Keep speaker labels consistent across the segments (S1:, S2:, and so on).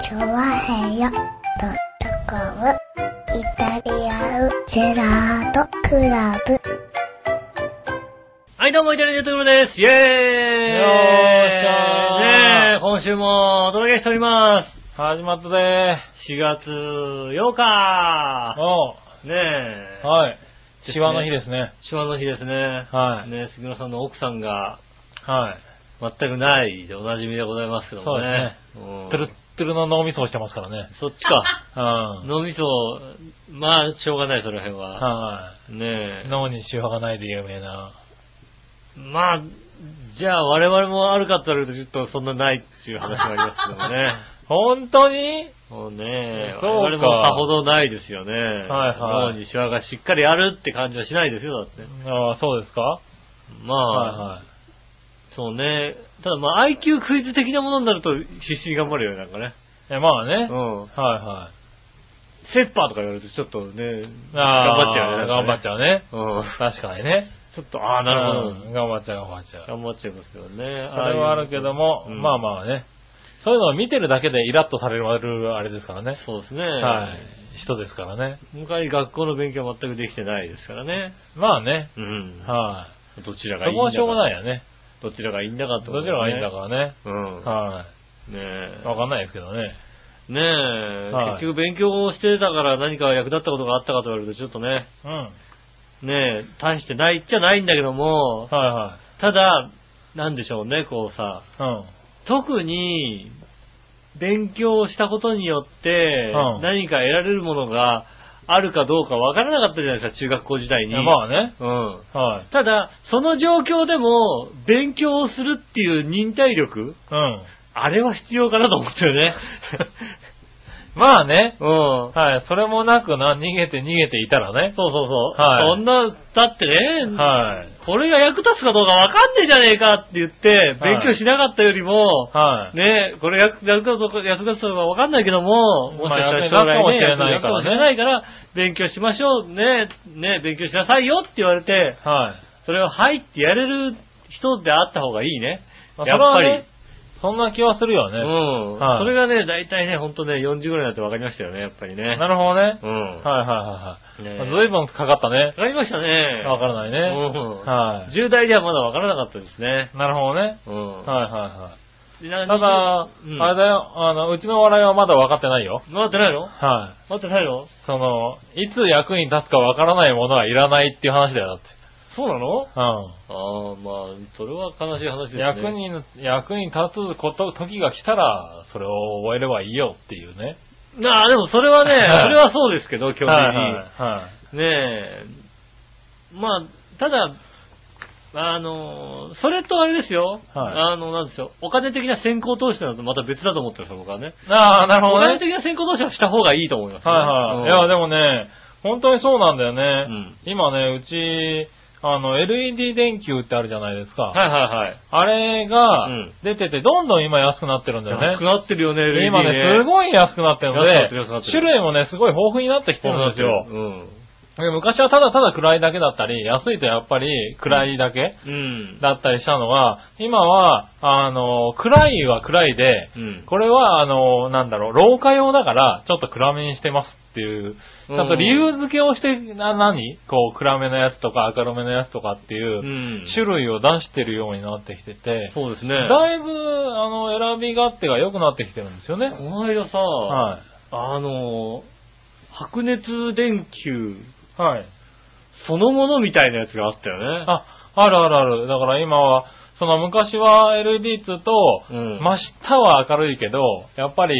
S1: チョワヘヨドットコムイタリアンジェラートクラブ。
S2: はい、どうも、イタリアンジェットクルです。イェーイよー
S3: し
S2: ね
S3: ゃー
S2: え、今週もお届けしております。
S3: 始まったぜ
S2: 4月8
S3: ー。
S2: 日
S3: お
S2: ねえ、
S3: うは
S2: で
S3: い
S2: す。ね
S3: シワの日ですね。
S2: 昭和の日ですね。
S3: はい
S2: ねえ、杉村さんの奥さんが
S3: はい。
S2: 全くないでおなじみでございますけどもね。うん
S3: トゥルットゥルの脳みそをしてますからね。
S2: そっち か。
S3: うん。
S2: 脳みそ、まあ、しょうがない、その辺は。
S3: は
S2: ね
S3: い。脳にシワがないで有名な。
S2: え。まあ、じゃあ我々も悪かったらちょっとそんなないっていう話がありますけども ね。
S3: 本当に
S2: もうね、
S3: そうか
S2: 我々もさほどないですよね。
S3: はいはい
S2: 脳にシワがしっかりあるって感じはしないですよ、だって。
S3: ああ、そうですかは
S2: まあ、そうね。ただまあ IQ クイズ的なものになると必死に頑張るよね、なんかね。
S3: いはい。え、まあ
S2: う
S3: ね。はい
S2: ん。
S3: は
S2: セッパーとか言われるとちょっとね、
S3: い。あ
S2: 頑張
S3: あ
S2: っちゃうよね。
S3: 頑張っち
S2: ゃ
S3: ゃうね。
S2: う。うん。
S3: 確かにね。
S2: ちょっと、ああ、なる
S3: うん頑張っちゃう、頑張っちゃ
S2: ほ
S3: う。
S2: ど。頑張っちゃいますけどね。それ
S3: それはあるけども、まあまあね。そういうのを見てるだけでイラッとされるあれですからね。
S2: そうですね。
S3: はい。人ですからね。
S2: 昔学校の勉強は全くできてないですからね。
S3: まあね。
S2: うん。
S3: はい。
S2: どちらがいいんだか。
S3: そこはしょうがないよね。
S2: どちらがいいんだかってこと
S3: どちらがいいんだ
S2: か。
S3: からね。
S2: うん。
S3: は
S2: ねえ。
S3: い。わかんないですけどね。
S2: ねえ、
S3: はい
S2: 結局勉強をしてたから何か役立ったことがあったかと言われるとちょっとね、
S3: うん。はい
S2: ねえ、大してないっちゃないんだけども、
S3: は
S2: ただ、なんでしょうね、こうさ、
S3: い。うん。
S2: 特に、勉強したことによって
S3: う、ん
S2: 何か得られるものがあるかどうかわからなかったじゃないですか、中学校時代
S3: い
S2: に。
S3: やまあね。
S2: うん。
S3: はい。
S2: ただ、その状況でも、勉強をするっていう忍耐力、
S3: うん。
S2: あれは必要かなと思ったよね。
S3: まあね。
S2: うん。
S3: はい。それもなくな、逃げて逃げていたらね。
S2: そうそうそう。
S3: はい
S2: そんな、だってね、
S3: はい。
S2: これが役立つかどうかわかんねえじゃねえかって言って、勉強しなかったよりも、
S3: はい。
S2: ね、これ役役立つか役立つかわかんないけども、もしかしたら将来
S3: まあ
S2: ね、
S3: 役立つかもしれないからね
S2: 役立つかもしれないから、勉強しましょう、ね、ね、勉強しなさいよって言われて、
S3: はい。
S2: それをはいってやれる人であった方がいいね。
S3: まあ
S2: やっぱ
S3: それは
S2: り
S3: ね。そんな気はするよ
S2: う
S3: ね。
S2: ん、
S3: はい
S2: それがね、大体ね、ほんとね、40ぐらいになってわかりましたよね、やっぱりね。
S3: なるほどね
S2: う。ん。
S3: はいはいはいは
S2: ね
S3: い。ずいぶんかかったね
S2: わ。かりましたね。
S3: わからないね。
S2: うん
S3: はい。
S2: 10代ではまだ分からなかったですね。
S3: なるほどね。
S2: うん。
S3: はいはいは
S2: た
S3: い。ただ、あ
S2: うん、
S3: れだよ、あの、うちの笑いはまだ分かってないよ。
S2: 待ってないの
S3: はい。
S2: 待ってないの
S3: その、いつ役に立つかわからないものはいらないっていう話だよ、だって。
S2: そうなの
S3: う
S2: ああ、まあ、それは悲しい話です
S3: ん。
S2: ね。
S3: 役。に、役に立つこと、時が来たら、それを覚えればいいよっていうね。
S2: なあ、でもそれはね、
S3: はい
S2: それはそうですけど、基本
S3: はい
S2: 的
S3: は
S2: に。ねえ。まあ、ただ、あの、それとあれですよ。
S3: はい
S2: あの、なんですよ。お金的な先行投資なのとまた別だと思ってます、僕はね。
S3: い。ああ、なる
S2: お
S3: ほど
S2: 金
S3: ね。
S2: 的な先行投資はした方がいいと思います、
S3: はいはい。いや、でもね、本当にそうなんだよね。
S2: うん
S3: 今ね、うち、あの、LED 電球ってあるじゃないですか。
S2: もはいはいはい。
S3: あれが
S2: うん、
S3: 出てて、どんどん今安くなってるんだよね。
S2: 安くなってるよね、LED
S3: 今ね、すごい安くなってるの
S2: 安くな
S3: で
S2: ってる安くなってる、
S3: 種類もね、すごい豊富になってきて
S2: そう
S3: る
S2: なんん
S3: で
S2: ですす
S3: よ
S2: よ。。うん。
S3: で昔はただただ暗いだけだったり、安いとやっぱり暗いだけ
S2: うん。
S3: だったりしたのが、今は、あの、暗いは暗いで、
S2: うん。
S3: これは、あの、なんだろう、廊下用だから、ちょっと暗めにしてますっていう、ちゃんと理由付けをして、な、何こう、暗めのやつとか明るめのやつとかっていうう、
S2: ん。
S3: 種類を出してるようになってきてて、
S2: そうですね。
S3: だいぶ、あの、選び勝手が良くなってきてるんですよね。
S2: この間さ、
S3: は
S2: あの、白熱電球
S3: い。はい。
S2: そのものみたいなやつがあったよね。
S3: あ、あるあるある。だから今は、その昔は LED っつうと、
S2: うん
S3: 真下は明るいけど、やっぱり、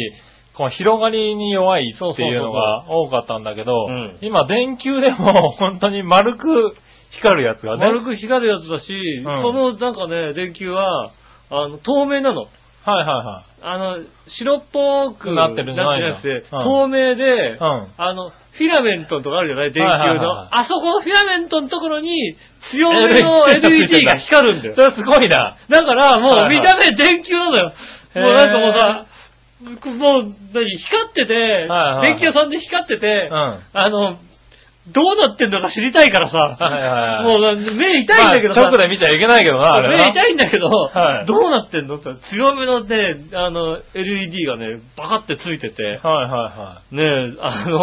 S3: この広がりに弱いっていうのが多かったんだけど
S2: うん、
S3: 今電球でも 本当に丸く光るやつがね。
S2: 丸く光るやつだし、
S3: ん
S2: そのなんかね、電球は、あの、透明なの。
S3: はいは
S2: あの、白っぽく
S3: なってるんじゃないの
S2: ってるやつで
S3: うん
S2: 透明で、
S3: いはい。
S2: あの、フィラメントのとかあるじゃない電球の、
S3: はいはいはい
S2: あそこのフィラメントのところに、強めの
S3: LED
S2: LED が光るんだ
S3: う
S2: よ
S3: ん。そ。れすごいな。
S2: だから、も
S3: はいうはい
S2: 見た目電球なのよ。
S3: へー
S2: もうなんかもうさ、もう、何、光ってて、
S3: はいはい
S2: 電球屋さんで光ってて、
S3: うん。
S2: あの、どうなってんのか知りたいから
S3: はいはいは
S2: さ、
S3: い
S2: もう目痛いんだけどさ、
S3: まあ直で見ちゃいけないけどな、あれ
S2: 目
S3: な。
S2: 痛いんだけど、
S3: はい
S2: どうなってんのって強めのね、あの、LED がね、バカってついてて、
S3: はいは
S2: ねえ、あの、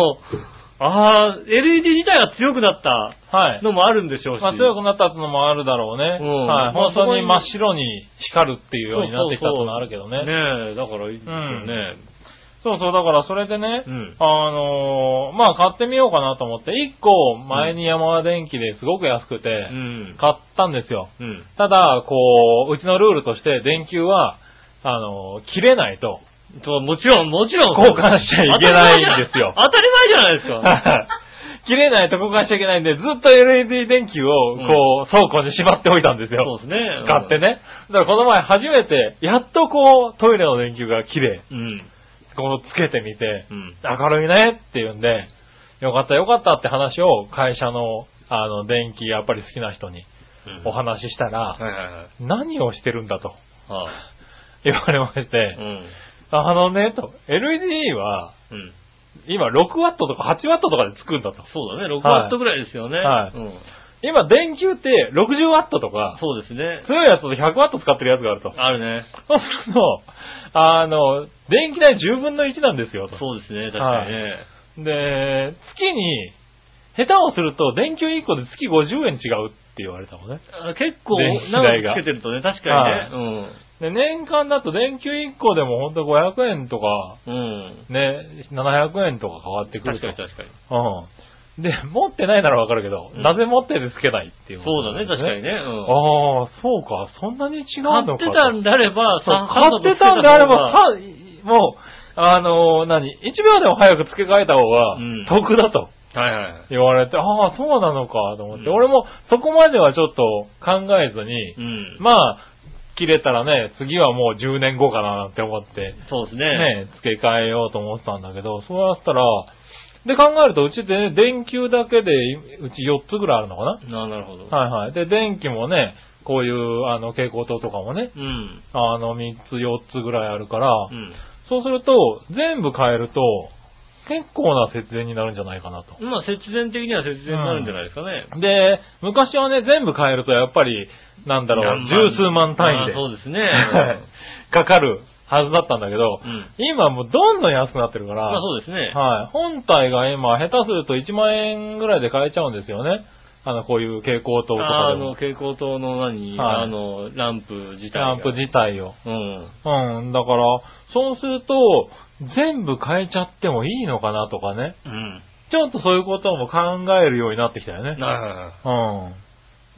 S2: ああ、LED 自体が強くなった
S3: いはい。はい。
S2: のもあるんでしょうし。
S3: まあ強くなったってのもあるだろうね。
S2: うん
S3: はい。
S2: まあ
S3: 本当に真っ白に光るっていうようになってきたってのはあるけどね。
S2: ねえ、だからいいですよね。
S3: そうそう、だからそれでね、
S2: うん
S3: あのーまあ買ってみようかなと思って、1個前に山田電機ですごく安くて
S2: う、ん。
S3: 買ったんですよ。
S2: うん。
S3: ただ、こう、うちのルールとして電球は、あのー切れないと、
S2: ともちろん、もちろん。
S3: 交換しちゃいけないんですよ
S2: 当たり前じゃないですか。
S3: 切れないと交換しちゃいけないんで、ずっと LED 電球を、こう、倉庫にしまっておいたんです
S2: そう
S3: よ。
S2: ですね。
S3: 買ってね。だからこの前初めて、やっとこう、トイレの電球が綺麗、
S2: うん。
S3: こうつけてみて、
S2: うん。
S3: 明るいねって言うんで、よかったよかったって話を会社の、あの、電気やっぱり好きな人に
S2: うん。
S3: お話ししたら、
S2: はいはいはい。
S3: 何をしてるんだと
S2: はい
S3: 言われまして、
S2: うん。
S3: あのね、と、LED は、
S2: うん。
S3: 今6ワットとか8ワットとかでつくんだと。
S2: そうだね、6ワットぐらいですよね。
S3: はい
S2: うん。
S3: 今電球って60ワットとか、
S2: そうですね。
S3: 強いやつと100ワット使ってるやつがあると。
S2: あるね。
S3: そうすると、あの、電気代10分の1なんですよ、と。
S2: そうですね、確かにね。
S3: で、月に、下手をすると電球1個で月50円違うって言われたのね。
S2: あ結構、
S3: 電気
S2: 長く
S3: 代が
S2: つけてるとね、確かにね。
S3: で、年間だと電球1個でもほんと500円とか、
S2: うん。うん。
S3: ね、700円とか変わってくる
S2: 確
S3: と
S2: かに確かに。
S3: うん。で、持ってないならわかるけど、
S2: うん
S3: なぜ持っててつけないっていう、
S2: そうだね、確かに。ね。うん。
S3: ああ、そうか、そんなに違うのか
S2: 買ってたんであれば、
S3: そう
S2: さ
S3: 買ってたんであれば、、
S2: さ
S3: さ、もう、あのー何、1秒でも早く付け替えた方が
S2: うん
S3: 得だと
S2: はいはい。
S3: 言われて、ああ、そうなのかと思って、
S2: うん
S3: 俺もそこまではちょっと考えずに、
S2: うん。
S3: まあ、切れたらね、次はもう10年後かなって思って、
S2: そうですね。
S3: ね、付け替えようと思ってたんだけど、そうやったら、で考えると、うちってね、電球だけで、うち4つぐらいあるのかな
S2: あなるほど。
S3: はいはい。で、電気もね、こういう、あの、蛍光灯とかもね、
S2: うん。
S3: あの、3つ4つぐらいあるから、
S2: うん。
S3: そうすると、全部変えると、結構な節電になるんじゃないかなと。
S2: まあ、節電的には節電になるんじゃないですかね。
S3: で、昔はね、全部変えると、やっぱり、なんだろ
S2: 何
S3: う、十数万単位で
S2: あ、そうですね。
S3: はい かかるはずだったんだけど、
S2: うん。
S3: 今もうどんどん安くなってるか
S2: ま
S3: ら、
S2: あ、そうですね。
S3: はい。本体が今、下手すると1万円ぐらいで買えちゃうんですよね。あの、こういう蛍光灯と
S2: あ
S3: か
S2: あ
S3: で
S2: の、
S3: も。
S2: 蛍光灯の何、
S3: はい
S2: あの、ランプ自体が。
S3: ランプ自体を。
S2: うん。
S3: うん。だから、そうすると、全部変えちゃってもいいのかなとかね。
S2: うん。
S3: ちょっとそういうことも考えるようになってきたよね。
S2: な
S3: う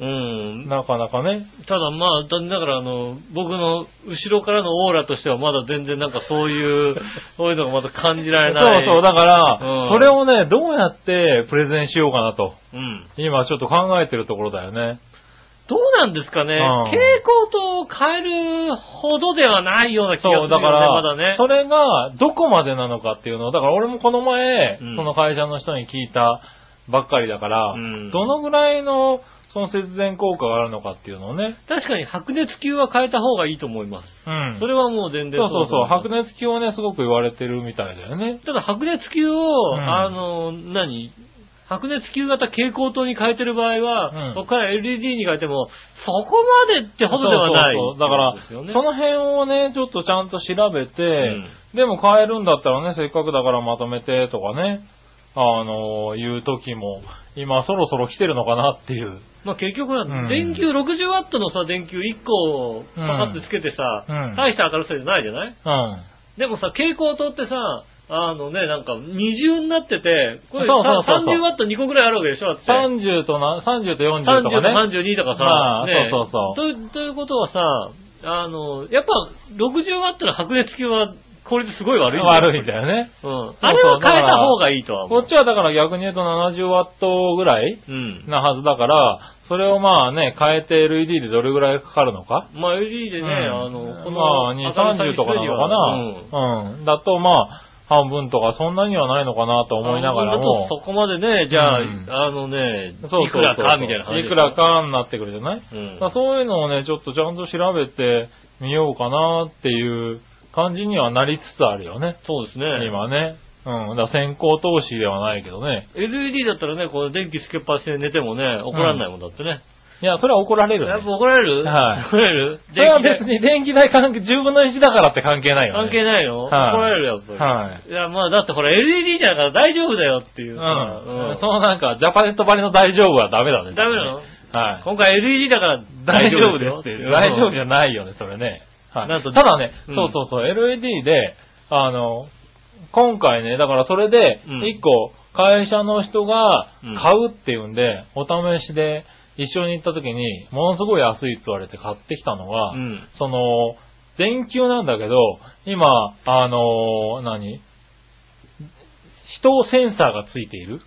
S2: うん
S3: ん。。なかなかね。
S2: ただまあ、だだからあの、僕の後ろからのオーラとしてはまだ全然なんかそう いう、そういうのがまだ感じら
S3: そ
S2: れない。
S3: うそう、だから、
S2: うん
S3: それをね、どうやってプレゼンしようかなと。
S2: うん。
S3: 今ちょっと考えてるところだよね。
S2: どうなんですかね、
S3: うん
S2: 蛍光灯を変えるほどではないような気がするよ
S3: そう、
S2: ね、
S3: だから、
S2: まだね。
S3: それがどこまでなのかっていうのを、だから俺もこの前、
S2: うん
S3: その会社の人に聞いたばっかりだから、
S2: うん
S3: どのぐらいの、その節電効果があるのかっていうのをね。
S2: 確かに白熱球は変えた方がいいと思います。
S3: うん
S2: そ
S3: そ
S2: れはもう全然
S3: うそうそう、白
S2: 熱。
S3: 熱球をね、すごく言われてるみたいだよね。
S2: ただ白熱球を、
S3: うん
S2: あの、何白熱球型蛍光灯に変えてる場合は、
S3: うん
S2: そこから LED に変えても、そこまでってほどではない、
S3: そうそうそうだから、
S2: です
S3: そ
S2: よね
S3: の辺をね、ちょっとちゃんと調べて、
S2: ん
S3: でも変えるんだったらね、せっかくだからまとめてとかね、あのいう時も、今そろそろ来てるのかなっていう。
S2: まあ、結局は
S3: うん、
S2: 電球、60ワットのさ、電球1個をパカってつけてさ、
S3: うん
S2: 大した明るさじゃないじゃない
S3: うん。
S2: でもさ、蛍光灯ってさ、あのね、なんか二重になってて、これさ
S3: そうそうそうそう
S2: 30ワット2個ぐらいあるわけでしょだって。
S3: 30とな、30と40
S2: 30
S3: と
S2: と
S3: かね。
S2: 32とかさ、
S3: まあ
S2: ね
S3: そうそう
S2: というということはさ、あの、やっぱ60ワットの白熱球は効率すごい悪いよ
S3: 悪いんだ。よね。
S2: うん。
S3: そう
S2: あれは変え
S3: だか
S2: た
S3: ら
S2: 方がいいとは思
S3: こ
S2: う。
S3: っちはだから逆に言うと70ワットぐらい
S2: うん。
S3: なはずだから、それをまあね、変えて LED でどれぐらいかかるのか
S2: まあ LED でね、あ
S3: うん
S2: の、この
S3: まあ、
S2: 明る
S3: 2、
S2: さにする
S3: 30
S2: には、
S3: とかなのかな、うん、だとまあ、半分とかそんなにはないのかなと思いながら
S2: あの
S3: も
S2: だと。そこまでね、じゃあ、
S3: うん
S2: あのね、
S3: そうそうそう
S2: いくらかみたいな話でしょ
S3: いくら。かになってくるじゃない、
S2: うん
S3: まあそういうのをね、ちょっとちゃんと調べてみようかなっていう感じにはなりつつあるよね。
S2: そうですね。
S3: 今ね。うん。だから先行投資ではないけどね。
S2: LED だったらね、こう電気つけっぱなしで寝てもね、怒らんないもんだってね。
S3: いや、それは怒られる、
S2: やっぱ
S3: ね。
S2: 怒られる
S3: はい
S2: 怒られる
S3: それは
S2: 電気
S3: 別に電気代関係、10分の1だからって関係ないよ
S2: 関
S3: ね。
S2: 係ないの、
S3: はい
S2: 怒られるやっぱり。。
S3: はい
S2: や、まあだってほら LED じゃから大丈夫だよっていうう。
S3: ん。
S2: うん
S3: そのなんか、ジャパネットばりの大丈夫はダメだね。
S2: ダメなの
S3: はい。
S2: 今回 LED だから
S3: 大丈夫ですって。
S2: よ
S3: 大丈夫じゃないよね、それね。はい。
S2: なんと
S3: ただね、
S2: うん
S3: そうそうそう、LED で、あの、今回ね、だからそれで
S2: うん、
S3: 一個、会社の人が
S2: うん
S3: 買うっていうんで、お試しで一緒に行った時に、ものすごい安いって言われて買ってきたのが、
S2: うん。
S3: その、電球なんだけど、今、あの、何人センサーがついている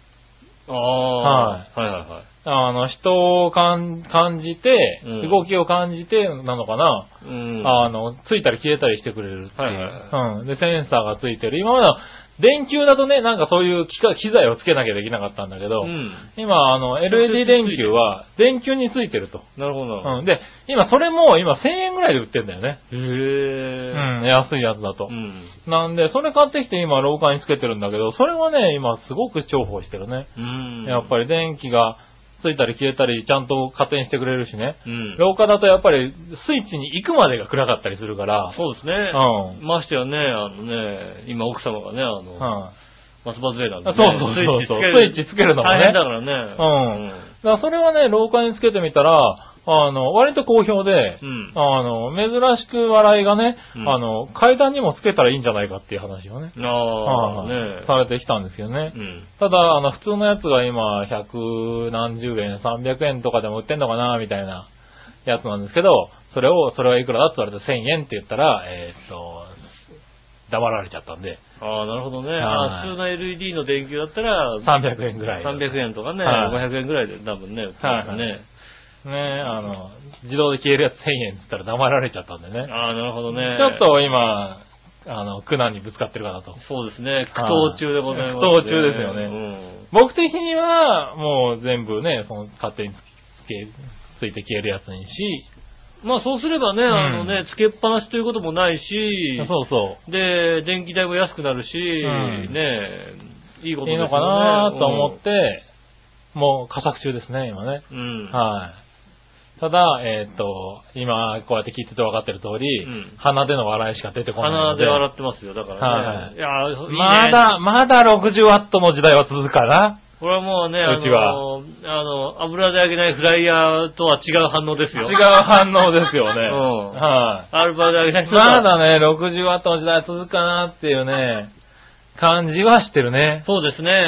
S2: ああ。はいはいはい。
S3: あの、人をかん感じて、
S2: うん
S3: 動きを感じてなのかな、
S2: うん。
S3: あの、ついたり消えたりしてくれるっていう。
S2: はいは
S3: うん。で、センサーがついてる。今までの電球だとね、なんかそういう機械機材をつけなきゃできなかったんだけど、
S2: うん。
S3: 今、あの、
S2: 直接
S3: LED
S2: ついてる
S3: 電球は、電球についてると。
S2: なるほどなるほど。
S3: うん。で、今、それも、今、1000円ぐらいで売ってんだよね。う
S2: へえ。
S3: ん、安いやつだと
S2: う。ん。
S3: なんで、それ買ってきて今、廊下につけてるんだけど、それはね、今、すごく重宝してるね。
S2: うん。
S3: やっぱ
S2: り。
S3: り電気がついたり消えたり、ちゃんと加点してくれるしね。
S2: うん。
S3: 廊下だとやっぱり、スイッチに行くまでが暗かったりするから、
S2: そうですね。
S3: う
S2: ましてやね、あのね、今奥様がね、あの、
S3: はい
S2: マスバズレーなんで、
S3: あ
S2: ね。
S3: そうそうそうそうスイッチつけるのもね
S2: 大変だからね。
S3: だからそれはね、廊下につけてみたら、あの、割と好評で、
S2: うん
S3: あの、珍しく笑いがね、
S2: うん
S3: あの、階段にもつけたらいいんじゃないかっていう話をね、
S2: うん。ああ、
S3: はい
S2: ね
S3: されてきたんですけどね。
S2: うん。
S3: ただ、あの、普通のやつが今、百何十円、三百円とかでも売ってんのかな、みたいなやつなんですけど、それを、それはいくらだって言われて1000円って言ったら、えーっと、黙られちゃったんで、
S2: ああ、なるほどね。
S3: い
S2: ああ普通の LED の電球だったら、
S3: 300円ぐらい。
S2: 300円とかね、
S3: はい
S2: 500円ぐらいで多分ね、売ってますよね。
S3: ねあの、自動で消えるやつ1000円って言ったら黙られちゃったんでね。
S2: ああ、なるほどね。
S3: ちょっ。と今、あの、苦難にぶつかってるかなと。
S2: そうですね、苦闘中でございます、
S3: 苦闘中ですよね
S2: うん。
S3: 僕的には、もう全部ね、その、勝手につけ、ついて消えるやつにし、
S2: まあそうすればね、あのね、つけっぱなしということもないし、
S3: そうそ
S2: で、電気代も安くなるし、
S3: ん
S2: ねえ、いいこと
S3: う。
S2: ですよね。
S3: いいのかなと思って、もう、加策中ですね、今ね。
S2: うん。うん。
S3: はい。ただ、えーっと、今、こうやって聞いてて分かってる通り、
S2: うん
S3: 鼻での笑いしか出てこない
S2: 鼻
S3: ので。
S2: で笑ってますよ、だからね。
S3: はい
S2: いや、いいね
S3: まだ、まだ60ワットの時代は続くかな。
S2: これはもうね、
S3: うちは
S2: あの、あの、油で揚げないフライヤーとは違う反応です
S3: 違
S2: よ。
S3: う。反応ですよね。
S2: うん
S3: はい。
S2: アルバで揚げない人とは
S3: まだね、60ワットの時代続くかなっていうね、感じはしてるね。
S2: そうですね。
S3: はい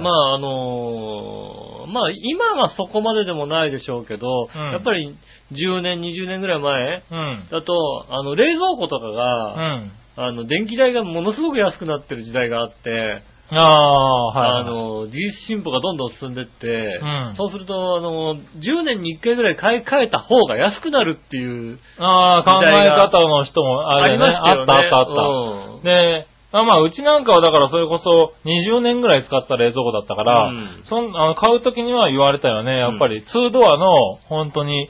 S2: まあ、あのーまあ、今はそこまででもないでしょうけど、
S3: うん
S2: やっぱり10年、20年ぐらい前
S3: うん。
S2: だと、あの、冷蔵庫とか
S3: う
S2: が、
S3: ん。
S2: あの、電気代がものすごく安くなってる時代があって、
S3: ああ、はい。
S2: あ、の、技術進歩がどんどん進んでって、
S3: うん
S2: そうすると、あの、10年に1回ぐらい買い替えた方が安くなるっていう、
S3: ああ、考
S2: 時代
S3: え
S2: が
S3: 方の人もあ
S2: あり
S3: れ
S2: ま
S3: ね。
S2: した
S3: あ
S2: よね。
S3: ったあったあっ
S2: うん
S3: た。で、まあまあ、うちなんかはだからそれこそ20年ぐらい使ってた冷蔵庫だったから、
S2: うん
S3: そんあの買う時には言われたよね。やっぱり2ドアの本当に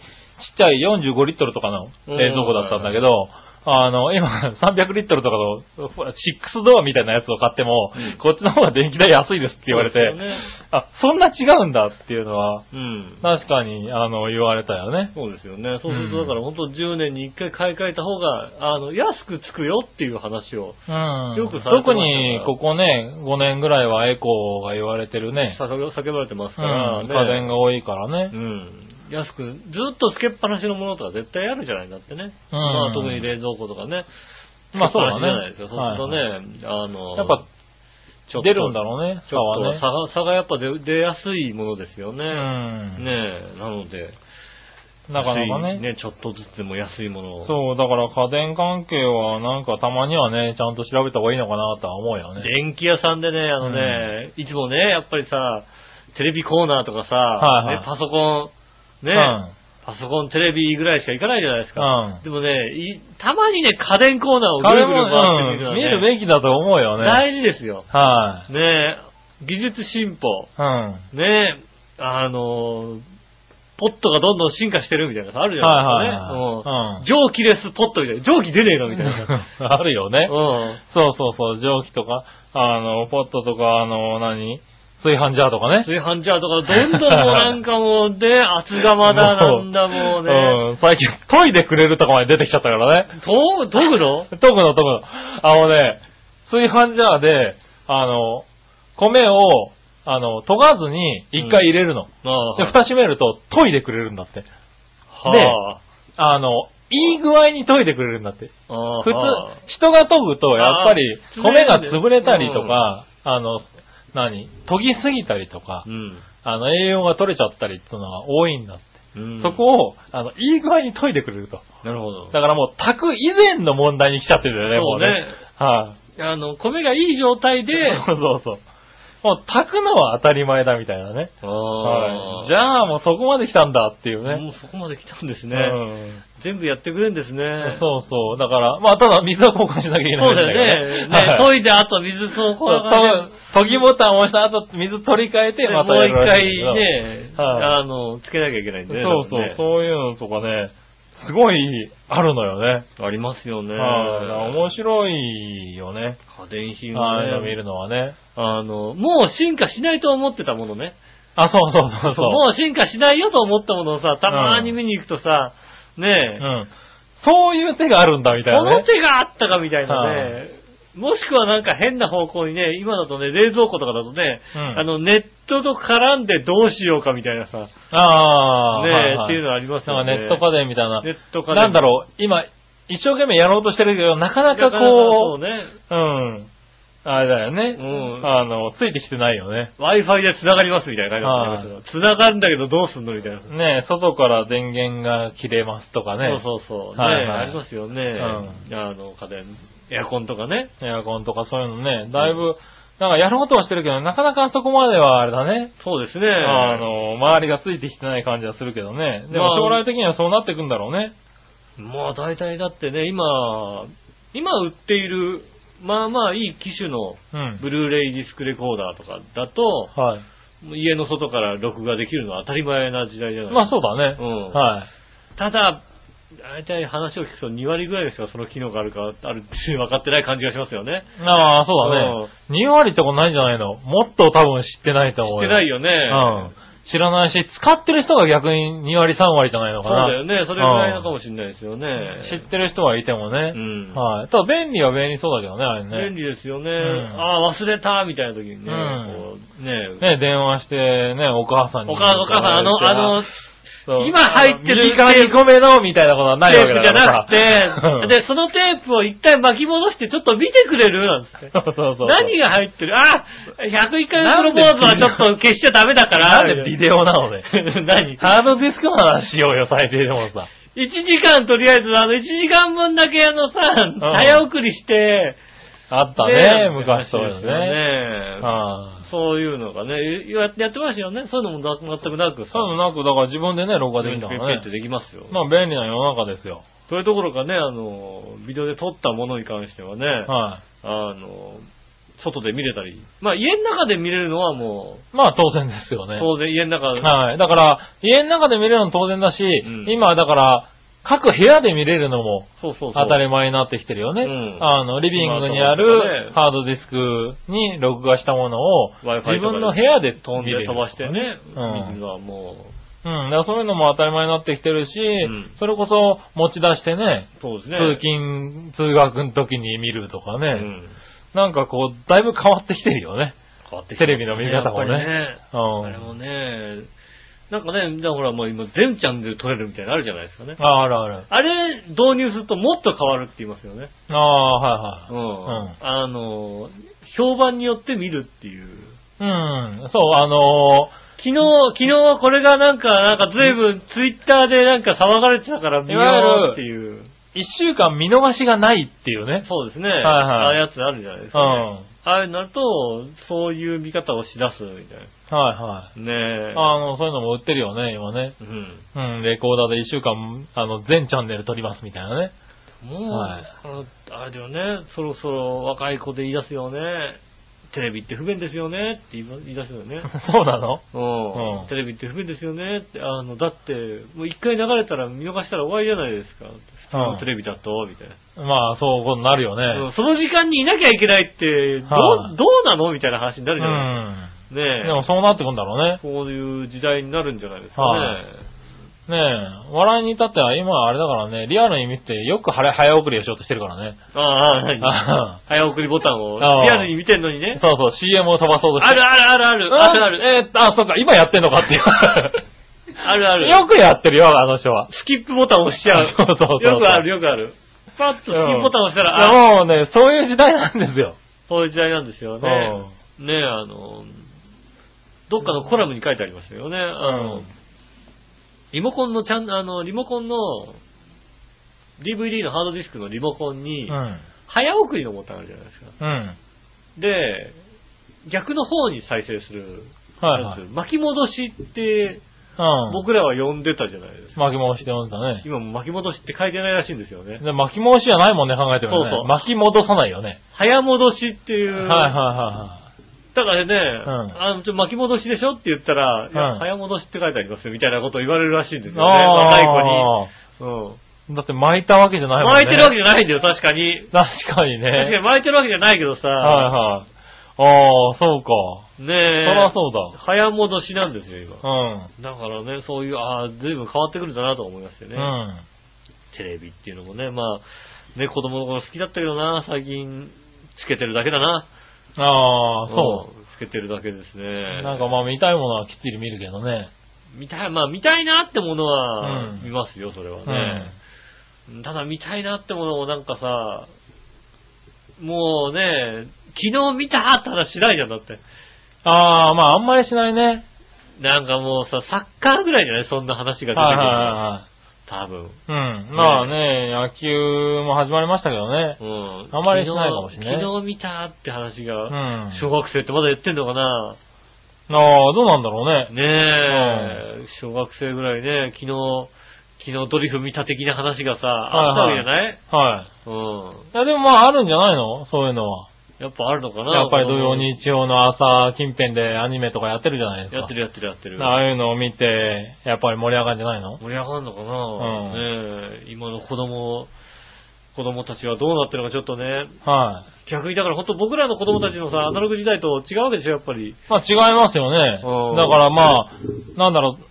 S3: ちっちゃい45リットルとかの冷蔵庫だったんだけど、あの、今、300リットルとかの、ほら6ドアみたいなやつを買っても、
S2: うん
S3: こっちの方が電気代安いですって言われて、
S2: そうですよね
S3: あ、そんな違うんだっていうのは、
S2: うん。
S3: 確かに、あの、言われたよね。
S2: そうですよね。そうする
S3: う
S2: と、
S3: ん
S2: だから本当10年に1回買い替えた方が、あの、安くつくよっていう話を、
S3: うん
S2: よくされてましたから
S3: 特に、ここね、5年ぐらいはエコーが言われてるね。
S2: 叫ば叫ばれてます
S3: う
S2: から、
S3: ん、
S2: ね。
S3: 家電が多いから
S2: う
S3: ね。
S2: ん。安く、ずっとつけっぱなしのものとか絶対あるじゃないんだってね。
S3: うん
S2: まあ特に冷蔵庫とかね。
S3: まあそうだね
S2: つけっぱなしじゃないですか。そうするとね、
S3: は
S2: あの、
S3: やっぱ、
S2: ちょっと
S3: 出るんだろうね、
S2: ち
S3: 差
S2: ょっ
S3: は
S2: と
S3: ね
S2: 差。が、差がやっぱ出出やすいものですよね。
S3: うん
S2: ねえ、なので、
S3: なかなか
S2: 安い
S3: ね。
S2: ね、ちょっとずつでも安いものを。
S3: そう、だから家電関係はなんかたまにはね、ちゃんと調べた方がいいのかなとは思うよね。
S2: 電気屋さんでね、あのね、いつもね、やっぱりさ、テレビコーナーとかさ、
S3: はいはい
S2: ね、パソコン、ね、
S3: うん
S2: パソコン、テレビぐらいしか行かないじゃないですか。
S3: うん
S2: でもねいたまにね、家電コーナーをぐ
S3: 家
S2: る
S3: 電
S2: ぐる回ってみるのは
S3: も、うん、
S2: ね
S3: 見るべきだと思うよね。
S2: 大事ですよ。
S3: はい。
S2: ね技術進歩、
S3: うん。
S2: ねあの、ポットがどんどん進化してるみたいなさ、あるじゃないですかね。
S3: はいはいはいう
S2: う
S3: ん
S2: ん蒸気レスポットみたいな。蒸気出ねえのみたいな。
S3: あるよ ね。
S2: うん。
S3: そうそうそう、蒸気とか、あの、ポットとか、あの、何炊飯ジャーとかね。
S2: 炊飯ジャーとか、どんどんもうなんかもう、で、厚釜だなんだもうね。
S3: うん、最近、研いでくれるとかまで出てきちゃったからね。
S2: と、研ぐ の
S3: 研ぐの研ぐの。あのね、炊飯ジャーで、あの、米を、あの、研がずに一回入れるの。
S2: あ
S3: で、蓋閉めると研いでくれるんだって。
S2: あは
S3: あの、いい具合に研いでくれるんだって。
S2: あああ
S3: 普
S2: は
S3: 通、人が研ぐと、やっぱり、
S2: あー潰
S3: 米
S2: れる
S3: が
S2: んです
S3: 潰れたりとか、あの、何研ぎすぎたりと
S2: あ、
S3: か
S2: うん。
S3: あの、栄養が取れちゃったりっていうのが多いんだって。
S2: うん
S3: そこを、あの、いい具合に研いでくれると。
S2: なるほど。
S3: だからもう、炊く以前の問題に来ちゃってるよね、
S2: そう
S3: も
S2: う
S3: ね
S2: ね。
S3: は
S2: あの、米がいい状態
S3: い、
S2: で、
S3: そうそうそう。もう、炊くのは当たり前だみたいなね。
S2: は
S3: はいい。じゃあ、もうそこまで来たんだっていう
S2: も
S3: ね。
S2: うそこまで来たんです
S3: う
S2: ね。
S3: ん
S2: 全部やってくれるんですね。
S3: そうそう。だから、まあ、ただ水は交換しなきゃいけない
S2: そう
S3: みたい
S2: だ
S3: な
S2: よね。
S3: は
S2: ね、
S3: い
S2: 研いであと水そうこう
S3: そう、研ぎボタンを押した後、水取り替えて、ま
S2: もう
S3: たや
S2: 一
S3: るらし
S2: 回
S3: いんだけ
S2: ね、
S3: は
S2: あの、つけなきゃいけないん
S3: ど
S2: でね。
S3: そうそう、
S2: う。
S3: そういうのとかね、すごいあるのよね。
S2: ありますよね。
S3: はい、面白いよね。
S2: 家電品
S3: ああいう
S2: は
S3: の見るのはね。
S2: あの、もう進化しないと思ってたものね。
S3: あ、そうそうそうそう。
S2: もう進化しないよと思ったものをさ、たまーに見に行くとさ、ね
S3: う
S2: え、
S3: ん。そういう手があるんだ、みたい
S2: こ
S3: な
S2: の
S3: ね。
S2: 手があったかみたいな
S3: は
S2: ね。もしくはなんか変な方向にね、今だとね、冷蔵庫とかだとね、
S3: うん
S2: あの、ネットと絡んでどうしようかみたいなさ、
S3: ああ。
S2: ねえ、
S3: はは
S2: っていうのあります
S3: な
S2: よ
S3: ん
S2: ね。
S3: かネット家電みたいな。
S2: ネット家電
S3: なんだろう、今、一生懸命やろうとしてるけど、なかなか
S2: なかなかそう
S3: こう、
S2: ね。
S3: うん。あれだよね。
S2: うん
S3: あの、ついてきてないよね。
S2: Wi-Fi で繋がりますみたいな感じになりますよ繋がるんだけどどうすんのみたいな。
S3: ねえ、外から電源が切れますとかね。
S2: そうそうそう。ね、
S3: はいはい
S2: ありますよね。
S3: う
S2: あの、家電、エアコンとかね。
S3: エアコンとかそういうのね、だいぶ、なんかやろうとはしてるけど、なかなかあそこまではあれだね。
S2: そうですね。
S3: あの、周りがついてきてない感じはするけどね。で
S2: ま
S3: も
S2: あ
S3: 将来的にはそうなってくんだろうね。
S2: まあ大体だってね、今、今売っている、まあまあいい機種の
S3: うん。
S2: ブルーレイディスクレコーダーとかだと、
S3: はい。
S2: 家の外から録画できるのは当たり前な時代じゃない
S3: まあそうだね。
S2: うん
S3: はい。
S2: ただ、大体話を聞くと2割ぐらいですよ、その機能があるか、あるって分かってない感じがしますよね。
S3: ああ、そうだね。2割ってことないんじゃないのもっと多分知ってないと
S2: 知
S3: 思
S2: っ
S3: う
S2: て
S3: よ。
S2: ないよね。
S3: うん。知らないし、使ってる人が逆に2割3割じゃないの
S2: そ
S3: か
S2: うだ
S3: な。
S2: よね。それぐらいのかもしれないですよね。
S3: 知ってる人はいてもね。
S2: うん
S3: はい。ただ便利は便利そうだけどね、あれね。
S2: 便利ですよね。
S3: ん
S2: ああ、忘れたみたいな時にね、
S3: う
S2: こ
S3: ん
S2: うね
S3: ね、電話して、ね、お母さんに。
S2: お母お母さん、あの、あの、
S3: そう
S2: 今入ってる
S3: 右側に米の、みたいなことはない
S2: テ
S3: わ
S2: ー
S3: け
S2: プ
S3: だ
S2: じゃ
S3: からさ
S2: なくて、
S3: うん
S2: で、そのテープを一回巻き戻して、ちょっと見てくれるなんつって。
S3: そうそうそう。
S2: 何が入ってるあ !101 回目プロポーズはちょっと消しちゃダメだから。
S3: なんでビデオなのね。
S2: 何
S3: ハードディスクの話しようよ、最低でもさ。
S2: ?1 時間とりあえず、あの、1時間分だけあのさ、早送りして、
S3: あった
S2: ね
S3: ね
S2: え、
S3: 昔そうで
S2: 昔で
S3: す
S2: す
S3: ね。
S2: よね
S3: ああ
S2: そういうのがね、ややってましたよね。そういうのもな全くなくさ。
S3: そういうのなく、だから自分でね、録画できた
S2: ペン
S3: の
S2: ペンっ
S3: ね
S2: て。できますよ。
S3: まあ便利な世の中ですよ。
S2: それどころかね、あの、ビデオで撮ったものに関してはね、
S3: は
S2: あの、外で見れたり。まあ家の中で見れるのはも
S3: い。まあ当然ですよ
S2: う、
S3: ね。
S2: 当然家の中、
S3: はい。だから、家の中で見れるの当然だし、
S2: ん
S3: 今だから、各部屋で見れるのも
S2: そうそうそう。
S3: 当たり前になってきてるよね。
S2: うん
S3: あの、リビングにあるハードディスクに録画したものを
S2: Wi-Fi とか
S3: 自分の部屋で
S2: 飛ん
S3: 見
S2: で
S3: れる
S2: 飛ばしてね、
S3: うん
S2: 見るのはも
S3: うん、だからそういうのも当たり前になってきてるし、
S2: ん
S3: それこそ持ち出してね、
S2: う、そうですね。
S3: 通勤、通学の時に見るとかね、
S2: うん
S3: なんかこう、だいぶ変わってきてるよね。
S2: 変わってき
S3: テ
S2: て
S3: レビの見方もね
S2: やっぱりね。
S3: うん
S2: あれもね、なんかね、じゃあほらもう今全チャンネル撮れるみたいなのあるじゃないですかね。
S3: ああるある。
S2: あれ導入するともっと変わるって言いますよね。
S3: ああ、はい
S2: うん。
S3: うん
S2: あの、評判によって見るっていう。
S3: はい。うん、そう、あの
S2: 昨日、昨日はこれがなんか、なんか随分ツイッターでなんか騒がれてたから見ようっていう。
S3: ー、一週間見逃しがないっていうね。
S2: そうですね。
S3: い
S2: ああいうやつあるじゃないですか、ね。ああいうのになると、そういう見方をしだすみたい
S3: はいは
S2: な。ねえ
S3: い。。あの、そういうのも売ってるよね、今ね。
S2: うん。
S3: うん、レコーダーで一週間、あの、全チャンネル撮りますみたいなね。
S2: もう、
S3: はい
S2: あのあれだよね、そろそろ若い子で言い出すよね。テレビって不便ですよねって言いま言い出すよ ね。
S3: そうなの
S2: うん
S3: うん
S2: テレビって不便ですよねって、あの、だって、もう一回流れたら見逃したら終わりじゃないですか。普通のテレビだと、みたいな。
S3: まあ、そういうことになるよ
S2: う
S3: ね
S2: ん。その時間にいなきゃいけないって、どう、
S3: はい
S2: どうなのみたいな話にな
S3: う
S2: るじゃない
S3: ん。
S2: ですか。ねえ。
S3: でもそうなってくんだろうね。
S2: こういう時代になるんじゃないですか
S3: は
S2: ね。
S3: ねえ、笑いに至っては今あれだからね、リアルに見てよく晴れ早送りをしようとしてるからね。
S2: ああ、何
S3: あ
S2: 早送りボタンを、リ
S3: ああ
S2: アルに見てんのにね。
S3: そうそう、CM を飛ばそうとし
S2: あ
S3: て
S2: るあるあるあ
S3: う
S2: る、
S3: ん
S2: あるある、
S3: えーあ、そっか、今やってんのかっていう。
S2: あるある。
S3: よくやってるよ、あの人は。
S2: スキップボタン押しちゃう。
S3: そうそうそうそう
S2: よくあるよくある。パッとスキップボタン押した
S3: い
S2: ら、あ、
S3: やもうね、そういう時代なんですよ。
S2: そういう時代なんですよね。ねえ、あの、どっかのコラムに書いてありましたよね。あ
S3: う
S2: の
S3: ん、
S2: リモコンのちゃん、あの、リモコンの、DVD のハードディスクのリモコン
S3: う
S2: に、
S3: ん。
S2: 早送りのボタンあるじゃないですか。
S3: うん。
S2: で、逆の方に再生する。
S3: はいはい
S2: なんですよ巻き戻しって、
S3: うん。
S2: 僕らは呼んでたじゃないですか。
S3: 巻き戻して読んだね。
S2: 今も巻き戻しって書いてないらしいんですよね。
S3: で巻き戻しじゃないもんね、考えてるね。
S2: そうそう
S3: 巻き戻さないよね。
S2: 早戻しってい。
S3: はいうはいは
S2: だからね、
S3: ん
S2: あのちょ巻き戻しでしょって言ったら、いや
S3: うん
S2: 早戻しって書いてありますよみたいなことを言われるらしいんです
S3: い
S2: よね。
S3: はい。
S2: 若い子
S3: あ
S2: に。
S3: ーだって巻いたわけじゃな
S2: う
S3: い
S2: ん。
S3: もんね。
S2: 巻いてるわけじゃないんだよ、確かに。
S3: 確かにね。
S2: 確かに巻いてるわけじゃないけどさ、
S3: はいはい。ああ、そうか。
S2: ね
S3: そ
S2: え
S3: りゃそうだ。
S2: 早戻しなんですよ、今。
S3: うん。
S2: だからね、そういう、ああ、随分変わってくるんだなと思いましてね。
S3: うん。
S2: テレビっていうのもね、まあ、ね、子供の頃好きだったけどな、最近、つけてるだけだな。。
S3: ああ、そう
S2: つけてるだけです
S3: う。
S2: ね。
S3: なんかまあ見たいものはきっちり見るけどね。
S2: 見たい、まあ見たいなってものは
S3: う、ん
S2: 見ますよ、それは
S3: う
S2: ね
S3: ん。。
S2: ただ見たいなってものをなんかさ、もうね、昨日見たって話しないじゃん、だって。
S3: ああ、まああんまりしないね。
S2: なんかもうさ、サッカーぐらいじゃないそんな話が出てくるの
S3: はいは
S2: 多分。
S3: いはいはい。うん。まあね、野球も始まりましたけどね
S2: う。ん。
S3: あまりしないかもしれない
S2: 昨日昨日見たって話
S3: う
S2: が、
S3: ん。
S2: 小学生ってまだ言ってんのかな
S3: ああ、どうなんだろうね。
S2: ねえ、小学生ぐらいね、昨日、昨日ドリフ見た的な話がさ、あったわけじゃない、
S3: は
S2: うん。
S3: い。いやでもまああるんじゃないのそういうのは。
S2: やっぱあるのかな
S3: やっぱり土曜日曜の朝近辺でアニメとかやってるじゃないですか。
S2: やってるやってるやってる。
S3: ああいうのを見て、やっぱり盛り上がるんじゃないの
S2: 盛り上がるのかな、ねえ、今の子供、子供たちはどうなってるのかちょっとね、
S3: はい。
S2: 逆にだから本当僕らの子供たちのさ、アナログ時代と違うわけでしょ、やっぱり。
S3: まあ違いますよね。だ
S2: うん
S3: からまあ、なんだろう、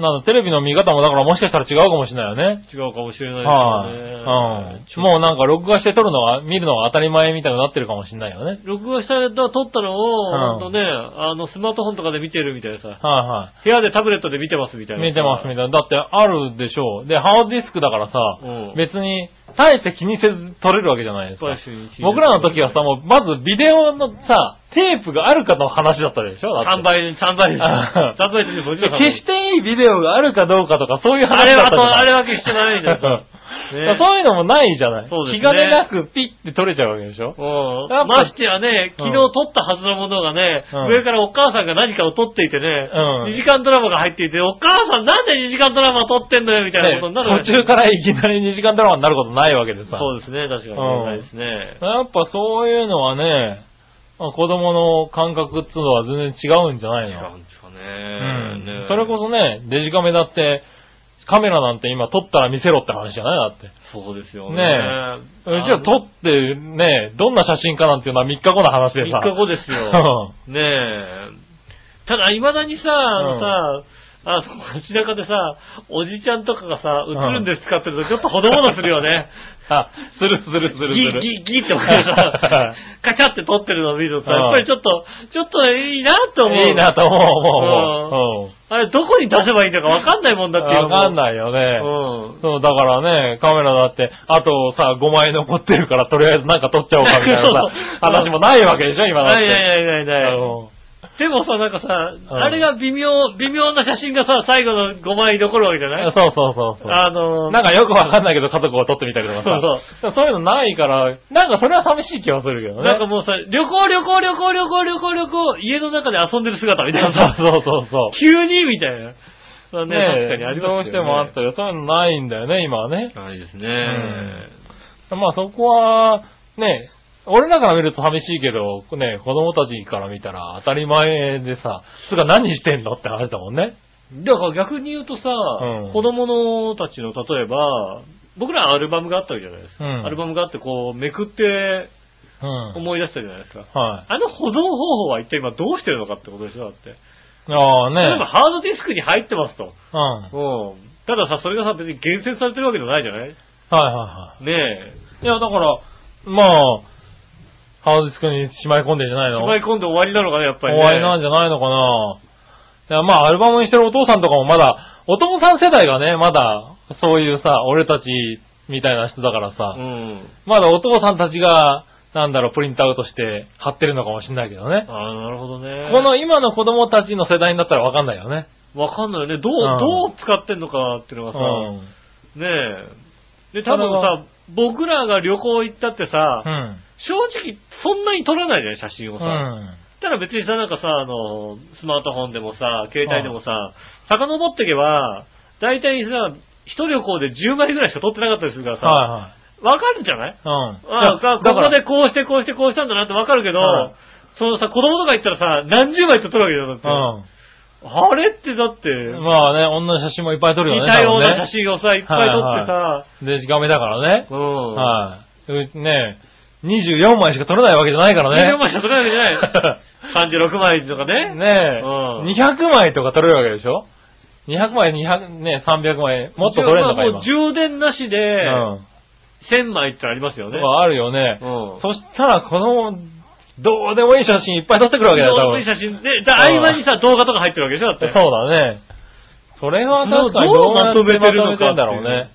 S3: なんだ、テレビの見方もだからもしかしたら違うかもしれないよね。
S2: 違うかもしれないで
S3: は
S2: す
S3: い。う
S2: よね。
S3: ん。もうなんか録画して撮るのは、見るのが当たり前みたいになってるかもしれないよね。
S2: 録画したら撮ったのを、
S3: うん
S2: ほんとね、あの、スマートフォンとかで見てるみたいなさ、
S3: は
S2: 部屋でタブレットで見てますみ
S3: い
S2: たい
S3: はい。
S2: なさ。
S3: 見てますみたいな。だってあるでしょう。で、ハードディスクだから
S2: う
S3: さ、
S2: ん。
S3: 別に、大して気にせず撮れるわけじゃないですか。僕らの時はさ、
S2: も
S3: もうまずビデオのさ、テープがあるかの話だったでしょだって
S2: 3倍、3倍です。
S3: あ
S2: 3倍です よ、もちろん3倍。
S3: 決していいビデオがあるかどうかとか、そういう
S2: あ
S3: 話
S2: れ
S3: だっ
S2: は
S3: たじ
S2: そ
S3: ゃ
S2: う、
S3: ない
S2: あれは決してないんだよ。
S3: だ からそういうのもないじゃない。
S2: そうですね
S3: 気兼ねなくピッて取れちゃうわけでしょや
S2: う
S3: っぱ
S2: ん。ましてやね、
S3: う
S2: 昨日
S3: ん
S2: 撮ったはずのものがね、
S3: うん
S2: 上からお母さんが何かを撮っていてね、
S3: うん
S2: 2時間ドラマが入っていて、お母さんなんで2時間ドラマ撮ってんのよみたいな
S3: ね
S2: ことになるわ
S3: 途
S2: けです
S3: 中からいきなり2時間ドラマになることないわけでさ。
S2: そうですね、確かに。
S3: うん
S2: ないですね。
S3: やっぱそういうのはね、まあ子供の感覚っていうのは全然違うんじゃない
S2: 違
S3: の
S2: うんですか
S3: うん
S2: ね。ね
S3: それこそね、デジカメだって、カメラなんて今撮ったら見せろって話じゃないだって。
S2: そうですよね。
S3: ねえ
S2: あの
S3: うちは撮ってね、どんな写真かなんていうのは3日後の話でさ。
S2: 3日後です よ。ねえ。ただ、未だにさ、あのさ、あそこ街中でさ、おじちゃんとかがさ、映るんですかって言うと、ちょっとほのぼのするよ ね。
S3: あ、するするするす
S2: ギ
S3: る。
S2: ッギッギッって音 がさ、カチャって撮ってるのを見るとさ、
S3: うん
S2: やっぱりちょっと、ちょっといいなと思う。
S3: いいなと思う、思う、思う。うん
S2: あれ、どこに出せばいいんだかわかんないもんだっていう。
S3: わかん
S2: い。
S3: ないよ
S2: う
S3: ね。
S2: ん。
S3: そう、だからね、カメラだって、あとさ、5枚残ってるから、とりあえずなんか撮っちゃおうかみたいな
S2: そうそう
S3: さ、話もないわけでしょ、今だっ
S2: ない
S3: て。
S2: ないないないない。
S3: うん
S2: でもさ、なんかさ、あれが微妙、微妙な写真がさ、最後の5枚残るわけじゃない
S3: そうそうそうそう。
S2: あのー、
S3: なんかよくわかんないけど家族を撮ってみたりとか
S2: そ
S3: さ。そういうのないから、なんかそれは寂しい気はするけどね。
S2: なんかもうさ、旅行旅行旅行旅行旅行旅行、家の中で遊んでる姿みたいなさ、
S3: そうそうそうそう。
S2: 急にみたいな。まあね、
S3: え
S2: 確かにありますよね。
S3: どうしてもあったよ。そういうのないんだよね、今はね。
S2: あれですね。
S3: んまあそこは、ね、俺らから見ると寂しいけど、ね、子供たちから見たら当たり前でさ、つうか何してんのって話だもんね。
S2: だから逆に言うとさ、
S3: うん
S2: 子供のたちの例えば、僕らアルバムがあったわけじゃないですか。
S3: うん
S2: アルバムがあってこうめくって
S3: うん。
S2: 思い出したじゃないですか。
S3: はい。
S2: あの保存方法は一体今どうしてるのかってことでしょだって。
S3: ああね。
S2: 例えばハードディスクに入ってますと。
S3: うん。はい
S2: うん。たださ、それがさ、別に厳選されてるわけじゃないじゃない
S3: はいは
S2: ね
S3: い。いや、だから、まあ、ハードディスクにしまい込んでんじゃない
S2: え。
S3: の
S2: しまい込んで終わりなのかな、やっぱり、ね。
S3: 終わりなんじゃないのかないや、まあ、アルバムにしてるお父さんとかもまだ、お父さん世代がね、まだ、そういうさ、俺たちみたいな人だからさ、
S2: うん。
S3: まだお父さんたちが、なんだろう、プリントアウトして貼ってるのかもしれないけどね。
S2: ああ、なるほどね。
S3: この今の子供たちの世代になったらわかんないよね。
S2: わかんないよね。どう、
S3: うん
S2: どう使ってんのかっていうのが
S3: う
S2: さ、
S3: ん。
S2: ねえ。で、多分
S3: それ
S2: さ、僕らが旅行行ったってさ、
S3: うん。
S2: 正直そんなに撮らないじゃない、写真を
S3: う
S2: さ。
S3: ん。
S2: ただ別にさ、なんかさ、あの、スマートフォンでもさ、携帯でもさ、遡っていけば、大体さ、一旅行で10枚ぐらいしか撮ってなかったりするからさ、わ、
S3: は
S2: かるじゃない
S3: いはい。うん。
S2: あか
S3: だ
S2: こ
S3: から
S2: こでこうしてこうしてこうしたんだなってわかるけど、
S3: はい
S2: そのさ、子供とか行ったらさ、何十枚って撮るわけじゃん、だって。
S3: う
S2: あれってだって、
S3: ん。まあね、女の写真もいっぱい撮る
S2: 似
S3: よね。
S2: たよう
S3: 多分
S2: な
S3: ね
S2: 写真をさ、いっぱい撮ってさ、
S3: デジカメだからね。
S2: うん。
S3: はい。うね24枚しか撮れないわけじゃないからね。
S2: 24枚しか撮れないわけじゃ ない。36枚とかね。
S3: ねえ、
S2: うん
S3: 200枚とか取れるわけでしょ ?200 枚、200、ね300枚、もっと取れるのか
S2: まあも
S3: 今。
S2: う充電なしで、
S3: うん。
S2: 1000枚ってありますよ
S3: と
S2: ね。
S3: かあるよね。
S2: うん
S3: そしたら、この、どうでもいい写真いっぱい撮ってくるわけだよ、多
S2: 動
S3: 分。
S2: い写真で、だ合間にさ、動画とか入ってるわけでしょだって。
S3: そうだね。それは確かに
S2: どう
S3: やって
S2: まとめてるのかっていう
S3: まとめてんだろうね。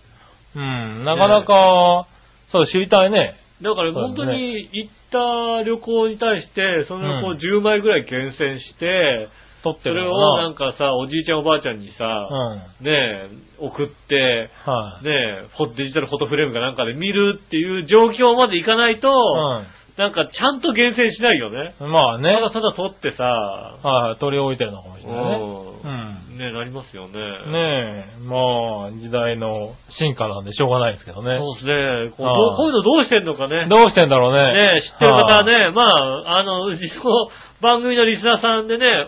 S3: うん、なかなか、そう、知りたいね。
S2: だから本当に行った旅行に対して、その旅行10枚ぐらい厳選して、
S3: 撮って
S2: そ
S3: る
S2: れ
S3: の
S2: を
S3: か
S2: なんかさ、おじいちゃんおばあちゃんにさ、
S3: な。
S2: ねえ、送って、
S3: うん。はい。
S2: ねえ、フォデジタルフォトフレームかなんかで見るっていう状況までいかないと、なんかちゃんと厳選しないよね。
S3: うん。まあね。
S2: ただただ撮ってさ、
S3: はいはい、取り置いてるのかもしれないね。う
S2: ねえ、なりますよね。
S3: ん。ねえ、まあ、時代の進化なんでしょうがないですけどね。
S2: そうですね。こう
S3: はい
S2: こういうのどうしてんのかね。
S3: どうしてんだろうね。
S2: ね知ってる方はね、まあ、あの、うちの番組のリスナーさんでね、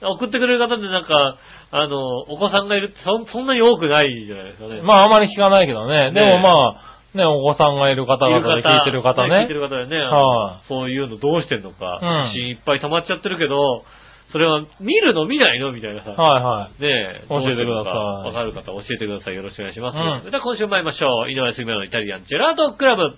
S2: 送ってくれる方でなんか、あの、お子さんがいるってそんそんなに多くないじゃないですかね。
S3: まあ、あまり聞かないけど
S2: ね
S3: ね。でもまあ、ね、お子さんがいる方々で聞いてる方
S2: ね聞
S3: ね
S2: いて。る方でね、
S3: はい
S2: そういうのどうしてんのか、
S3: うん
S2: 写真いっぱい溜まっちゃってるけど、それは見るの見ないのみたいなさ。
S3: はいはい。
S2: ねえ、
S3: 教
S2: どうし
S3: えてください
S2: てるのかわかる方教えてください。よろしくお願いします。
S3: うん
S2: それでは今週参りましょう。井上杉村のイタリアンジェラートクラブ。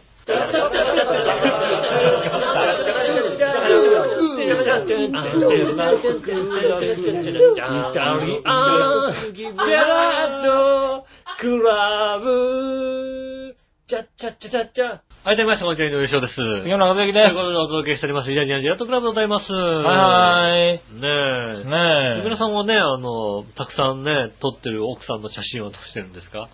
S2: はい、どうもみなさん、こんにちは、井上翔です。とい
S3: 杉
S2: うこ
S3: 村和 之です。
S2: とでお届けしております、イタリアンジェラートクラブでございます。
S3: はいはい。
S2: い。ね
S3: ね
S2: え。木
S3: え。
S2: 村さんはね、あの、たくさんね、撮ってる奥さんの写真を撮してるんですか
S3: はい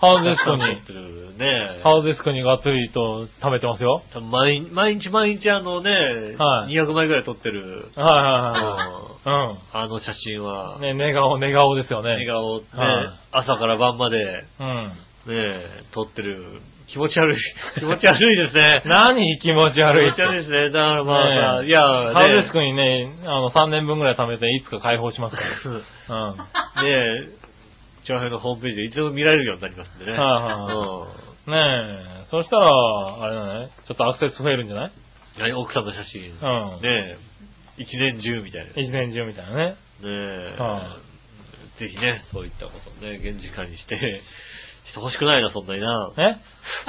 S3: ハードディスク
S2: 撮っ
S3: に、
S2: てるね。
S3: ハードディスクにがっつりと貯めてますよ。
S2: 毎毎日毎日あのね、
S3: はい
S2: 200枚ぐらい撮ってる、
S3: はいはいは
S2: あ
S3: い。うん。
S2: のあの写真は、
S3: ね、寝顔、寝顔ですよね。
S2: 笑顔で、
S3: はい
S2: 朝から晩まで、
S3: うん。
S2: ね、撮ってる、気持ち 悪い、気持ち悪いですね。
S3: 何気持ち悪いっ
S2: 気持ち
S3: て。
S2: 悪いですね。だからまあさ、
S3: ねえ
S2: いや、
S3: ハードディス
S2: ね
S3: クにね、あの、3年分くらい貯めて、いつか解放しますから。うん。
S2: ねえ、長編のホームページでいつでも見られるようになりますんでね。
S3: はいはいは
S2: うん
S3: ねえ、そしたら、あれだね、ちょっとアクセス増えるんじゃない
S2: 何奥さんの写真。
S3: う
S2: ね
S3: ん。
S2: え、一年中みたいな。ね
S3: 一年中みたいなね。
S2: え、
S3: は
S2: ぜひね、そういったことをね、現実化にして、してほしくないな、そんなにな。
S3: ね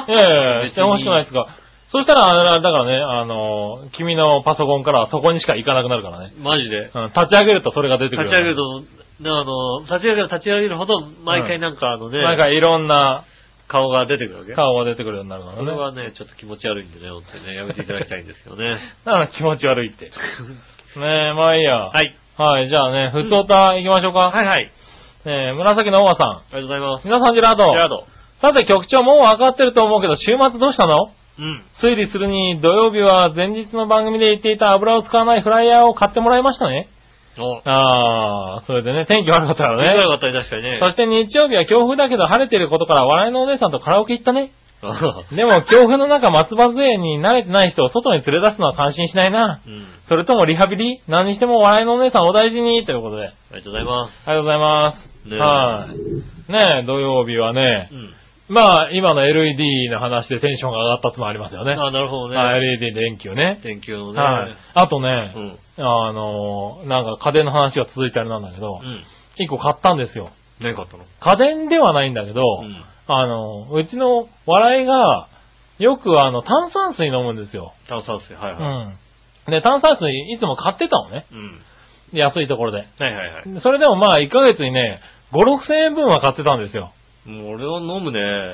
S3: いやい や、
S2: 別に
S3: してほしくないですか。そしたら、あれだからね、あの、君のパソコンからそこにしか行かなくなるからね。
S2: マジで。
S3: うん、立ち上げるとそれが出てく
S2: 立
S3: る。
S2: ち上げると、ねあの、立ち上げる立ち上げるほど、毎回なんかあのね、
S3: なんかいろんな
S2: 顔が出てくるわけ。
S3: 顔が出てくるようになるか
S2: それ
S3: らね。
S2: はね、ちょっと気持ち悪いんでね、本当にね、やめていただきたいんですけどね。
S3: だから気持ち悪いって。ねえ、まあいいや。。
S2: はいい。
S3: はい、じゃあね、ふつおた行きましょうか。
S2: はいはい。
S3: えー、紫のおばさん。
S2: ありがとうございます。
S3: 皆さん、ジェラード。
S2: ジェラード。
S3: さて、局長もう分かってると思うけど、週末どうしたの
S2: うん。
S3: 推理するに、土曜日は前日の番組で言っていた油を使わないフライヤーを買ってもらいましたね。
S2: お、
S3: あー、それでね、天気悪かったよ
S2: ね、よ
S3: ね。
S2: かったね、確かにね
S3: そ。して日曜日は強風だけど晴れてることから笑いのお姉さんとカラオケ行ったね。
S2: う
S3: でも、強風の中、松葉杖に慣れてない人を外に連れ出すのは感心しないな。
S2: うん。
S3: それともリハビリ何にしても笑いのお姉さんお大事にということで。
S2: ありがとうございま。
S3: ありがとうございますす。はい。ねえ、土曜日はね
S2: う、ん。
S3: まあ、今の LED の話でテンションが上がったつもありますよね。
S2: あ、なるほどね。
S3: はい LED 電球ね。
S2: 天気のね。
S3: はい。あと
S2: う
S3: ね、
S2: ん。
S3: あの、なんか家電の話が続いてあれなんだけど
S2: う、ん。
S3: 一個買ったんですよ。
S2: 何買ったの
S3: 家電ではないんだけど、
S2: うん。
S3: あの、うちの笑いが、よくあの、炭酸水飲むんですよ。
S2: 炭酸水、はいうは
S3: ん。で、炭酸水いつも買ってたのね。
S2: い。うん。
S3: 安いところで。
S2: はいはいはい。
S3: それでもまあ、1ヶ月にね、5、6千円分は買ってたんですよ。
S2: もう俺は飲むね。
S3: う。
S2: う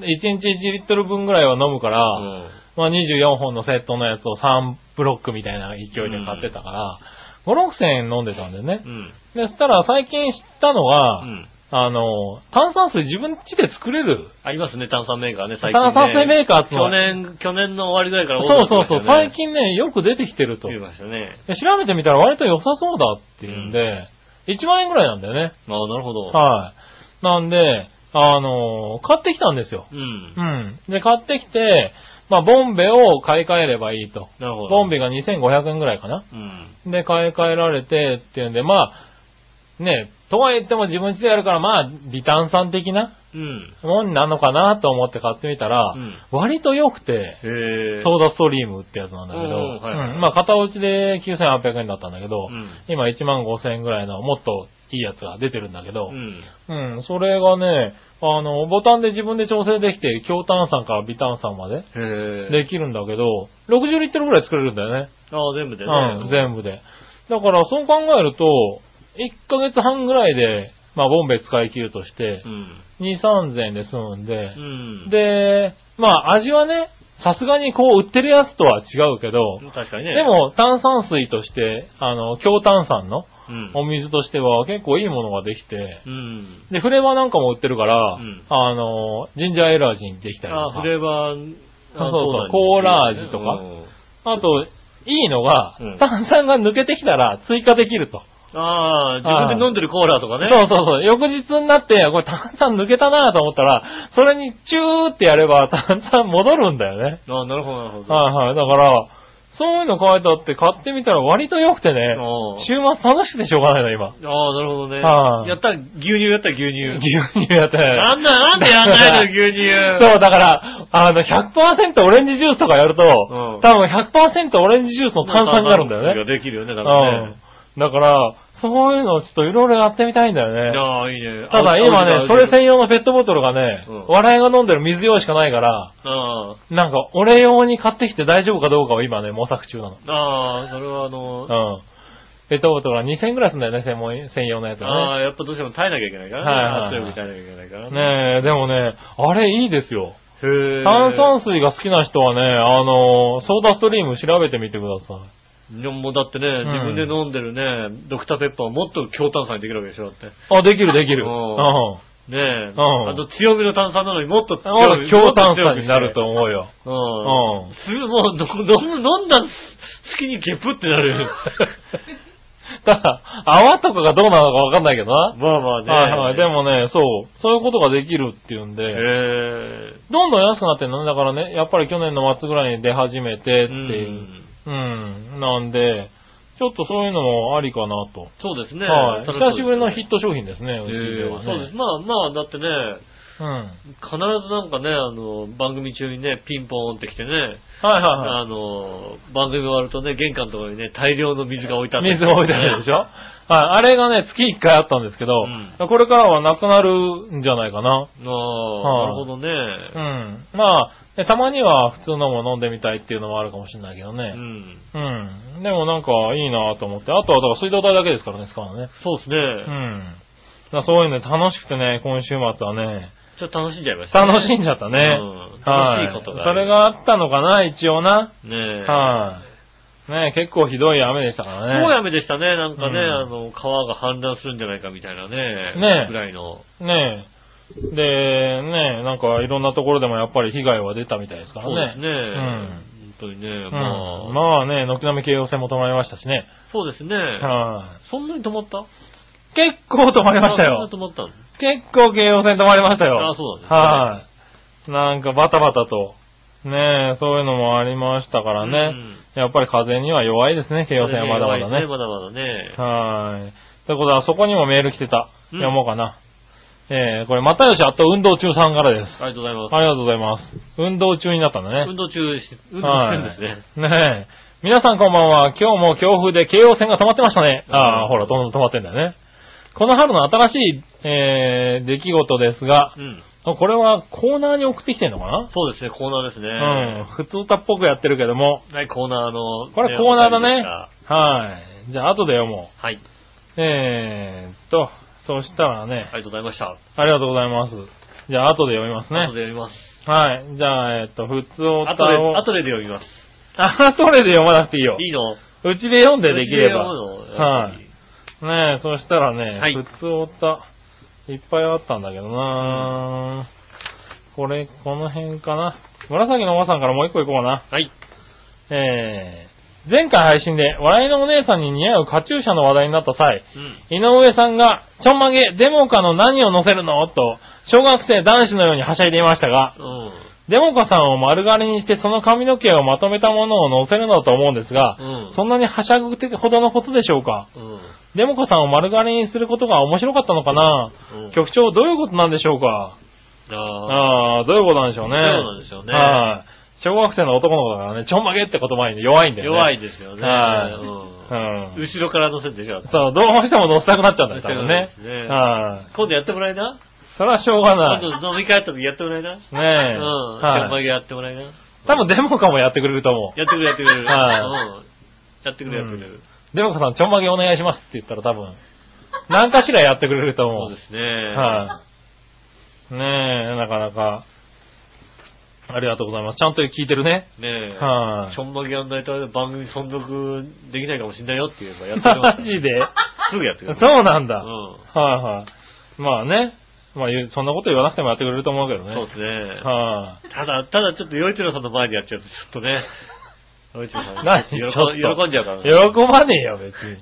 S2: ん
S3: 1日1リットル分ぐらいは飲むから、
S2: ん。
S3: まあ24本のセットのやつを3ブロックみたいな勢いで買ってたから、5、6千円飲んでたんだよね
S2: う。ん。
S3: で、そしたら最近知ったの
S2: う
S3: は、
S2: ん。
S3: あの、炭酸水自分家で作れる
S2: ありますね、炭酸メーカーね、最近、ね。
S3: 炭酸水メーカーっての
S2: 去
S3: は
S2: 年、去年の終わりぐらいから
S3: そうそうそう、最
S2: 近。
S3: 近ね、よく出てきてると。
S2: 言いましたね。
S3: で調べてみたら割と良さそうだっていうんで、1万円ぐらいなんだよね。
S2: ああ、なるほど。
S3: はい。なんで、あのー買ってきたんですよ。
S2: うん
S3: う。ん。で、買ってきて、まあ、ボンベを買い替えればいいと。
S2: なるほど。
S3: ボンベが2500円ぐらいかな。
S2: うん。
S3: で、買い替えられてっていうんで、まあ、ね、とは言っても自分家でやるから、まあ、微炭酸的な
S2: うん。
S3: もんなのかなと思って買ってみたら、
S2: うん
S3: 割と良くて、
S2: へえ。
S3: ソーダストリームってやつなんだけど、
S2: うんはいはい
S3: うんまあ、片落ちで9800円だったんだけど、
S2: うん
S3: 今1万5000円ぐらいのもっといいやつが出てるんだけど
S2: う、ん。
S3: うん、それがね、あの、ボタンで自分で調整できて、強炭酸から微炭酸まで
S2: へえ。
S3: で、きるんだけど、60リットルぐらい作れるんだよね。
S2: ああ、全部でね。
S3: うん、全部で。だから、そう考えると、1ヶ月半ぐらいで、まあ、ボンベ使い切るとして
S2: う、ん。
S3: 2、3000円で済むんで
S2: う、ん。、
S3: で、まあ、味はね、さすがにこう売ってるやつとは違うけど、
S2: 確かにね。
S3: で、も炭酸水として、あの、強炭酸の
S2: うん。
S3: お水としては結構いいものができて、
S2: うん。
S3: で、フレーバーなんかも売ってるから、
S2: うん
S3: あの、ジンジャーエール味にできたりと
S2: あ
S3: か
S2: あ、フレーバー、
S3: そうそうコーラ味とかあと、いいのが、
S2: うん
S3: 炭酸が抜けてきたら追加できると。
S2: か。ああ、自分で飲んでるコーラとかね。
S3: そうそうそう。翌日になって、これ炭酸抜けたなと思ったら、それにチューってやれば炭酸戻るんだよね。
S2: ああ、なるほど、なるほど。
S3: はいはい。だから、そういうの書いてあって買ってみたら割と良くてね、
S2: うん
S3: 週末楽しくてしょうがないの、今。
S2: ああ、なるほどね。
S3: はい
S2: やったら、牛乳やったら牛乳。
S3: 牛乳やってない。
S2: なんだ、なんでやんないの、牛乳。
S3: そう、だから、あの、100%オレンジジュースとかやると、
S2: うん
S3: 多分100%オレンジジュースの炭酸になるんだよ
S2: 炭酸水が
S3: ね。
S2: できるよね、だからね。
S3: うん。だから、そういうのをちょっといろいろやってみたいんだよね。
S2: ああ、いいね。
S3: ただ今
S2: あ
S3: ね、それ専用のペットボトルがね、
S2: うん
S3: 笑いが飲んでる水用しかないから、
S2: あ
S3: なんか俺用に買ってきて大丈夫かどうかを今ね、模索中なの。
S2: あ、ああ、それはあの、
S3: うん。ペットボトルは2000円ぐらいすんだよね、専門、専用のやつ
S2: あ
S3: は
S2: あ、やっぱどうしても耐えなきゃいけないから
S3: はいはいはい
S2: ね。圧力耐えなきゃいけないから
S3: ね。ねえ、でもね、あれいいですよ。
S2: へえ。
S3: 炭酸水が好きな人はね、あのー、ソーダストリーム調べてみてください。
S2: いやもうだってね、
S3: ん
S2: 自分で飲んでるね、ドクターペッパーはもっと強炭酸にできるわけでしょ、だって。
S3: あ、できるできる。
S2: う
S3: う。
S2: んん
S3: も
S2: ねえ。
S3: うん
S2: あと強めの炭酸なのにもっと強
S3: う強炭酸になると。思うよ。
S2: もっと強くしてうん。すぐもうの飲む、飲んだ隙にゲップってな る。
S3: ただ、泡とかがどうなのかわかんないけどな。
S2: まあまあね。
S3: はいはい。でもね、そう。そういうことができるっていうんで。
S2: へえ。
S3: どんどん安くなってるのね。だからね、やっぱり去年の末ぐらいに出始めてっ
S2: う
S3: ていう。
S2: ん
S3: うん。なんで、ちょっとそういうのもありかなと。
S2: そうですね。
S3: はい。
S2: 楽そうです
S3: 久しぶりのヒット商品ですね、うちで
S2: へ
S3: は
S2: え
S3: ね。
S2: そうです。まあまあ、だってね、
S3: うん。はい
S2: 必ずなんかね、あの、番組中にね、ピンポーンってきてね、
S3: はいは
S2: あの、番組終わるとね、玄関のところにね、大量の水が置いてあ
S3: い。水を置いてあるでしょはい。あれがね、月1回あったんですけど
S2: うん、
S3: これからはなくなるんじゃないかな。
S2: ああ、
S3: はい
S2: なるほどね。
S3: うん。まあ、ねたまには普通のも飲んでみたいっていうのもあるかもしれないけど
S2: う
S3: ね。
S2: ん。
S3: うん。でもなんかいいなと思って。あとはだから水道代だけですからね、使うのね。
S2: そうです
S3: う
S2: ね。
S3: ん。だからそういうの楽しくてね、今週末はね、
S2: ちょっと楽しんじゃいましたね。
S3: 楽しんじゃった
S2: う
S3: ね。
S2: ん楽しいことが
S3: はそれがあったのかな、一応な。
S2: ねえ。
S3: はい、ね結構ひどい雨でしたからね。
S2: そうやめでしたね。なんかね、
S3: うん
S2: あの、川が氾濫するんじゃないかみたいなね。
S3: ねえ
S2: ぐらいの。
S3: ねえ。で、ねえ、なんかいろんなところでもやっぱり被害は出たみたいですからね。
S2: そうですね。
S3: ん
S2: 本当にね、
S3: うん
S2: まあ、
S3: まあね、軒並み京王線も止まりましたしね。
S2: そうですね。
S3: はい
S2: そんなに止まった
S3: 結構止まりました
S2: あ
S3: よ
S2: そ。んなに止まったの
S3: 結構京王線止まりましたよ。
S2: あそうなんですね
S3: はい、なんかバタバタと、ねえ、そういうのもありましたからね。やっぱり風には弱いですね、京王線はまだまだね。
S2: まだまだね。
S3: はい。ということは、そこにもメール来てた。
S2: うん
S3: 読もうかな。えー、これ、またよしあと運動中さんからです。
S2: ありがとうございます。
S3: ありがとうございます。運動中になったんだね。
S2: 運動中し、運動してるんですね。
S3: はい。ねえ。皆さんこんばんは。今日も強風で京王線が止まってましたね。
S2: う
S3: ああ、
S2: ん
S3: ほら、どんどん止まってんだよね。この春の新しい、えー、出来事ですが、
S2: うん。
S3: これはコーナーに送ってきてんのかな、
S2: そうですね、コーナーですね。
S3: うん。普通歌っぽくやってるけども。
S2: はい、コーナーの。
S3: これ
S2: ね
S3: コーナーだ
S2: お便り
S3: ね
S2: ですが。
S3: はい。じゃあ、後で読も
S2: はい、
S3: う。えーっと、そしたらね、
S2: ありがとうございました。
S3: ありがとうございます。じゃあ、後で読みます
S2: 後
S3: ね。
S2: で読みます。
S3: はい。じゃあ、えーっと、普通
S2: 後
S3: 歌
S2: で、
S3: を。
S2: 後でで読みます。
S3: あ、後で読まなくていいよ。
S2: いいの
S3: うちで読んでできれば。
S2: うちで読むの
S3: は
S2: やっぱ
S3: い
S2: り。
S3: ねえ、そしたらね、
S2: はい
S3: 普通おた、いっぱいあったんだけどな、これ、この辺かな。紫のおばさんからもう一個行こうかな。
S2: はい。
S3: えー、前回配信で、笑いのお姉さんに似合うカチューシャの話題になった際、
S2: うん。
S3: 井上さんが、ちょんまげ、デモカの何を乗せるのと、小学生男子のようにはしゃいでいましたが、
S2: うん。
S3: デモカさんを丸刈りにしてその髪の毛をまとめたものを乗せるのだと思うんですが、
S2: うん
S3: そんなにはしゃぐほどのことでしょうか
S2: うん。
S3: デモカさんを丸刈りにすることが面白かったのかな、
S2: うん
S3: 局長、どういうことなんでしょうか
S2: ああ。
S3: ああ、どういうことなんでしょうね。
S2: どういうことなんでしょうね
S3: はい。小学生の男の子だからね、ちょんまげって言葉に弱いんだよね。
S2: 弱
S3: い。
S2: いですよね。
S3: はい
S2: うん
S3: うん
S2: 後ろから乗せてしまった。
S3: そう、どうしても乗せたくなっちゃうんだよ、
S2: 乗せたくなっち
S3: 多分ね
S2: ゃうんです。ね
S3: はい。
S2: 今度やってもらえな
S3: それはしょうがな
S2: 今
S3: い。ね
S2: 度飲み会あった時やってもらえな
S3: え。
S2: うん。ちょんま
S3: はい。
S2: げやってもらえな
S3: 多分デモカもやってくれると思う。
S2: やってくれやってくれる。
S3: は
S2: うんやってくれやってくれる。
S3: デモカさん、ちょんまげお願いしますって言ったら多分、何かしらやってくれると思。
S2: そううですね。
S3: はい。ねえ、なかなか。ありがとうございます。ちゃんと聞いてるね。
S2: ねえ。
S3: はい
S2: ちょんまげやんないと番組存続できないかもしんないよって言えばやってくれま
S3: マ
S2: す
S3: ジで
S2: すぐやってくれます
S3: そうなんだ。
S2: う
S3: はい
S2: ん。
S3: はい。まあね。まあ言うそんなこと言わなくてもやってくれると思うけどね。
S2: そうですね。
S3: はい、
S2: ただ、ただちょっと、洋一郎さんの前でやっちゃうと、ちょっとね、洋一郎さん、
S3: 何
S2: 喜
S3: ちょっと
S2: 喜んじゃうからね。
S3: 喜ばねえよ、別に。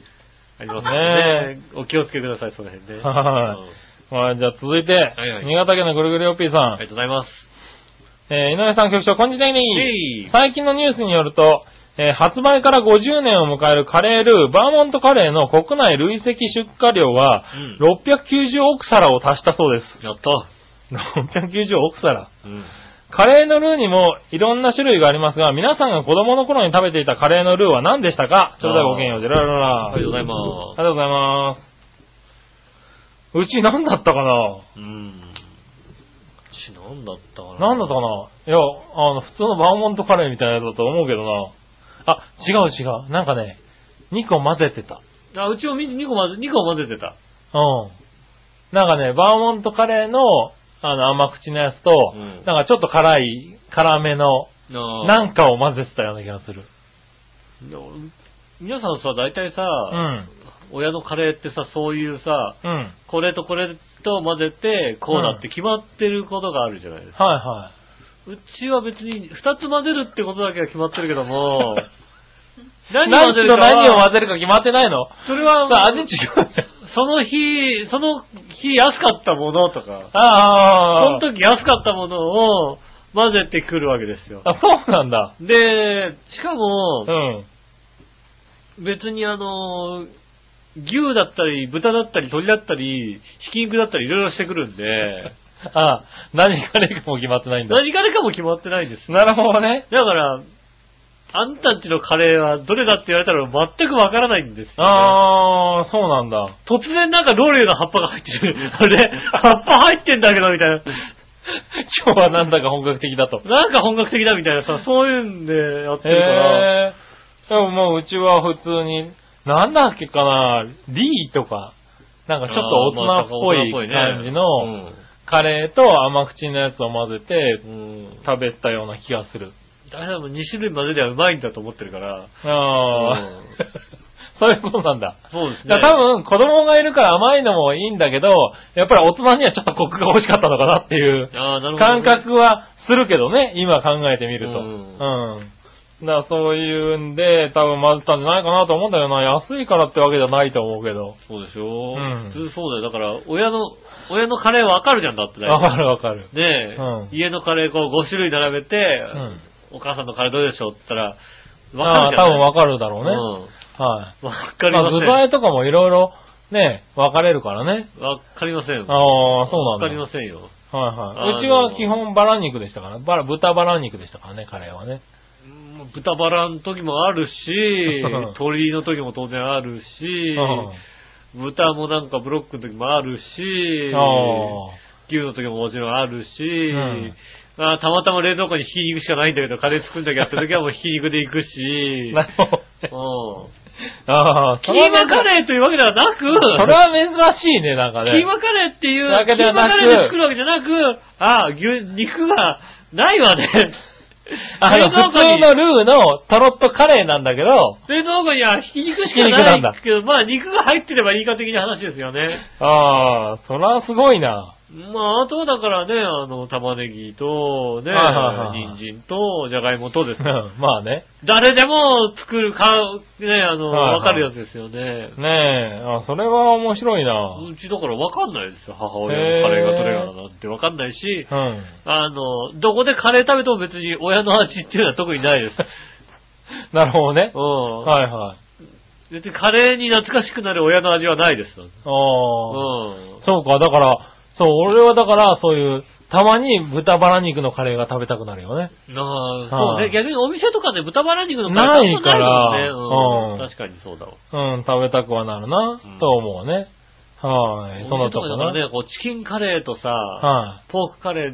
S2: ありますね。お気をつけください、その辺ね。
S3: は
S2: う
S3: い
S2: ん
S3: まあじゃあ続いて、
S2: いはい
S3: 新潟県のぐるぐるよっぴーさん。
S2: ありがとうございます。
S3: えー井上さん局長、こんにちは
S2: えい
S3: 最近のニュースによると、えー発売から50年を迎えるカレールー、バーモントカレーの国内累積出荷量は
S2: うん、
S3: 690億皿を達したそうです。
S2: やった。
S3: 690億皿。
S2: うん。
S3: カレーのルーにもいろんな種類がありますが、皆さんが子供の頃に食べていたカレーのルーは何でしたかそれではごきげんよう、ジェラララ。
S2: ありがとうござい
S3: あり
S2: ます。
S3: がとうございます。うち何だったかな
S2: うん。し、何だったかな。
S3: 何だったかないや、あの、普通のバーモントカレーみたいなやつだと思うけどな。あ、違う違う。なんかね、2個混ぜてた。
S2: あ、うちも2個混ぜ、2個混ぜてた。
S3: うん。なんかね、バーモントカレーの、あの、甘口のやつと、
S2: うん
S3: なんかちょっと辛い、辛めの、
S2: な
S3: なんかを混ぜてたような気がする。
S2: 皆さんさ、大体さ、
S3: うん。
S2: 親のカレーってさ、そういうさ、
S3: うん。はい
S2: これとこれと混ぜて、こうだって決まってることがあるじゃないですか
S3: は
S2: うちは別に二つ混ぜるってことだけは決まってるけども、 何混
S3: い。何
S2: ぜ
S3: と
S2: るかは
S3: 何を混ぜるか決まってないの
S2: それは、
S3: さあ、味違うじゃん。
S2: その日、その日安かったものとか、そ
S3: ああ。
S2: の時安かったものを混ぜてくるわけですよ。
S3: あ、そうなんだ。
S2: で、しか
S3: う
S2: も、
S3: ん。
S2: 別にあの、牛だったり、豚だったり、鳥だったり、ひき肉だったり、いろいろしてくるんで、
S3: あ何カレーかも決まってないんだ。
S2: 何からかも決まってないんですよ
S3: なるほどね。
S2: だから、あんたんちのカレーはどれだって言われたら全くわからないんですよね、
S3: あー、そうなんだ。
S2: 突然なんかローリエの葉っぱが入って る。あれ葉っぱ入ってんだけど、みたいな。
S3: 今日はなんだか本格的だと。
S2: なんか本格的だみたいな さ、そういうんでやってるから。
S3: へー。でももううちは普通に、なんだっけかな、リーとか、なんかちょっと大人っぽい感じのカレーと甘口のやつを混ぜて
S2: うん。うん。
S3: 食べたような気がする。
S2: 大体もう2種類混ぜりゃうまいんだと思ってるから。う
S3: あ
S2: ん
S3: ー。 そういうことなんだ。
S2: そうですね。
S3: だから多分子供がいるから甘いのもいいんだけど、やっぱり大人にはちょっとコクが欲しかったのかなっていう。
S2: あーなるほどね、
S3: 感覚はするけどね、今考えてみると。う
S2: うん
S3: ん。だからそういうんで、多分混ぜたんじゃないかなと思うんだよな。安いからってわけじゃないと思うけど。
S2: そうでしょ、
S3: うん
S2: 普通そうだよ。だから、親の、親のカレーわかるじゃんだって
S3: わかるわかる。
S2: ねえ、
S3: うん
S2: 家のカレーこう5種類並べて、
S3: うん。
S2: お母さんのカレーどうでしょうって言ったら、
S3: あ
S2: わか
S3: あ、
S2: るじゃ
S3: 多
S2: ん。
S3: 分わかるだろうね。
S2: うん
S3: はい。
S2: わかりません。
S3: あ具材とかもいろいろ、ね、分かれるからね。
S2: わかりません。
S3: あ
S2: わ
S3: あ、そうなんだ。
S2: かりませんよ。
S3: はい
S2: あ
S3: は
S2: の
S3: い。うちは基本バラ肉でしたから、バラ、豚バラ肉でしたからね、カレーはね。、
S2: うん豚バラの時もあるし 鳥の時も当然ある
S3: う
S2: し
S3: ん。、あ
S2: 豚もなんかブロックの時もあるし、
S3: あ。
S2: 牛の時ももちろんあるし、
S3: ん
S2: まあ、たまたま冷蔵庫にひき肉しかないんだけど、カレー作るだけやった時はもうひき肉で行くし、
S3: なるほど。
S2: うん。
S3: ああ、
S2: キーマカ
S3: ー
S2: レーというわけではなく、
S3: それは珍しいね、なんかね。
S2: キーマカレーっていう、
S3: だ
S2: キ
S3: けでは
S2: ー
S3: な
S2: マ
S3: く
S2: カレーで作るわけじゃなく、ああ、牛、肉がないわね。
S3: あ
S2: 冷
S3: の、
S2: 蔵
S3: 普
S2: 庫
S3: 通
S2: に、
S3: のルーのトロッとカレーなんだけど、
S2: 冷蔵庫にはひき肉し
S3: ひき肉な
S2: か
S3: んだ
S2: ないけど、まあ肉が入ってればいいか的な話ですよね。
S3: ああ、そらすごいな。
S2: まあ、あとはだからね、あの、玉ねぎと、ね、
S3: はいはいは
S2: 人
S3: い
S2: 参と、じゃがいもとです
S3: う
S2: ね。
S3: んまあね。
S2: 誰でも作る、買う、ね、あの、
S3: はいはい
S2: わかるやつですよね。
S3: ねえ、あそれは面白いな。
S2: うちだからわかんないですよ。母親のカレーがどれがなんてわかんないし、
S3: うん。
S2: あの、どこでカレー食べても別に親の味っていうのは特にない です。
S3: なるほどね
S2: う。ん。
S3: はいはい。
S2: 別にカレーに懐かしくなる親の味はないです。うん。
S3: ああ。そうか、だから、そう、俺はだから、そういう、たまに豚バラ肉のカレーが食べたくなるよね。
S2: なあ、そう
S3: はい
S2: ね。逆にお店とかで豚バラ肉の
S3: ないから
S2: ね。うん
S3: うん
S2: 確かにそうだわ。
S3: うん、食べたくはなるな、
S2: うん
S3: と思うね。はい、そ
S2: お店
S3: のと
S2: とか
S3: こ
S2: だ
S3: な。
S2: からね、こうチキンカレーとさ、
S3: は
S2: ポークカレー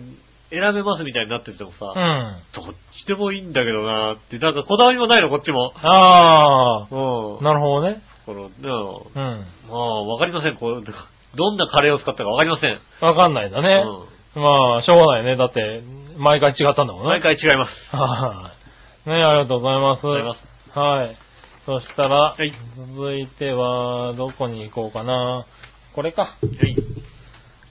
S2: 選べますみたいになっててもさ、
S3: い。うん。
S2: どっちでもいいんだけどなーって、なんかこだわりもないの、こっちも。
S3: ああ、
S2: うん。だ
S3: なるほどね。
S2: からね、
S3: うん。
S2: まあ、わかりません。こうどんなカレーを使ったかわかりません。
S3: わかんないんだね。まあ、しょうがないね。だって、毎回違ったんだも
S2: うんん。 毎
S3: ね。
S2: 回違います。
S3: はい。ねありがとうございます。
S2: ありがとう
S3: はい。そしたら、
S2: はい
S3: 続いては、どこに行こうかな。これか。
S2: はい。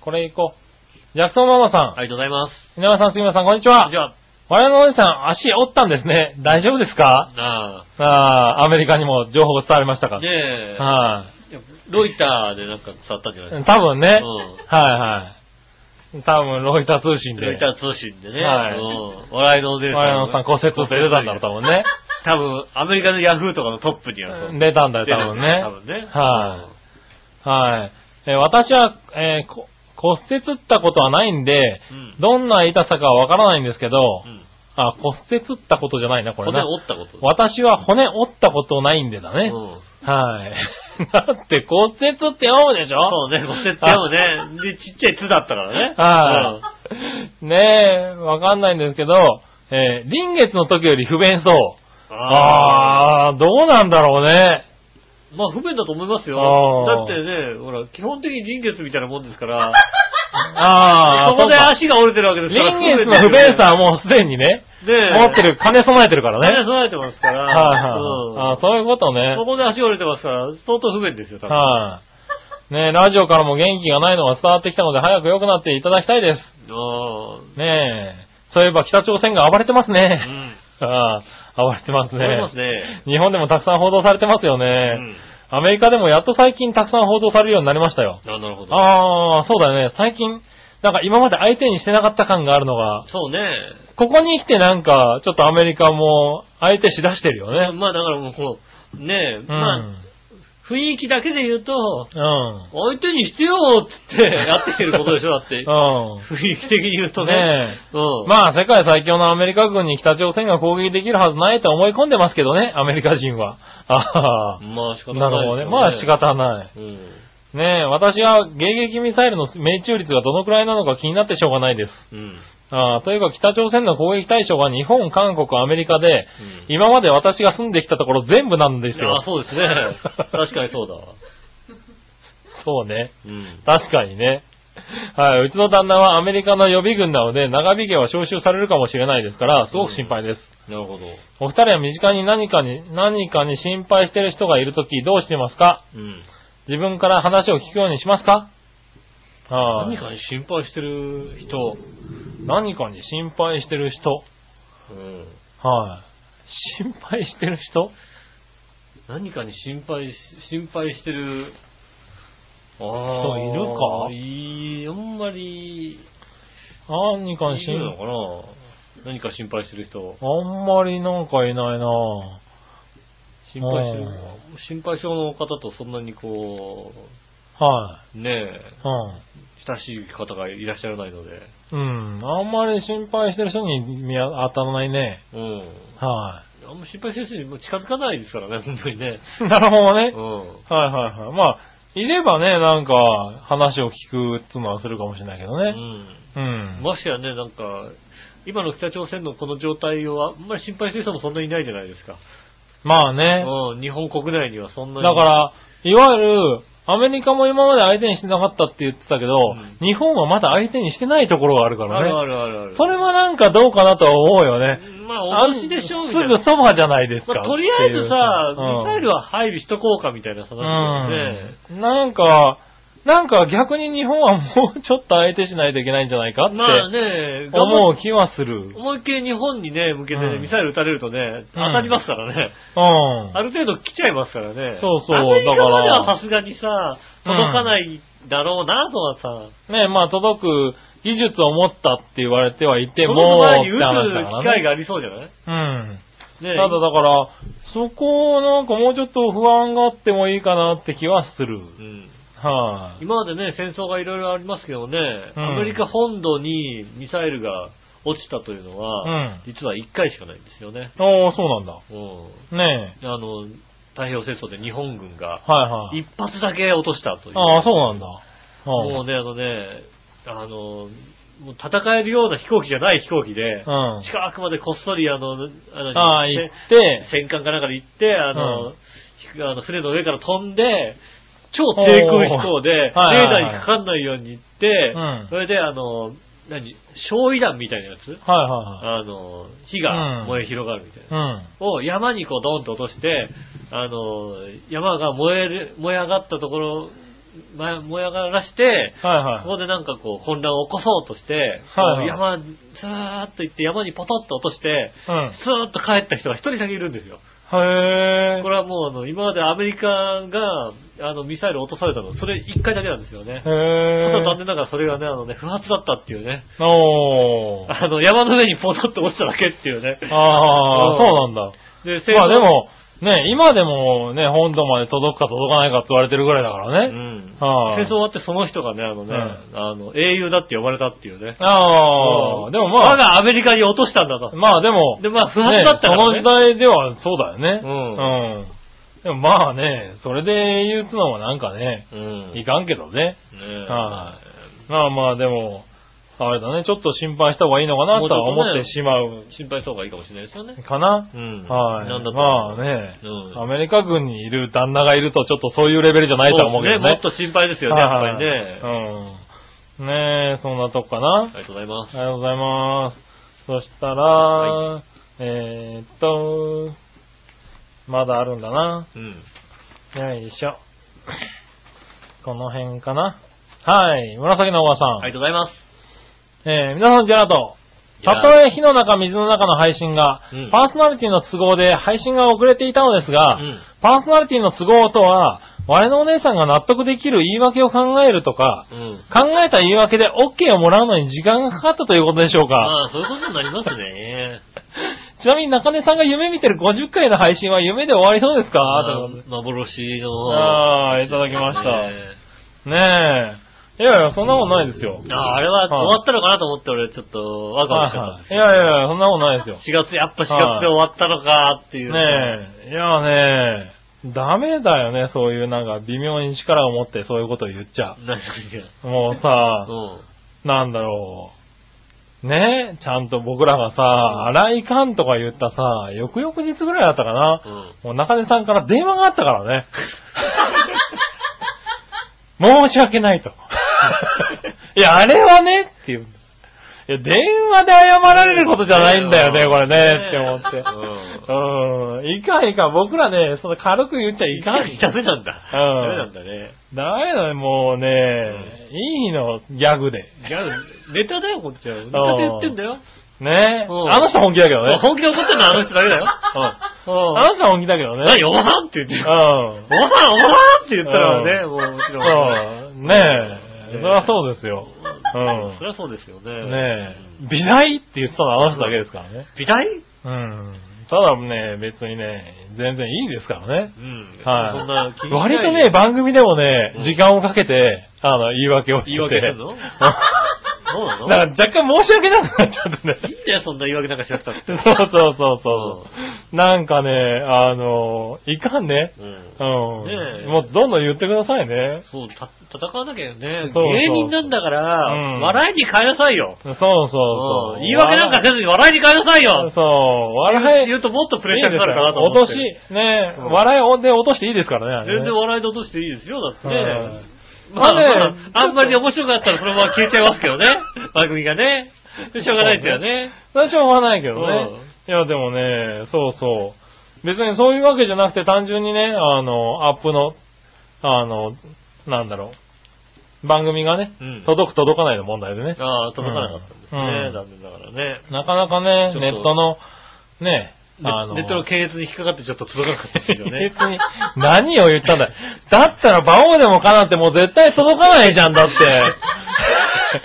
S3: これ行こう。ジャクソンママさん。
S2: ありがとうございます。
S3: 皆さん、杉村さん、こんにちは
S2: じ。ゃあ、
S3: 我々のおじさん、足折ったんですね。大丈夫ですか
S2: な
S3: ああ、アメリカにも情報が伝わりましたか
S2: あ、ねえ、
S3: はい
S2: やロイターでなんか伝わったんじゃない
S3: い。
S2: で
S3: 多分ね。
S2: う
S3: はいはい。多分、ロイター通信
S2: すか。
S3: で。
S2: ロイター通信でね、
S3: はい
S2: うん笑いのお姉さんが。
S3: 我々のおじさん骨折って出たんだろう、多分ね。
S2: 多分、アメリカのヤフーとかのトップにはそう。
S3: 出たんだよ、多分ね。
S2: 多分ね。
S3: はいはい。えー私は、えーこ骨折ったことはないんで、
S2: うん
S3: どんな痛さかはわからないんですけど、
S2: うん。
S3: あ、骨折ったことじゃないな、これ
S2: 骨
S3: な。
S2: 折ったこと。
S3: 私は骨折ったことないんでだね。
S2: うん
S3: はい。 だって骨折って読むでしょ
S2: そうね、骨折ってもね、 で、ちっちゃい「つ」だったからね。
S3: はい。ねえ、わかんないんですけど、えー臨月の時より不便そう。
S2: うんあ
S3: ああー、どうなんだろうね。
S2: ーまあ不便だと思いますよ。
S3: あ
S2: だ
S3: ー
S2: ってね、ほら、基本的に臨月みたいなもんですから、
S3: あ あ、
S2: そこで
S3: そうか
S2: 足が折れてるわけですから。
S3: 臨月の不便さはもうすでにね、
S2: ねえ
S3: 持ってる、金備えてるから
S2: ね、
S3: ね。
S2: 備えてますから。
S3: はいはい。あそういうこと
S2: う
S3: ね
S2: ん。そ。こで足折れてますから、相当不便ですよ、多分。
S3: はい。ねラジオからも元気がないのが伝わってきたので、早く良くなっていただきたいです。
S2: うん。
S3: ねえ。そういえば北朝鮮が暴れてます
S2: う
S3: ね。
S2: ん。
S3: ああ、暴れてますね。
S2: 思いますね。
S3: 日本でもたくさん報道されてますよね。
S2: うん。
S3: アメリカでもやっと最近たくさん報道されるようになりましたよ。
S2: あ、なるほど。
S3: ああ、そうだね。最近、なんか今まで相手にしてなかった感があるのが、
S2: そうね。
S3: ここに来てなんか、ちょっとアメリカも相手しだしてるよね。
S2: まあだからもうこう、ねえ、
S3: うん。
S2: まあ、雰囲気だけで言うと、
S3: うん。
S2: 相手にしてよーっつ ってやってきてることでしょ、だって。
S3: う
S2: 雰囲気的に言うと
S3: ん。
S2: ね。
S3: ねえ。
S2: うん。
S3: まあ、世界最強のアメリカ軍に北朝鮮が攻撃できるはずないと思い込んでますけどね、アメリカ人は。あはは
S2: まあ仕方
S3: な
S2: ない
S3: るほ
S2: で
S3: どね。
S2: すよ
S3: まあ仕。方ない。
S2: うん。
S3: ねえ、私は迎撃ミサイルの命中率がどのくらいなのか気になってしょうがないです。
S2: うん。
S3: ああというか北朝鮮の攻撃対象が日本、韓国、アメリカで、
S2: うん
S3: 今まで私が住んできたところ全部なんですよ
S2: あ。そう ですね。確かにそうだわ。
S3: そうね。
S2: うん。
S3: 確かにね。はい。うちの旦那はアメリカの予備軍なので、長引けば招集されるかもしれないですから、すごく心配です。
S2: なるほど。
S3: お二人は身近に何かに、何かに心配してる人がいるときどうしてますか
S2: うん。
S3: 自分から話を聞くようにしますかは
S2: 何
S3: い。
S2: かに心配してる人。
S3: 何かに心配してる人
S2: うん。
S3: はい。心配してる人
S2: 何かに心配し、心配してる、あ
S3: あ
S2: あ、いるかいあんまり、
S3: あんに関
S2: い
S3: 心
S2: るのかな何か心配してる人。
S3: あんまりなんかいないなぁ。
S2: 心配してる
S3: あ。
S2: 心配性の方とそんなにこ
S3: は
S2: う、ねえ、
S3: い。
S2: 親しい方がいらっしゃらないので。
S3: うん。うん。あんまり心配してる人に見当たらないね。
S2: うん。
S3: は
S2: あんま心配せずにもう近づかないですからね、本当にね。
S3: い。なるほど ね
S2: う。ん。
S3: はいはいはい。まあ、いればね、なんか、話を聞くっていうのはするかもしれないけど
S2: う
S3: ね。
S2: ん。
S3: うん。
S2: ましてやね、なんか、今の北朝鮮のこの状態をあんまり心配してる人もそんなにいないじゃないですか。
S3: まあね。
S2: うん、日本国内にはそんな
S3: だ
S2: に。
S3: から、いわゆる、アメリカも今まで相手にしてなかったって言ってたけど、
S2: うん
S3: 日本はまだ相手にしてないところがあるからね。
S2: あるあるあるある。
S3: それはなんかどうかなとは思うよね。
S2: ま
S3: あ
S2: あ、
S3: ん
S2: 同じでしょ、み
S3: す
S2: たい
S3: ぐ
S2: な。
S3: そばじゃないですか。
S2: まあ、とりあえずさ、
S3: っていう
S2: ミサイルは配備しとこうかみたいな話だよね。
S3: うんなんか、なんか逆に日本はもうちょっと相手しないといけないんじゃないかっ
S2: まあ
S3: て
S2: ね、頑張っ
S3: 思う気はする。うん。
S2: 思いっきり日本にね、向けてね、
S3: うん
S2: ミサイル撃たれるとね、当たりますからね。ある程度来ちゃいますからね。
S3: そうそう
S2: アメリカ
S3: だから
S2: まではさすがにさ、届かないだろうなとはさ、
S3: ねまあ届く技術を持ったって言われてはいて
S2: そ
S3: も、
S2: の前に撃つ
S3: って話だ
S2: 機
S3: から
S2: 会
S3: ね。
S2: がありそうじゃない
S3: うん。
S2: ね
S3: ただだから、そこをなんかもうちょっと不安があってもいいかなって気はする。
S2: うん
S3: はい、
S2: 今までね、戦争がいろいろありますけどね、
S3: うん
S2: アメリカ本土にミサイルが落ちたというのは、
S3: うん
S2: 実は1回しかないんですよね。
S3: おー、そうなん
S2: うん
S3: だ。ね
S2: あの、太平洋戦争で日本軍が
S3: え。はいはい。
S2: 一発だけ落としたという。
S3: ああ、そうなんだ。はい
S2: もうね、あのね、あの、もう戦えるような飛行機じゃない飛行機で、
S3: うん。
S2: 近くまでこっそりあの、あの
S3: ああ、行って、
S2: 戦艦かなんかで行って、あの、
S3: うん
S2: ひあの船の上から飛んで、超低空飛行で、レー
S3: はいはいはい
S2: ダーにかかんないように行って、
S3: うん
S2: それであの、何、焼夷弾みたいなやつ
S3: はいはいはい。
S2: あの、火が燃え広がるみたいな。
S3: うん。
S2: を山にこうドンと落として、あの、山が燃える、燃え上がったところ、ま燃え上がらして、
S3: はいはい。
S2: ここでなんかこう混乱を起こそうとして、
S3: はいはい
S2: 山、スーッと行って山にポトッと落として、
S3: うん。
S2: スーッと帰った人が一人だけいるんですよ。
S3: へえ。
S2: これはもうあの、今までアメリカが、あの、ミサイルを落とされたの、それ一回だけなんですよね。ただ
S3: へ
S2: 残
S3: え。
S2: 念ながらそれがね、あのね、不発だったっていうね。
S3: おー。
S2: あの、山の上にポトッと落ちただけっていうね。
S3: ああ、
S2: うん
S3: そうなんだ。
S2: で、
S3: まあでも、ね、今でもね、本土まで届くか届かないかって言われてるぐらいだから
S2: う
S3: ね。
S2: ん
S3: は
S2: 戦
S3: い
S2: 争終わってその人がね、あのね、
S3: うん
S2: あの、英雄だって呼ばれたっていうね。
S3: あ
S2: う
S3: あ、
S2: ん
S3: でもま
S2: 我
S3: あ、
S2: がアメリカに落としたんだと。
S3: まあでも、
S2: で、まあ、不発だったか
S3: ね
S2: ら
S3: その
S2: ね。
S3: 時代ではそうだよね。
S2: うん
S3: うん。でもまあね、それで言うつのもなんかね、
S2: うん。
S3: いかんけどね。
S2: ねえ
S3: はまあまあでも、あれだね、ちょっと心配した方がいいのかなとは思ってしまう
S2: 心配した方がいいかもしれないですよね。
S3: かな。
S2: うん。
S3: はい。
S2: なんだと
S3: ま
S2: 思う
S3: あね、
S2: うん
S3: アメリカ軍にいる旦那がいるとちょっとそういうレベルじゃないとは思うけどね。
S2: そですねもっと心配ですよね、やっぱりね。
S3: はいうん。ねえ、そんなとこかな。
S2: ありがとうございま
S3: ありがとうございます。そしたら、
S2: は
S3: えーっと、まだあるんだな。
S2: す。うん。
S3: よいしょ。この辺かな。はい。紫のおばさん。
S2: ありがとうございます。
S3: えー皆さん、ジェラート。
S2: ジェラ
S3: た
S2: ート
S3: とえ火の中、水の中の配信が、
S2: うん
S3: パーソナリティの都合で配信が遅れていたのですが、
S2: うん
S3: パーソナリティの都合とは、我のお姉さんが納得できる言い訳を考えるとか、
S2: うん。
S3: 考えた言い訳で OK をもらうのに時間がかかったということでしょうか。
S2: まあ、そういうことになります ね。
S3: ちなみに中根さんが夢見てる50回の配信は夢で終わりそうですかというこ
S2: 幻
S3: と
S2: の。
S3: でああ、いただきました。ね
S2: ね
S3: え。いやいや、そんなことないですよ。
S2: ああ、あれは
S3: はい
S2: 終わったのかなと思って俺ちょっとワクワクしちゃったんです
S3: いやいやいや、そんなことないですよ。
S2: 4月、やっぱ4月で終わったのかっていう。
S3: ねえ、いやねえ、ダメだよね、そういうなんか微妙に力を持ってそういうことを言っちゃ
S2: え。何が。
S3: う。もうさ
S2: う、ん。
S3: なんだろう。ねえ、ちゃんと僕らがさ、荒いかんとか言ったさ、翌々日ぐらいだったかな
S2: う。ん。
S3: もう中根さんから電話があったから ね。申し訳 ないと。いや、あれはね、っていう。いや、電話で謝られることじゃないんだよね、これね、って思って。うん。いかんいかん。僕らね、その軽く言っちゃい
S2: い
S3: か
S2: か
S3: ん。
S2: に ダメなんだ。
S3: うん
S2: ダメなんだね。
S3: ダメだね、もうね、いいの、ギャグで。
S2: いや、ネタだよ、こっちは。ネタで言ってんだよ。
S3: ね。
S2: うん
S3: あの人本気だけどね。
S2: 本気で怒ってるのはあの人だけだよ。
S3: うん。あの人本気だけどね。
S2: 何、おばさんって言って
S3: うん。
S2: おばさん、おばさんって言ったらね、もうもちろん。
S3: そう。ねえ。そりゃそうですよ。う
S2: そりゃそうですよね。
S3: ん。ねえ。美大って言ってたのはあの人だけですからね。
S2: 美大
S3: うん。ただね、別にね、全然いいですからね
S2: う。ん。
S3: はい。
S2: そんな気にしない
S3: 割とね、番組でもね
S2: うん、
S3: 時間をかけて、あの、言い訳をして
S2: 言
S3: て。
S2: い訳する のそうな
S3: だ
S2: の
S3: から若干申し訳なくなっちゃってね。
S2: いいんだよ、そんな言い訳なんかしなくたっ
S3: そ
S2: て
S3: う。そうそうそう。なんかね、あの、いかんね。
S2: うん
S3: うん。
S2: ねえ
S3: もうどんどん言ってくださいね。
S2: そう、た、戦わなきゃよね。
S3: そうそう
S2: 芸人なんだから、
S3: うん
S2: 笑いに変えなさいよ。
S3: そうそうそうう。
S2: ん言い訳なんかせずに笑いに変えなさいよ
S3: そう、笑い。
S2: 言うともっとプレッシャーかかるかなと思
S3: 落
S2: っ
S3: と
S2: て。
S3: し、ね、
S2: うん
S3: 笑いで落としていいですからね。あれね
S2: 全然笑いで落としていいですよ、だって
S3: うん
S2: ね。まあ、
S3: まあね
S2: まあ、あんまり面白かったらそのまま消えちゃいますけどね。 番組がね。しょうがないですよね。
S3: 私は思わないけど
S2: う
S3: ね。
S2: ん
S3: いや、でもね、そうそう。別にそういうわけじゃなくて、単純にね、あの、アップの、あの、なんだろう、番組がね、
S2: うん
S3: 届く届かないの問題でね。
S2: ああ、届かなかったんですね。
S3: うん
S2: 残念ながらね。
S3: なかなかね
S2: ちょっと、
S3: ネットの、ね、
S2: ネ
S3: あの、
S2: ネットの検閲に引っかかってちょっと届かなかったですよ ね。
S3: 別に何を言ったんだよ。だったら、馬王でもかなってもう絶対届かないじゃんだって。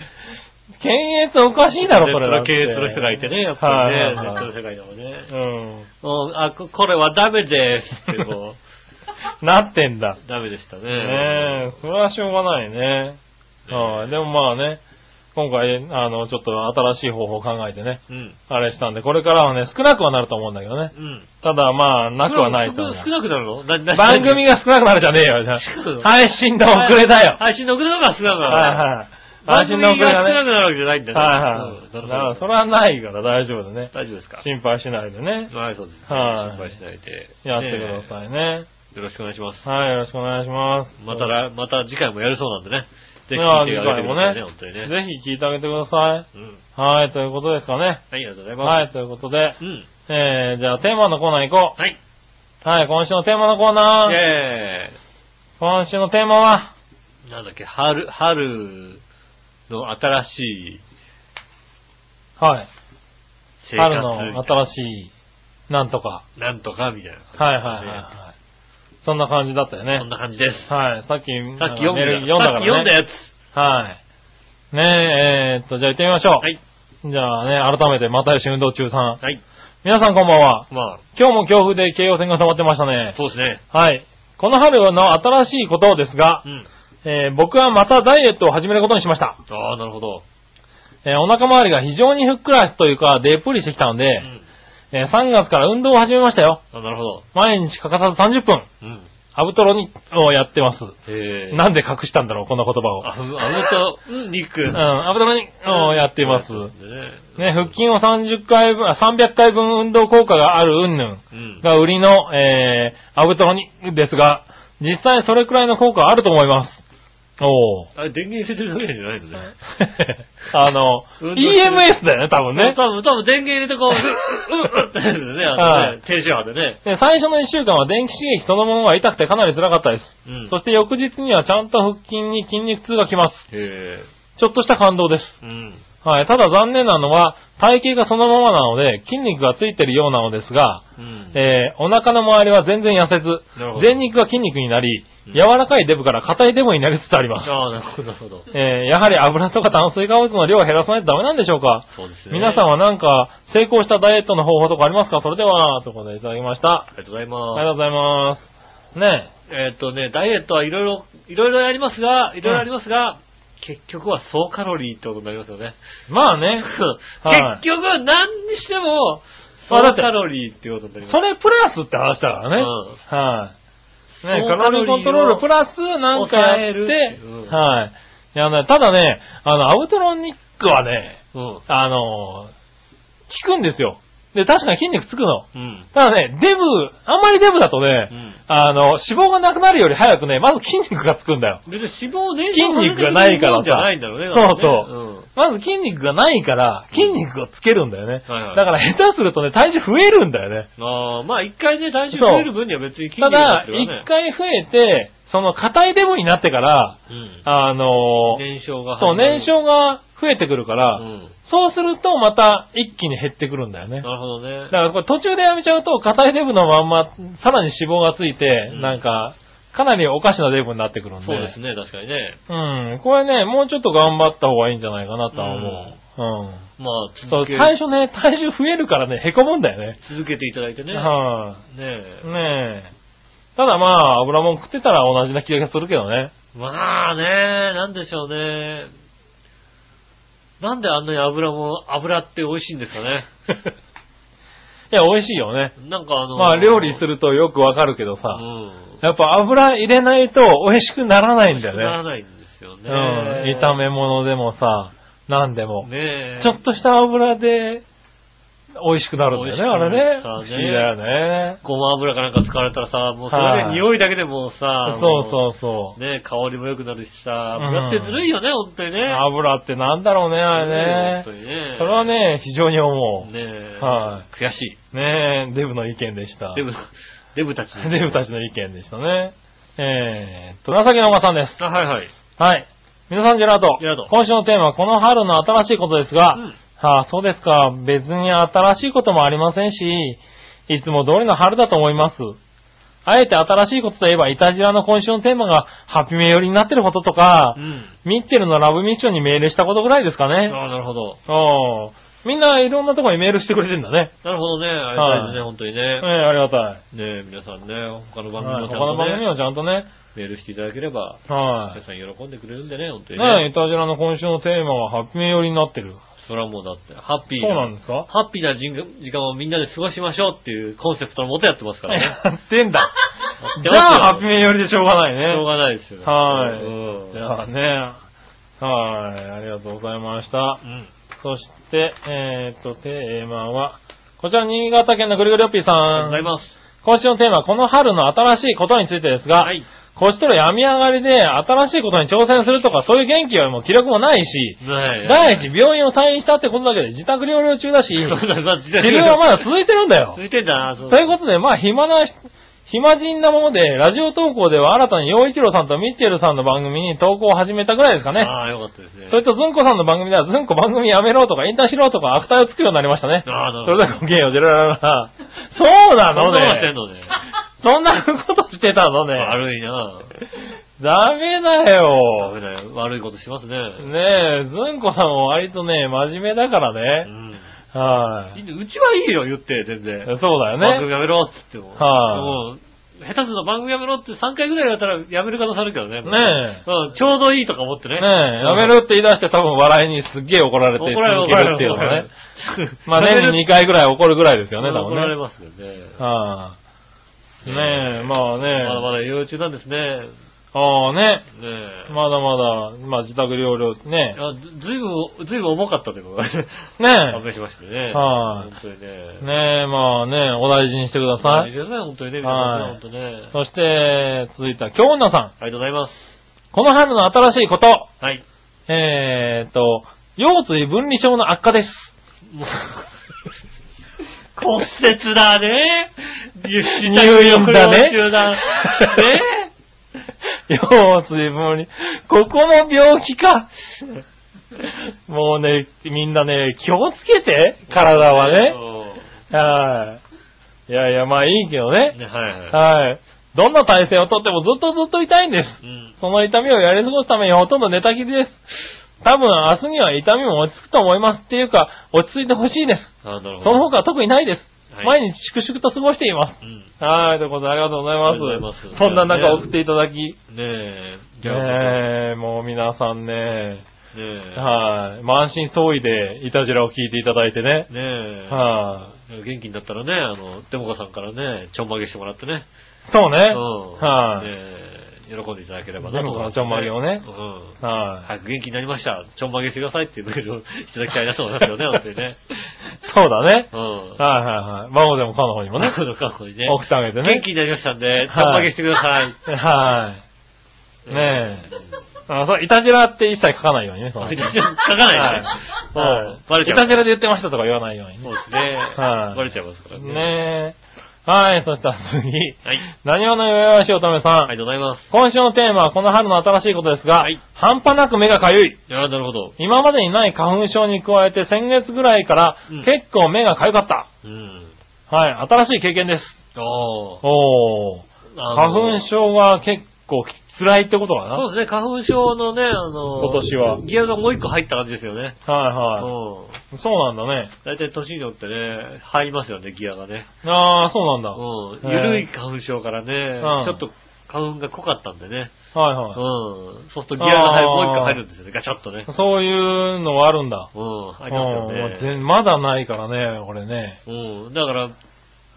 S3: 検閲おかしいだろ、それだって。
S2: ネットの検閲の人がいてね、やっぱりね。
S3: はいはいはい
S2: ネットの世界でもね。
S3: うん。
S2: うん、あ、ここれはダメですってこ
S3: なってんだ。
S2: う、ダメでしたね。
S3: ねえ、それはしょうがないね。はい。でもまあね、今回、あの、ちょっと新しい方法を考えてね、
S2: うん。
S3: あれしたんで、これからはね、少なくはなると思うんだけどね。
S2: うん。
S3: ただまあ、なくはないと
S2: 少
S3: 思う。
S2: 少なくなるのなな
S3: 番組が少なくなるじゃねえよじゃあ
S2: 少なくなる。
S3: 配信の遅れだよ。
S2: 配信の遅れの方が少なくなる。
S3: はいはい。
S2: 番
S3: 配信
S2: 組
S3: の
S2: が
S3: 遅
S2: 少
S3: れが
S2: な
S3: ね。
S2: くなるわけじゃないんだね。
S3: はいはい。
S2: う
S3: だ
S2: ん
S3: か
S2: なる
S3: ら、
S2: ほ
S3: そ
S2: ど。
S3: れはないから大丈夫だね。
S2: 大丈夫ですか
S3: 心配しないでね。
S2: はい、そうです。
S3: はい
S2: 心配しないで。
S3: やってくだ
S2: ね
S3: さいね。
S2: えよろしくお願いします。
S3: はい、よろしくお願いします。
S2: またら、また次回もやるそうなんでね。ぜひ
S3: いや
S2: 聞いてあげてくださいね、本当にね。
S3: ぜひ聞いてあげてください。
S2: うん。
S3: はい、ということですかね。
S2: はい、ありがとうございます。
S3: はい、ということで、
S2: うん。
S3: えー、じゃあテーマのコーナー行こ
S2: はい。イ
S3: う。はい、今週のテーマのコーナー。
S2: ェーイ。
S3: 今週のテーマは、
S2: なんだっけ、春、春の新しい
S3: はい、
S2: 生活。
S3: 春の新しい、なんとか。
S2: なんとかみたいな感じ。
S3: はいはいはいはい。そんな感じだったよ
S2: ね
S3: ね
S2: そん。な感じです。
S3: はい、さ
S2: さ
S3: っき、
S2: っき読んだ
S3: メ
S2: や
S3: ール
S2: つ。
S3: 読ん
S2: さ
S3: だ
S2: っ
S3: か
S2: き読
S3: ら
S2: んだ
S3: ね。
S2: やつ。
S3: はい。ねえ、えーっと、じゃあ行ってみましょう。
S2: はい。
S3: じゃあね、改めて、又吉運動中さん。
S2: はい。
S3: 皆さんこんばんは。
S2: ま
S3: 今日も強風で京葉線が止まってました
S2: あ、
S3: ね。
S2: そうですね。
S3: はい。この春の新しいことですが
S2: う、ん。
S3: えー僕はまたダイエットを始めることにしました。
S2: ああ、なるほど。
S3: えーお腹周りが非常にふっくらというか、でっぷりしてきたので、
S2: うん。
S3: えー3月から運動を始めましたよ。
S2: あなるほど。
S3: 毎日欠かさず30分、
S2: うん。
S3: アブトロにをやってます。
S2: へえ。
S3: なんで隠したんだろう、こんな言葉を。
S2: あ、ふあのと、うん、ニック。
S3: うん、アブトロにをやっています。ね、
S2: ね
S3: 腹。筋を30回分、あ300回分運動効果があるうんぬん
S2: うん。
S3: が売りの、えー、アブトロにですが、実際それくらいの効果はあると思います。おー。
S2: あれ、電源入れてるだけなんじゃないのね。
S3: あの、
S2: 運動してる
S3: EMS だよね、多分ね。
S2: 多分、多分電源入れてこう、うん、うん、ってやるんだよね、あのね、低周波でね。
S3: で最初の1週間は電気刺激そのものが痛くてかなり辛かったです。
S2: うん。
S3: そして翌日にはちゃんと腹筋に筋肉痛がきます。
S2: へえ。
S3: ちょっとした感動です。
S2: うん。
S3: はい。ただ残念なのは、体型がそのままなので、筋肉がついてるようなのですが、
S2: うん。
S3: えー、お腹の周りは全然痩せず
S2: なるほ、ど
S3: 前肉が筋肉になり
S2: うん、
S3: 柔らかいデブから硬いデブになりつつあります。
S2: ああ、なるほど、なるほど。
S3: えー、やはり油とか炭水化物の量を減らさないとダメなんでしょうか
S2: そうですね。
S3: 皆さんはなんか、成功したダイエットの方法とかありますかそれでは、ということでいただきました
S2: あ。りがとうござい
S3: あ
S2: ます
S3: り。がとうございます。ね
S2: えーっとね、ダイエットはいろいろ、いろいろやりますが、いろいろありますが、結局は総カロリーってことになりますよね。
S3: え。ま あね。はい
S2: 結局、何にしても、総
S3: まあだって
S2: カロリーってことになります。
S3: それプラスって話だからね。
S2: う
S3: はい。ね
S2: そう
S3: カロリーコントロールプラスなんか
S2: 抑え
S3: やっ
S2: る
S3: て、
S2: うん
S3: はい。いやね、ただね、あの、アウトロンニックはね、
S2: うん。
S3: あの、効くんですよ。で、確かに筋肉つくの。
S2: うん。
S3: ただね、デブ、あんまりデブだとね、
S2: うん
S3: あの、脂肪がなくなるより早くね、まず筋肉がつくんだよ。
S2: 別に脂肪を燃焼
S3: 筋肉がないからさ
S2: じゃないんだろうね。
S3: そうそ
S2: う。
S3: うまず筋肉がないから、筋肉をつけるんだよね。
S2: はいはい
S3: だから下手するとね、体重増えるんだよね。
S2: うん。ああ、まあ一回ね、体重増える分には別に筋
S3: た
S2: 肉
S3: だ、
S2: が、ね
S3: 一、回増えて、その硬いデブになってから、
S2: うん。
S3: あのー
S2: 燃焼が
S3: そ
S2: 始
S3: う、
S2: まる。
S3: 燃焼が増えてくるから、
S2: うん。
S3: そうするとまた一気に減ってくるんだよね。
S2: なるほどね
S3: だ。からこれ途中でやめちゃうと、硬いデブのまんま、さらに脂肪がついて、
S2: うん
S3: なんか、かなりおかしな成分になってくるんで。
S2: そうですね、確かにね。
S3: うん。これね、もうちょっと頑張った方がいいんじゃないかなとは思う。うん。
S2: まあ、
S3: そ
S2: 続
S3: う、
S2: け
S3: 最初ね、体重増えるからね、凹むんだよね。
S2: 続けていただいてね。ね
S3: は
S2: え
S3: い、。ねえ。ただまあ、油もん食ってたら同じな気がするけ どね。
S2: まあね、なんでしょうね。なんであんなに油も、油って美味しいんですかね。
S3: いや、美味しいよね。
S2: なんかあの、
S3: まあ、料理す
S2: る
S3: るとよくわかるけどさ
S2: う、ん。
S3: やっぱ油入れないと美味しくならないんだ
S2: なら
S3: よね。
S2: ないんですよね。
S3: うん。炒め物でもさ、何でも。
S2: ねえ。
S3: ちょっとした油で美味しくなるんだよね、あ
S2: 美
S3: れ
S2: 味し
S3: ね。
S2: く
S3: 不
S2: な
S3: 思
S2: る
S3: 議
S2: さね
S3: だよね。
S2: ごま油かなんか使われたらさ、もうそれ
S3: は
S2: で
S3: い
S2: 匂いだけでもうさ、
S3: そうそうそう。
S2: ねえ、香りも良くなるしさ、
S3: ん
S2: 油ってずるいよね、本当にね。
S3: 油ってなんだろうね、あれね。
S2: ずるいよ本当にね。
S3: それは、ね、非常に思
S2: ね
S3: う。
S2: え、
S3: は
S2: 悔しい。
S3: ねえ、デブの意見でした。
S2: デブ、デブたち。
S3: デブたちの意見でしたね。えーっと、紫のおばさんです。
S2: あ、はいはい。
S3: はい。皆さん、ジェラート。
S2: ジェラート
S3: 今週のテーマは、この春の新しいことですが、
S2: うん
S3: はあ、そうですか。別に新しいこともありませんし、いつも通りの春だと思います。あえて新しいことといえば、イタジラの今週のテーマが、ハピメ寄りになってることとか、
S2: うん。
S3: ミッチェルのラブミッションにメールしたことぐらいですかね。
S2: ああ、なるほど。
S3: おーみんないろんなとこにメールしてくれてるんだね。
S2: なるほどね。ありがたいですね、
S3: はい
S2: 本当に
S3: ええ
S2: ね。
S3: ありがたい。
S2: ねえ、皆さんね、他の番組
S3: は
S2: も
S3: い
S2: ち
S3: 他
S2: ゃん
S3: の
S2: と
S3: 番組
S2: ね、
S3: はちゃんとね。
S2: メールしていただければ、
S3: は
S2: 皆さん喜んでくれるんでね、本当
S3: い。
S2: にね。
S3: ねえ、イタジラの今週のテーマはハッピー寄りになってる。
S2: それはもうだって、ハッピー
S3: そうなん
S2: な、
S3: ですか
S2: ハッピーな時間時間をみんなで過ごしましょうっていうコンセプトのもとやってますからね。
S3: やってんだ。じ
S2: やってますよ
S3: ゃあ、ハッピー寄りでしょうがないね。
S2: しょうがないですよ。
S3: はい
S2: うん
S3: じゃあね。はい、ありがとうございました
S2: う。ん。
S3: そして、えーっと、テーマは、こちら新潟県のぐるぐるよっぴーさ
S2: ありがとうござい
S3: ん。
S2: ます。
S3: 今週のテーマは、この春の新しいことについてですが、
S2: はい。
S3: 腰とら病み上がりで新しいことに挑戦するとか、そういう元気よりも気力もないし、
S2: ね
S3: 第一、病院を退院したってことだけで自宅療養中だし、治
S2: そうだな、治
S3: 療はまだ続いてるんだよ
S2: 続。いてんだな、そう
S3: ということで、まあ、暇な、暇人なもので、ラジオ投稿では新たに陽一郎さんとミッチェルさんの番組に投稿を始めたぐらいですかね。
S2: ああ、よかったですね。
S3: それと、ずんこさんの番組では、ずんこ番組やめろとか、引退しろとか、アフターをつくようになりましたね。
S2: ああ、な
S3: そ
S2: る
S3: れ
S2: ほど。
S3: ではごきげんよう、ジェララララ。そうな
S2: そ
S3: の
S2: んなことしてん
S3: ね。
S2: のね。
S3: そんなことしてたのね。
S2: 悪いな
S3: ダメだ
S2: ダ
S3: よ
S2: メ。だよ。悪いことしますね。
S3: ねえ、ずんこさんは割とね、真面目だから
S2: う
S3: ね。
S2: ん。
S3: はい。
S2: うちはいいよ、言って、全然。
S3: そうだよ
S2: 番
S3: ね。
S2: 組やめろって言っても。
S3: はい
S2: もう、下手すると番組やめろって3回ぐらいやったらやめる可能性あるけどね。もう
S3: ね
S2: うん、ちょうどいいとか思ってね。
S3: ねえ、やめるって言い出して多分笑いにすっげえ怒られて
S2: 怒
S3: 続
S2: られる、怒
S3: け
S2: ら
S3: るって
S2: れ
S3: いう
S2: る。
S3: の
S2: 怒ら
S3: が
S2: れ
S3: ね
S2: る。
S3: まあ年に2回ぐらい怒るぐらいですよね、多
S2: 怒られ
S3: 分ね。
S2: ますよね。
S3: はあ、ねえ、まあ
S2: まだま
S3: ね、
S2: だ幼中なんですね。ね
S3: ああね、
S2: え。
S3: まだまだ、まあ自宅療養ね。
S2: あずずいぶん、ずいぶん重かったということがね
S3: ね
S2: 判明しましてね。
S3: はい
S2: 本当にね。
S3: え、ねえ、まあね、お大事にしてくださ
S2: 見
S3: い。
S2: てください、本当にね、皆さんね、
S3: はい
S2: 本当ね。
S3: そして、続いた、京女さん。
S2: ありがとうございます。
S3: この春の新しいこと。
S2: はい。
S3: えーっと、腰椎分離症の悪化です。
S2: もう 骨折だね。入
S3: 入院だね
S2: 中断。ね
S3: 腰椎分離。ここも病気か。もうね、みんなね、気をつけて、体はね。はい。いやいや、まあいいけど
S2: うん
S3: ね。
S2: ねはいはい。
S3: はい。どんな体勢をとってもずっとずっと痛いんです。
S2: うん。
S3: その痛みをやり過ごすためにほとんど寝たきりです。多分明日には痛みも落ち着くと思います。っていうか、落ち着いてほしいです。
S2: あ、なるほど。
S3: その他は特にないです。
S2: はい
S3: 毎日粛々と過ごしています。
S2: うん。
S3: はい、ということでありがとうござい
S2: あ
S3: ます。
S2: りがとうございます
S3: そんな中送っていただき、
S2: ねえ。じゃあ、
S3: ねえ、もう皆さんね、
S2: ねえ。
S3: はい、満身創痍でいたじらを聞いていただいてね、
S2: ねえ。
S3: は
S2: 元気になったらね、あの、デモカさんからね、ちょんまげしてもらってね。
S3: い、そうね、
S2: うん
S3: はい、
S2: ねえ喜んでいただければなと思います
S3: デモカのちょんまげをね
S2: うん。
S3: はい、
S2: 早く元気になりました。ちょんまげしてくださいっていうメールをい ただきたいなと思いますよね、 本当にね。
S3: そうだね、
S2: うん。
S3: はいはいはい、孫でも彼の方にもね、
S2: 僕の過去にね。
S3: 送ってあげてね
S2: 元気になりましたんで、ちょんまげしてください。
S3: はい、ねえ、
S2: え。
S3: あそういたじらって一切書かないようにね、その
S2: 書かないね。うんバレち
S3: い
S2: ゃ
S3: た
S2: う
S3: じ。らで言ってましたとか言わないように
S2: そ
S3: ね
S2: うですね。
S3: はい
S2: バレちゃいますからね。
S3: ねえ、はい、そしたら次、
S2: はい。
S3: 何話のよよしおとめさん、
S2: ありがとうございます。
S3: 今週のテーマはこの春の新しいことですが、
S2: はい
S3: 半端なく目がかゆい。
S2: いやなるほど。
S3: 今までにない花粉症に加えて先月ぐらいから
S2: うん
S3: 結構目がかゆかった。
S2: うん。
S3: はい、新しい経験です。
S2: ああ。
S3: おー。花粉
S2: 症
S3: 症は結構辛いってことかな
S2: そうですね、花粉症のね、あの、
S3: 今年は
S2: ギアがもう一個入った感じですよね。
S3: はいは
S2: うん。
S3: い。そうなんだね。
S2: 大体年によってね、入りますよね、ギアがね。
S3: ああ、そうなんだ。
S2: う
S3: は
S2: ん。
S3: へえ
S2: ゆるい花粉症から
S3: うん
S2: ね、ちょっと花粉が濃かったんでね。
S3: いうは
S2: ん。そうするとギアが入るもう一回入るんですよね、ガチャッとね
S3: い。。そういうのはあるんだ。
S2: うん、ありますよ
S3: うんまあ
S2: ね。
S3: 全まだないからね、これね。
S2: うん。だから、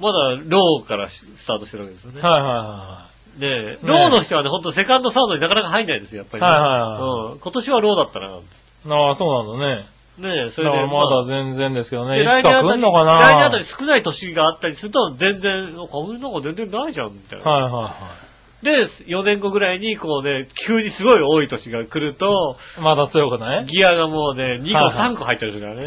S2: まだ、ローからスタートしてるわけですよね。
S3: はいは
S2: で、ローの人はね、ほんとセカンド、サードになかなか入んないですよ、やっぱり、ね。
S3: はいはい
S2: うん。今年はローだったな、なんて
S3: いはい。ああ、そうなんだね。
S2: ねえ、そ
S3: だ
S2: れ
S3: か
S2: で。
S3: らまだ
S2: あ
S3: 全然ですけどね。
S2: で
S3: い
S2: 来
S3: つ
S2: 年
S3: か
S2: あた
S3: 来ん
S2: り、
S3: のかな
S2: 来年あたり少ない年があったりすると、全然、花粉なんか全然ないじゃん、みたいな。
S3: はいは
S2: で、4年後ぐらいに、こうね、急にすごい多い年が来ると、
S3: いはい。まだ強くない
S2: ギアがもうね、2個、
S3: はいはい
S2: 3個入ってるからね。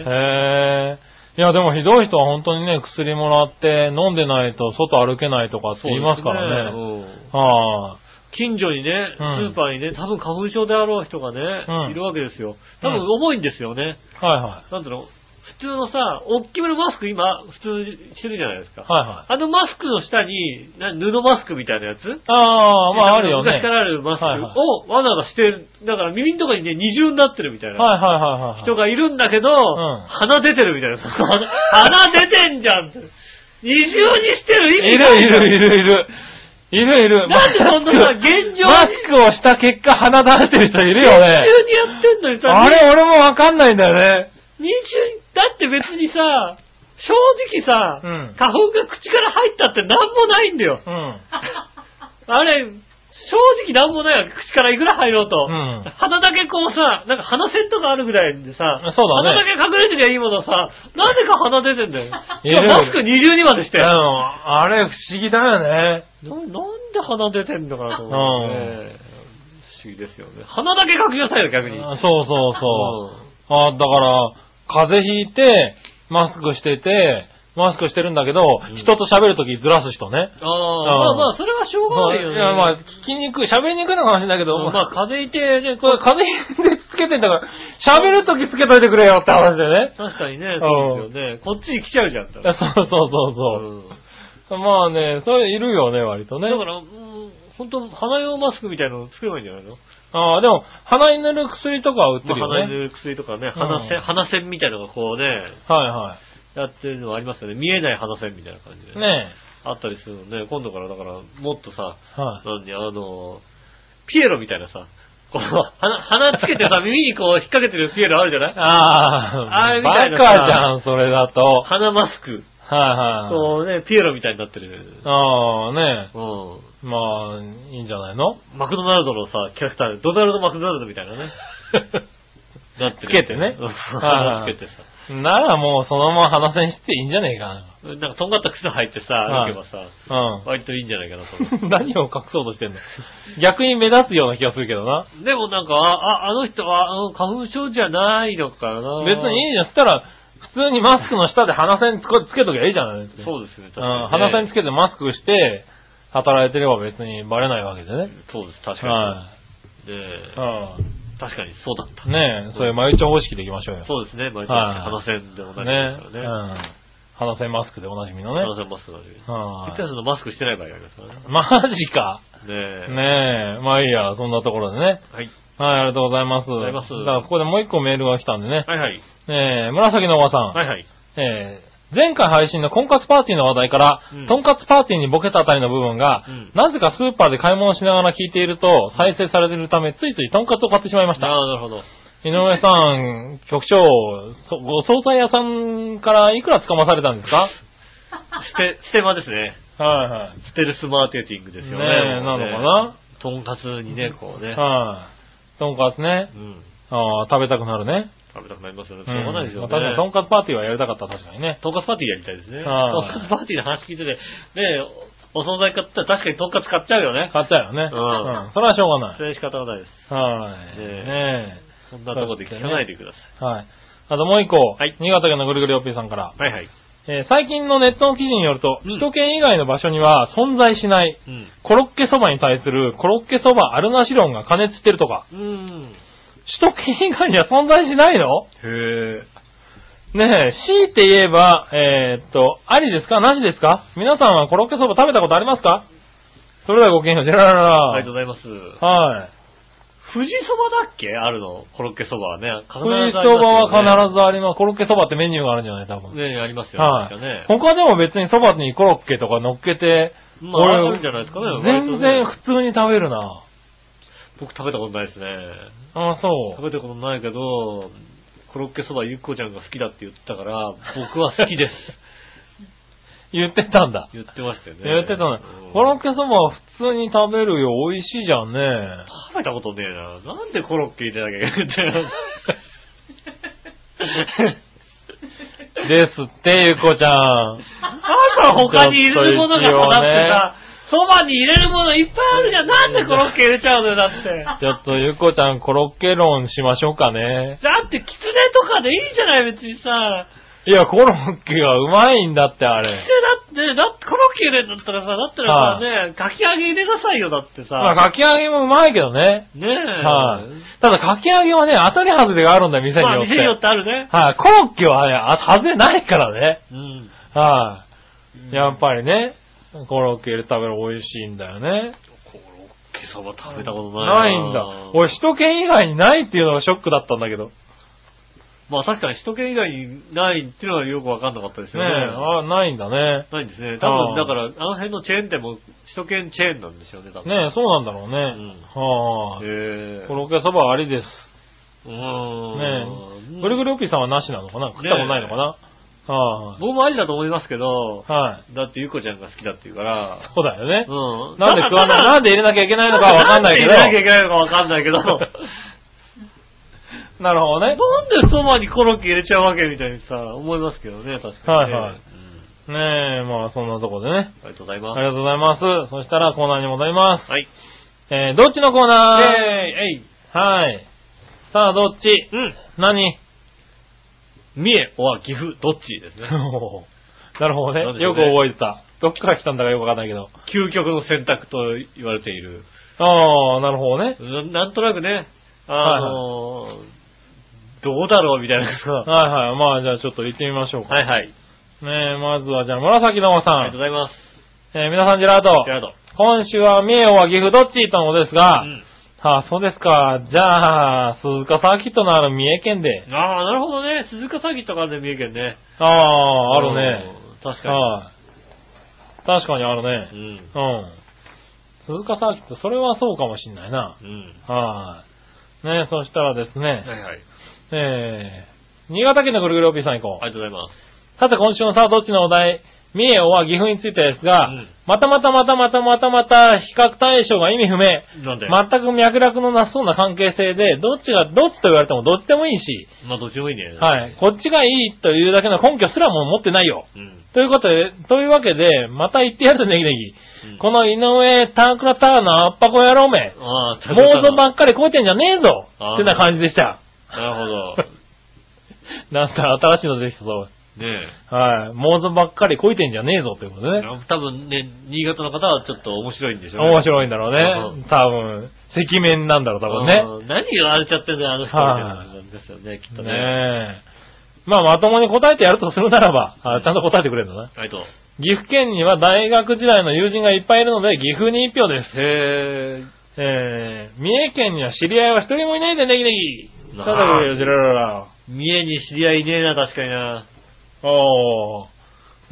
S3: へえ。いや、でもひどい人は本当にね、薬もらって飲んでないと外歩けないとかって言いますからね。
S2: そうですねうん
S3: は
S2: 近所にね、ス
S3: うん
S2: ーパーにね、多分花粉症であろう人がね、
S3: ん
S2: いるわけですよ。多分重いんですよね。
S3: い。はいは
S2: なんていうの普通のさ、大きめのマスク今、普通にしてるじゃないですか。
S3: い。はいはい。
S2: あのマスクの下に、な布マスクみたいなやつ
S3: ああ、まああるよね。
S2: 昔
S3: はい
S2: からあるマス
S3: はいはい
S2: クをわざわざしてる。だから耳のとこにね、二重になってるみたいな。
S3: はいはいはい。
S2: 人がいるんだけど、
S3: ん
S2: 鼻出てるみたいな。 鼻出てんじゃんって二重にしてる意
S3: い
S2: 味ない
S3: るいるいるいる。いるいる。
S2: なんでそんな さ、現状
S3: マスクをした結果鼻出してる人いるよね。
S2: 二重にやってんのにさ、
S3: あれ、俺もわかんないんだよね。
S2: 二重、だって別にさ、正直さ、
S3: うん
S2: 花粉が口から入ったってなんもないんだよ。
S3: うん。
S2: あれ、正直なんもないわ口からいくら入ろうと。
S3: うん
S2: 鼻だけこうさ、なんか鼻線とかあるぐらいでさ、
S3: そうだね
S2: 鼻だけ隠れてりゃいいものさ、なぜか鼻出てんだよ。
S3: い
S2: し
S3: や
S2: かもマスク二重にまでして。
S3: うん
S2: な
S3: あれ不思議だよね。
S2: なんで鼻出てんのかなと思う、ね。不思議ですよね。鼻だけ隠しなさいよ、逆に。
S3: あそうそうそ
S2: う
S3: う。
S2: ん
S3: あだから、風邪ひいて、マスクしてて、マスクしてるんだけど、
S2: うん
S3: 人と喋るときずらす人ね。
S2: ああ、まあまあ、それはしょうが
S3: まあ、
S2: ないいよね。
S3: やまあ、聞きにくい、喋りにくいのかもしれないけど、
S2: まあ、風邪いてね、こ
S3: これ
S2: れ、
S3: 風邪でつけてんだから、喋るときつけといてくれよって話でね。
S2: 確かにね、そうですよね。こっちに来ちゃうじゃん。そう
S3: そうそうそうそう。まあね、それいるよね、割とね。
S2: だから、うん本当鼻用マスクみたいなの作ればいいんじゃないの
S3: ああ、でも、鼻に塗る薬とかは売って
S2: ま
S3: る
S2: あ、
S3: よ
S2: 鼻
S3: ね。
S2: に塗る薬とかね、
S3: うん
S2: 鼻線、鼻線みたいなのがこうね、
S3: は
S2: やってるのはありますよね。見えない鼻線みたいな感じ
S3: いはい。
S2: で。。
S3: ね
S2: あったりするので、今度からだから、もっとさ、
S3: え。はい。
S2: 何、あの、ピエロみたいなさ、こう、鼻、鼻つけ てさ、耳にこう引っ掛けてるピエロあるじゃない
S3: あ
S2: あれ
S3: あ、
S2: みた
S3: バ
S2: いなさ
S3: カじゃん、それだと。は
S2: 鼻マスク。
S3: いはい。
S2: こうね、ピエロみたいになってる。
S3: ああ、ね
S2: うん。
S3: え。まあ、いいんじゃな いの
S2: マクドナルドのさ、キャラクター、ドナルド・マクドナルドみたいなね。なってる
S3: つけてね
S2: うん
S3: はいは い
S2: つけてさ。
S3: ならもうそのまま鼻線していいんじゃねえか
S2: なんか、とんがった靴履いてさ、
S3: は
S2: 歩
S3: い
S2: けばさ、
S3: な。
S2: 割といいんじゃないかなと
S3: う
S2: 思
S3: ん。何を隠そうとしてんの逆に目立つような気がするけどな。
S2: う。 でもなんか、あ、ああの人は、うん花粉症じゃないのかな。
S3: 別にいいじゃん。そしたら、普通にマスクの下で鼻線つこつけときゃいいじゃないですか。
S2: そうですね、確
S3: う
S2: か
S3: ん
S2: にね、
S3: 鼻線つけてマスクして、働いてれば別にバレないわけでね。
S2: そうです、確かに。
S3: は
S2: で
S3: い。う
S2: 確かにそうだった。
S3: ん。ねえ、そういう眉帳方式でいきましょうよ。
S2: そうですね、毎日
S3: はい
S2: 話せんで同じですか
S3: ねえ。う
S2: らね。
S3: ん。鼻線マスクでおなじみのね。
S2: 話せますので。
S3: は
S2: ピ
S3: い
S2: カソのマスクしてない場合がありますからね。
S3: マジか。
S2: ねえ。
S3: ねえ、まあいいや、そんなところでね。
S2: はい。
S3: はい、ありがとうございます。あ
S2: りがとうございます
S3: だからここでもう一個メールが来たんでね。
S2: はいはい。
S3: えー、紫のおばさん。
S2: はいはい。
S3: えー、前回配信の婚活パーティーの話題から、
S2: うん
S3: 婚活パーティーにボケたあたりの部分が、
S2: うん
S3: なぜかスーパーで買い物しながら聞いていると、再生されているため、ついつい婚活を買ってしまいました。
S2: ああ、なるほど。
S3: 井上さん、局長、そご惣菜屋さんからいくら捕まされたんですか
S2: ステ、ステマですね。
S3: はいはい。
S2: ステルスマーケティングですよね。
S3: ねえなのかな
S2: とんかつにね、こうね。
S3: はい。とんかつね
S2: う。ん。
S3: ああ、食べたくなるね。
S2: 食べたくなりますよね。
S3: うん
S2: しょうがないですよね。
S3: まあ確かに、とんかつパーティーはやりたかった、確かにね。
S2: とんかつパーティーやりたいですね。とん
S3: はい
S2: かつパーティーの話聞いてて、ねえ、おお惣菜買ったら確かにとんかつ買っちゃうよね。
S3: 買っちゃうよね。
S2: う
S3: うんん。それはしょうがない
S2: そ。れは仕方がないです。
S3: はい。
S2: ねえ
S3: ね
S2: そんなとこで聞かないでくださ
S3: え。はい。あともう一個。
S2: はい
S3: 新潟県のぐるぐるおっぴーさんから。
S2: い。はいはい。
S3: えー最近のネットの記事によると、
S2: うん
S3: 首都圏以外の場所には存在しない、
S2: うん。
S3: コロッケそばに対するコロッケそばあるなし論が加熱してるとか、
S2: うん。
S3: 首都圏以外には存在しないの
S2: へえ。
S3: ねえ、強いて言えば、えーっと、ありですかなしですか皆さんはコロッケそば食べたことありますかそれではごきげんよう、じゃららら。
S2: ありがとうございます。
S3: はい。
S2: 富士そばだっけあるのコロッケそばはね。必ず
S3: 富
S2: あり
S3: 士
S2: ます
S3: そ
S2: よね
S3: ばは必ずあります。コロッケそばってメニューがあるんじゃない多分。
S2: ねありますよね。
S3: はい
S2: 確かね。
S3: 他でも別にそばにコロッケとか乗っけて、
S2: まあ、
S3: 俺
S2: あるんじゃないですかね。割と
S3: 全
S2: ね
S3: 然普通に食べるな。
S2: 僕食べたことないですね。
S3: あ、そ
S2: 食
S3: う。
S2: べたことないけど、コロッケそばゆっこちゃんが好きだって言ったから、僕は好きです。
S3: 言ってたんだ。
S2: 言ってましたよね。
S3: 言ってたの
S2: う。ん
S3: コロッケそばは普通に食べるよ。美味しいじゃんね。
S2: 食べたことねえな。なんでコロッケ入れなきゃいけ ないんだよ。
S3: ですって、ゆこちゃん。
S2: なんか他に入れるものが
S3: ちょっと一応
S2: さ、だって
S3: ね
S2: さ、そばに入れるものいっぱいあるじゃん。なんでコロッケ入れちゃうのよ、だって。
S3: ちょっとゆこちゃん、コロッケ論しましょうかね。
S2: だって、キツネとかでいいじゃない、別にさ。
S3: いや、コロッケがうまいんだって、あ
S2: キツ
S3: れ。
S2: ネだって、だってコロッケ入れるんだったらさ、だったらさ、ね、かき揚げ入れなさいよ、だって
S3: まあ、
S2: さ。
S3: かき揚げもうまいけどね。
S2: ねえ。
S3: はい、ただ、かき揚げはね、当たり外れがあるんだよ、店に
S2: まあ、
S3: よって。
S2: 店によってあるね。
S3: はい、コロッケはね、あ外れないからね。
S2: うん。
S3: はい、やっぱりね、コロッケで食べる美味しいんだよね。
S2: コロッケそば食べたことな
S3: ないいんだ。俺、首都圏以外にないっていうのがショックだったんだけど。
S2: まあ確かに首都圏以外にないっていうのはよくわかんなかったです
S3: ねえ、
S2: よね。
S3: あないんだね。
S2: ないんですね。多分、
S3: あー
S2: だから、あの辺のチェーン店も、首都圏チェーンなんでしょうね、多分。
S3: ねえ、そうなんだろうね。はい、
S2: へえ
S3: コロッケそばはありです。
S2: うーん。
S3: ね
S2: うん
S3: え。ぐるぐるおっぴーさんはなしなのかな食ったことないのかな、はい、
S2: 僕もありだと思いますけど、
S3: はい。
S2: だってゆこちゃんが好きだって言うから、
S3: そうだよね。
S2: うん。
S3: なんで食 わない、
S2: な
S3: なんで入れなきゃいけないのかはわかんないけど。
S2: なんで入れなきゃいけないのかわかん ないけど、
S3: なるほど
S2: な
S3: ね。
S2: んでそばにコロッケ入れちゃうわけみたいにさ、思いますけどね、確かにね、
S3: はいは
S2: う
S3: い
S2: ん
S3: ねえ、まあそんなとこでね。
S2: ありがとうござい
S3: あ
S2: ます。
S3: りがとうございます。そしたらコーナーに戻ります。
S2: はい。
S3: えー、どっちのコーナー
S2: えい、えい。
S3: はい。さあ、どっち
S2: うん。
S3: 何
S2: 三重、おは岐阜、どっちですね。
S3: なる
S2: な
S3: ほど
S2: ん
S3: ね
S2: でしょ
S3: よ
S2: う
S3: く
S2: ね
S3: 覚えてた。どっから来たんだかよくわかんないけど。
S2: 究極の選択と言われている。
S3: ああ、なるほどね。
S2: ななんとなくね、あのーどうだろうみたいなさ。は
S3: はいはい。まあじゃあちょっと行ってみましょうか。
S2: いはい。
S3: ねえ、まずはじゃあ紫のおさ
S2: ありがとうんご。ざいます。
S3: えー皆さんジェラート
S2: ジ。ェラード。
S3: 今週は三重は岐阜どっちとのですが、
S2: うん
S3: はあ、そうですか。じゃあ、鈴鹿サーキットのある三重県で。
S2: ああ、なるほどね。鈴鹿サーキットがあるね、三重県ね。
S3: ああ、あるね。
S2: うん。確かに。
S3: はい。確かにある
S2: う
S3: ね。
S2: ん。
S3: うん。鈴鹿サーキット、それはそうかもしんないな。
S2: うん。
S3: はい。ねそしたらですね、
S2: はいはい。
S3: えー、新潟県のぐるぐるおっぴーさん行こ
S2: ありがとうございます。
S3: う。さて今週のさあどっちのお題、三重は岐阜についてですが、
S2: うん
S3: またまたまたまたまたまた比較対象が意味不明。
S2: なんで、ま、
S3: 全く脈絡のなさそうな関係性で、どっちが、どっちと言われてもどっちでもいいし、
S2: まあ、どっちでもいいね。
S3: はい。。こっちがいいというだけの根拠すらも持ってないよ。
S2: うん。
S3: ということで、というわけで、また言ってやるとネギネギ。
S2: うん
S3: この井上タンクラターナー圧迫野郎め。
S2: ああ、
S3: 妄想ばっかり超えてんじゃねえぞ
S2: あー
S3: ってな感じでした。
S2: なるほど。
S3: なんか新しいのできたぞ。
S2: ね
S3: はい。妄想ばっかり超えてんじゃねえぞということ
S2: え。
S3: ね。
S2: 多分ね、新潟の方はちょっと面白いんでしょうね。
S3: 面白いんだろうね。多分、赤面なんだろう、多分ね。
S2: うん何言われちゃってんだよ、あの人みたいな感じですよね、きっとね。
S3: ねえ。まあ、まともに答えてやるとするならば、あちゃんと答えてくれるんだな。
S2: はいと。
S3: 岐阜県には大学時代の友人がいっぱいいるので、岐阜に一票です。へえー、三重県には知り合いは一人もいないで、ネギネギ。
S2: なあ
S3: ただよ、ジェラララ。
S2: 三重に知り合いいねえな、確かにな。
S3: おー。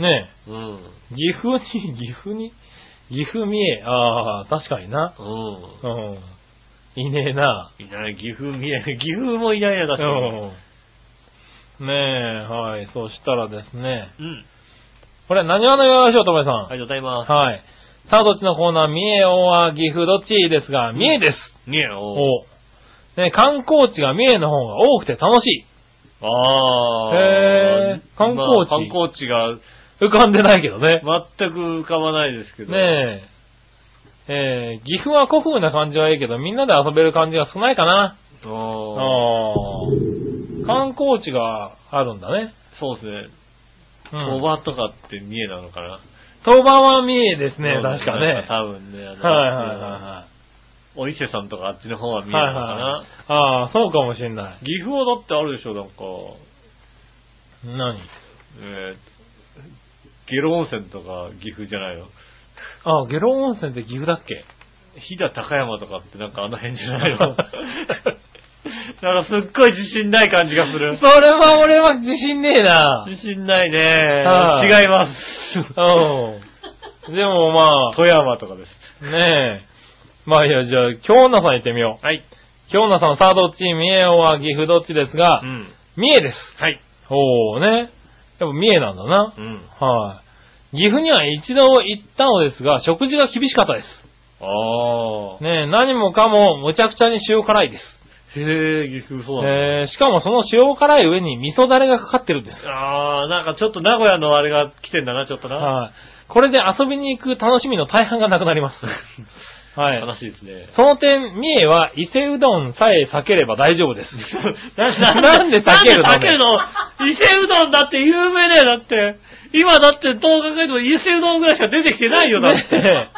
S3: ね
S2: うん。
S3: え、岐阜に、 岐阜に、岐阜三重、ああ、確かにな。
S2: うん。
S3: うん。いねえな。
S2: いない、 岐阜、三重、岐阜もいないな、確かに。
S3: うん。ねえ、はい。そしたらですね、
S2: うん。
S3: これ、何話のよしおとめさん。
S2: ありがとうございます。
S3: はい。さあ、どっちのコーナー、三重、大和、岐阜、どっちですが、三重です。
S2: 三重を。
S3: おね、観光地が三重の方が多くて楽しい。
S2: ああ。
S3: へえ観光地
S2: まあ観光地が
S3: 浮かんでないけどね。
S2: 全く浮かばないですけど。
S3: ねえ。えー、岐阜は古風な感じはいいけど、みんなで遊べる感じが少ないかな。
S2: あ
S3: あ
S2: ー
S3: ー観光地があるんだね。
S2: そうですね。
S3: うん
S2: 鳥羽とかって三重なのかな。
S3: 鳥羽は三重ですね
S2: う、ん
S3: 確かね。はい
S2: 多分ね、あの
S3: はいは
S2: お伊勢さんとかあっちの方はい
S3: はい。
S2: 見え
S3: は
S2: るの
S3: い
S2: か
S3: は。。
S2: ない
S3: ああ、そうかもしんない。
S2: 岐阜はだってあるでしょ、なんか、
S3: 何
S2: えー、ゲロ温泉とか岐阜じゃないの。
S3: あ、下呂温泉って岐阜だっけ
S2: 飛騨高山とかってなんかあの辺じゃ ないのなんかすっごい自信ない感じがする。
S3: それは俺は自信ねえな。
S2: 自信ないね。
S3: はい
S2: 違います。
S3: うん。でもま
S2: 富山とかです。
S3: あ、ねえ。まあいいや、じゃあ、京奈さん行ってみよう。
S2: はい。
S3: 京奈さん、さあどっち三重は岐阜どっちですが、
S2: うん。
S3: 三重です。
S2: はい。
S3: おーね。やっぱ三重なんだな。
S2: うん。
S3: はい。岐阜には一度行ったのですが、食事が厳しかったです。
S2: ああ。
S3: ねえ、何もかもむちゃくちゃに塩辛いです。
S2: へえ、岐阜そうなんだ。
S3: えー、しかもその塩辛い上に味噌だれがかかってるんです。
S2: ああ、なんかちょっと名古屋のあれが来てんだな、ちょっとな。
S3: はい。これで遊びに行く楽しみの大半がなくなり ます。はい。
S2: 悲しいですね。
S3: その点、三重は伊勢うどんさえ避ければ大丈夫です。なんで避けるの
S2: なんで避けるの伊勢うどんだって有名だよ、だって。今だってどう考えても伊勢うどんぐらいしか出てきてないよ、だって。
S3: ねえ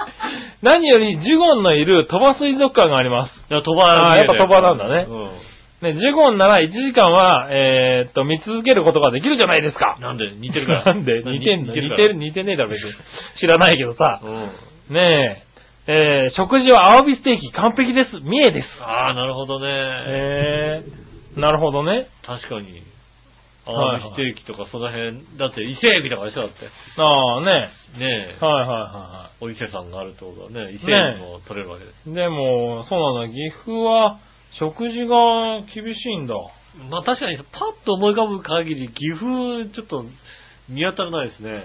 S3: 何よりジュゴンのいる鳥羽水族館がありま
S2: いや、鳥羽
S3: あーやっぱ鳥羽なんだね
S2: う
S3: す。ね、ジュゴンなら1時間は、えーっと、見続けることができるじゃないですか
S2: ん。。なんで似てるから。
S3: なんで似てんの似てる、似てねえだろ、別に。知らないけどさ
S2: う。ん。
S3: ねえ、えー食事はアワビステーキ完璧です。三重です。
S2: ああ、なるほどね。
S3: えー、なるほどね。
S2: 確かに。ア
S3: はい
S2: ワ
S3: はい
S2: ビステーキとかその辺、だって伊勢海老とかでしょ、だって。
S3: ああね。
S2: ねえ。
S3: はいはいは
S2: お伊勢さんがあるってことはね、伊勢海老も取れるわけで。
S3: いはい。でも、そうなんだ。岐阜は食事が厳しいんだ。
S2: まあ確かに、パッと思い浮かぶ限り、岐阜、ちょっと、見当たらないですね。
S3: ね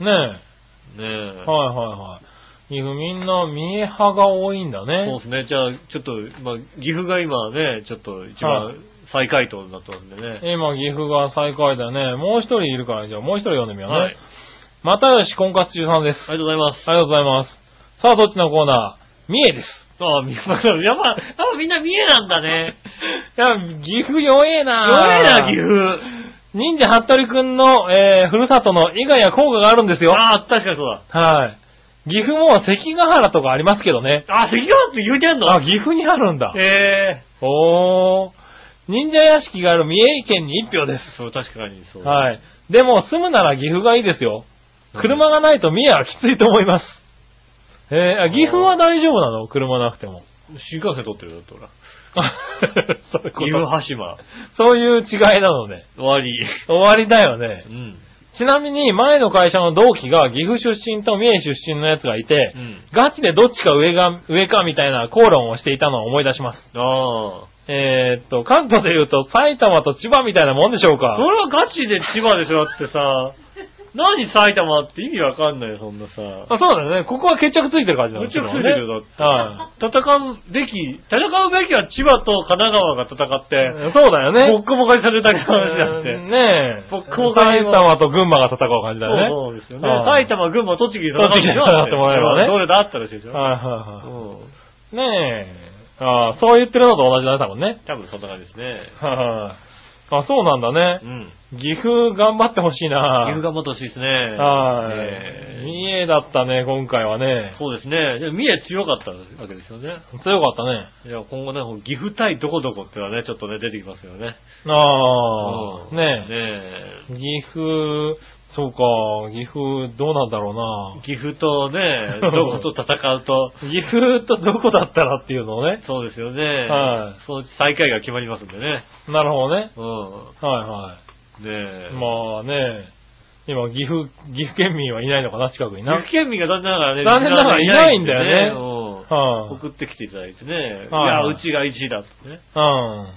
S3: え。
S2: ねえ。
S3: はいはいはい。岐阜みんな三重派が多いんだ
S2: そう
S3: ね。
S2: ですね。じゃあ、ちょっと、まあ、岐阜が今ね、ちょっと一
S3: は
S2: 番最下位となったんでね。
S3: 今岐阜が最下位だね。もう一人いるから、じゃあもう一人読んでみようね。
S2: はい。
S3: またよし婚活中さんです。
S2: ありがとうございます。
S3: ありがとうございます。さあ、どっちのコーナー三重です。
S2: ああ、みんな、やっぱ、やっぱみんな三重なんだね。
S3: いや、岐阜弱えな
S2: 弱えな、岐阜。
S3: 忍者ハットリくんの、えー、ふるさとの伊賀や甲賀があるんですよ。
S2: ああ、確かにそうだ。
S3: はい。岐阜も関ヶ原とかありますけどね。
S2: あ、関川って言うてんの
S3: あ、岐阜にあるんだ。
S2: ええ
S3: おー。忍者屋敷がある三重県に一票です。
S2: そう、確かにそう。い。
S3: はい。でも住むなら岐阜がいいですよ。車がないと三重はきついと思います。えー、あ岐阜は大丈夫なの車なくても。
S2: 新幹線取ってるよ、だってほら。
S3: そういうこ
S2: 岐
S3: と
S2: 阜、羽島、
S3: そういう違いなのね。
S2: 終わり。
S3: 終わりだよね
S2: う。ん。
S3: ちなみに前の会社の同期が岐阜出身と三重出身のやつがいて、
S2: うん
S3: ガチでどっちか上が、上かみたいな口論をしていたのを思い出します。
S2: あ
S3: えー、っと、関東で言うと埼玉と千葉みたいなもんでしょう
S2: あ。
S3: か
S2: それはガチで千葉でしょ、だってさ。何埼玉って意味わかんないよ、そんなさ。
S3: あそうだよね。ここは決着ついてる感じなん
S2: むち
S3: です
S2: ゃくち
S3: ね
S2: ゃだよ、だって。
S3: は
S2: 戦うべき、戦うべきは千葉と神奈川が戦って、
S3: い。そうだよね。
S2: ボッコボコにされるだけの話だって。
S3: うんねえ。
S2: ボッコボコに
S3: 埼玉と群馬が戦う感じだよね。
S2: そうそうですよね。
S3: はい
S2: 埼玉、群馬、栃木で
S3: 栃木で戦ってもらえればね
S2: どれだったらしいですよ。
S3: はいうはいは
S2: ん。
S3: い。ねえ。ああ、そう言ってるのと同じだね、多分ね。
S2: 多分そんな感じですね。
S3: はいはい。あ、そうなんだね
S2: う。ん。
S3: 岐阜頑張ってほしいな
S2: 岐阜頑張ってほしいですね。
S3: はい、
S2: えー
S3: 三重だったね、今回はね。
S2: そうですね。で三重強かったわけですよね。
S3: 強かった
S2: い
S3: ね。
S2: や、今後ね、こう岐阜対どこどこっていうのはね、ちょっとね、出てきますよね。
S3: ああ、
S2: うん
S3: ね
S2: ね
S3: え。岐阜、そうか、岐阜どうなんだろ
S2: え岐阜とね、どこと戦うと、
S3: うな。岐阜とどこだったらっていうのをね。
S2: そうですよね。
S3: はい
S2: そのうち最下位が決まりますんでね。
S3: なるほどね。
S2: う
S3: は
S2: ん。
S3: いは
S2: ねえ。
S3: い。まあね、今岐阜、岐阜県民はいないのかな、近くにな。
S2: 岐阜県民が残念ながらね、
S3: 残念ながらいないんだよね
S2: ね。うん
S3: は
S2: 送ってきていただいてね。いや、
S3: はいう
S2: ちが1位だってね。
S3: い、うん。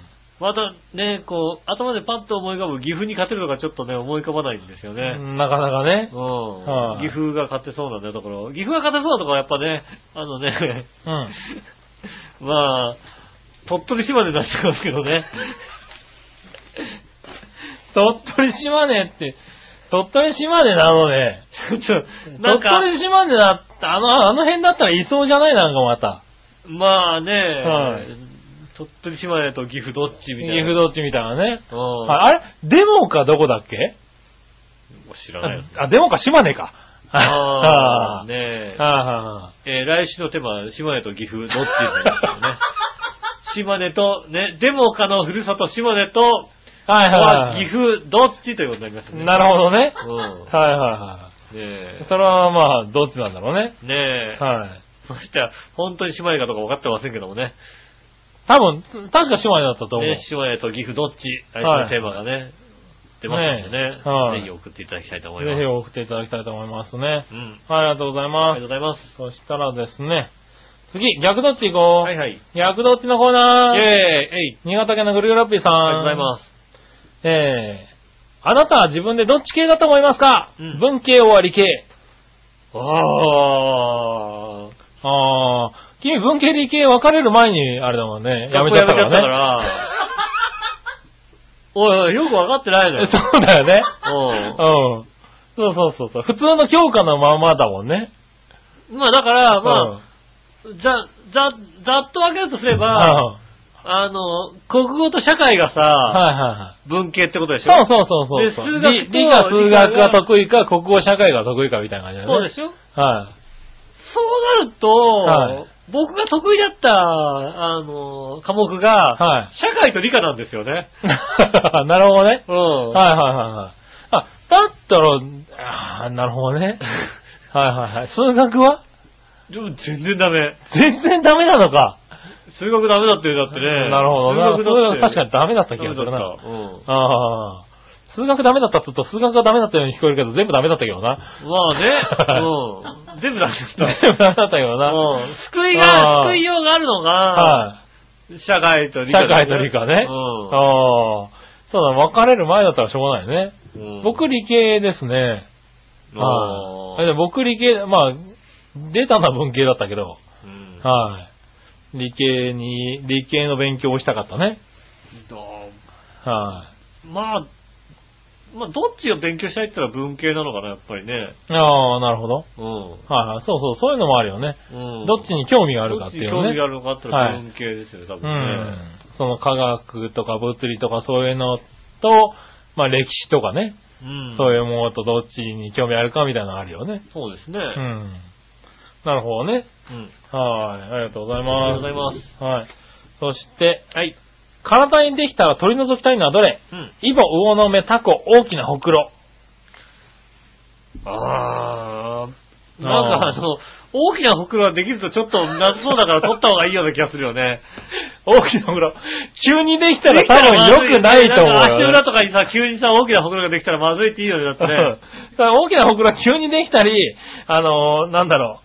S2: またね、こう、頭でパッと思い浮かぶ岐阜に勝てるのがちょっとね、思い浮かばないんですよね。
S3: なかなかね
S2: う。
S3: は
S2: ん。岐
S3: い
S2: 阜が勝てそうなんだよところ。岐阜が勝てそうなところはやっぱね、あのね、
S3: うん。
S2: まあ、鳥取島根出してますけど ね。
S3: 鳥取島根って、鳥取島根なのね。
S2: ちょっ と、な
S3: 鳥
S2: んか、
S3: 取島根だった、あの、あの辺だったらいそうじゃないなんかまた。
S2: まあね、
S3: はい
S2: 鳥取島根と岐阜どっちみ
S3: 岐
S2: たいな。
S3: 阜どっちみたいなね。
S2: うん
S3: ああれデモかどこだっけ
S2: 知らないです。
S3: あ、デモか島根か。
S2: あ
S3: あ
S2: あ、
S3: ー
S2: ねえ。
S3: あ
S2: えー来週のテーマは島根と岐阜、どっちになります よね。島根と、ね、デモカのふるさと島根と、
S3: ーはいはいはい。
S2: 岐阜、どっちということになりますね。
S3: なるほどね。
S2: うん
S3: はいはいは
S2: え。
S3: それはまあ、どっちなんだろうね。
S2: ねえ。
S3: はい。
S2: そしたら、本当に姉妹かどうか分かってませんけどもね。
S3: 多分、確か姉妹だったと思う。
S2: ね、姉妹と岐阜どっち来週
S3: は
S2: の
S3: い
S2: テーマがね、出ますんでね
S3: ね。はい
S2: ぜひ送っていただきたいと思い
S3: ぜ
S2: ます
S3: ひ。送っていただきたいと思いますね。
S2: うん。
S3: はいありがとうござい
S2: あ
S3: ま
S2: りがとうご
S3: す。
S2: ざいます。
S3: そしたらですね、次、逆どっち行こう。
S2: はいはい。イ
S3: 逆どっちのコーナ
S2: ェー
S3: ー。
S2: イえい
S3: 新潟県のグリューラッピーさん。
S2: ありがとうございます。
S3: す。えー、あなたは自分でどっち系だと思いますか、
S2: うん
S3: 文系終わり系。
S2: ああ。
S3: あー、君文系理系分かれる前に、あれだもんね、やめちゃっ
S2: 学校辞
S3: たからね。
S2: めちゃったから。おいおい、よく分かってないのよ。
S3: そうだよね。
S2: うん
S3: うん。そうそうそうそう。普通の教科のままだもんね。
S2: まあだから、
S3: う
S2: ま
S3: ん
S2: あ、ざ、ざ、ざっと分けるとすれば、
S3: うん
S2: あの、国語と社会が
S3: はいは
S2: さ、
S3: いはい。
S2: 文系ってことでしょ
S3: そうそうそうそうそ
S2: で数
S3: う。
S2: 学と
S3: 理理科数学が得意か、国語社会が得意かみたいな感じだね。
S2: そうでしょ
S3: す。は
S2: そうなると、
S3: はい
S2: 僕が得意だった、あの、科目が、
S3: は
S2: 社会と理科なんですよね。
S3: い。 なるほどね。
S2: うん。
S3: はいはいはいはい。あ、だったら、あーなるほどね。はいはいはい。数学は
S2: でも全然ダメ。
S3: 全然ダメなのか。
S2: 数学ダメだってだってね。
S3: なるほどな。数学確かに
S2: メ
S3: ダメだった気がする
S2: ダメ
S3: な。
S2: だったうん。
S3: ああ。数学ダメだったって言うと数学がダメだったように聞こえるけど、全部ダメだったけどな。
S2: まあね、 うん。全部ダメだっ
S3: 全部ダメだったけど
S2: た。
S3: な。
S2: うん。救い
S3: あ
S2: が、
S3: ー
S2: 救いようがあるのが、
S3: は
S2: 社会と
S3: い。
S2: 理科
S3: 社
S2: だ
S3: 会と理科ね。
S2: うん。
S3: ああ。そうだ、別れる前だったらしょうがないね。
S2: うん、
S3: 僕理系ですね。
S2: あ
S3: はい。で僕理系、まあ、出たのは文系だったけど、
S2: ーうん
S3: はい。理系に、理系の勉強をしたかったね。
S2: ど
S3: は
S2: うまあ、まあ、どっちを勉強したいって言ったら文系なのかな、やっぱりね。
S3: い。ああ、なるほど。
S2: うん。
S3: はいはい。そうそう、そういうのもあるよね。
S2: うん
S3: どっちに興味があるかっていうね。
S2: どっちに興味があるのかって言ったら文系ですよね、多
S3: う
S2: 分ね。
S3: ん。その科学とか物理とかそういうのと、まあ歴史とかね、
S2: うん。
S3: そう
S2: う。
S3: いうものとどっちに興味あるかみたいなのあるよね。
S2: そうですね。
S3: う。ん。なるほどね。
S2: うん。
S3: はい。ありがとうござい
S2: あ
S3: ま
S2: り
S3: す。。
S2: がとうございます
S3: はい。そして、
S2: はい。
S3: 体にできたら取り除きたいのはどれ
S2: うん。
S3: イボ、魚の目、タコ、大きなほくろ。
S2: あー。
S3: ー
S2: なんかあの、大きなほくろができるとちょっと夏そうだから取った方がいいような気がするよね。
S3: 大きなほくろ。急にできたら多分良くないと思う
S2: なんか
S3: よ
S2: 足の裏とかにさ、急にさ、大きなほくろができたらまずいっていいよね、だって
S3: うん
S2: ね。
S3: だ から大きなほくろは急にできたり、あのーなんだろ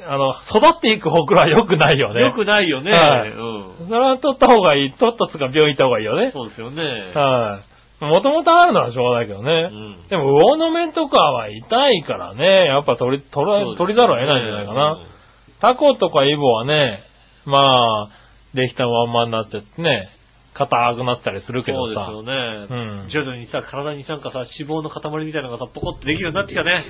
S3: う、あの、育っていくほくろは良くないよね。
S2: よくないよね。
S3: はいうそれは取った方がいい。取ったつか病院行った方がいいよ
S2: ん。
S3: ね。
S2: そうですよね。
S3: はい。もともとあるのはしょうがないけど
S2: う
S3: ね。
S2: ん。
S3: でも、魚の面とかは痛いからね、やっぱ取り、取ら、取りざるを得ないんじゃないかな。タコとかイボはね、まあ、できたまんまになっちゃってね、硬くなったりするけ
S2: そう
S3: ど
S2: です
S3: さ。
S2: よね。
S3: うん
S2: 徐々にさ、体になんかさ、脂肪の塊みたいなのがさ、ポコってできるようになってきた ね。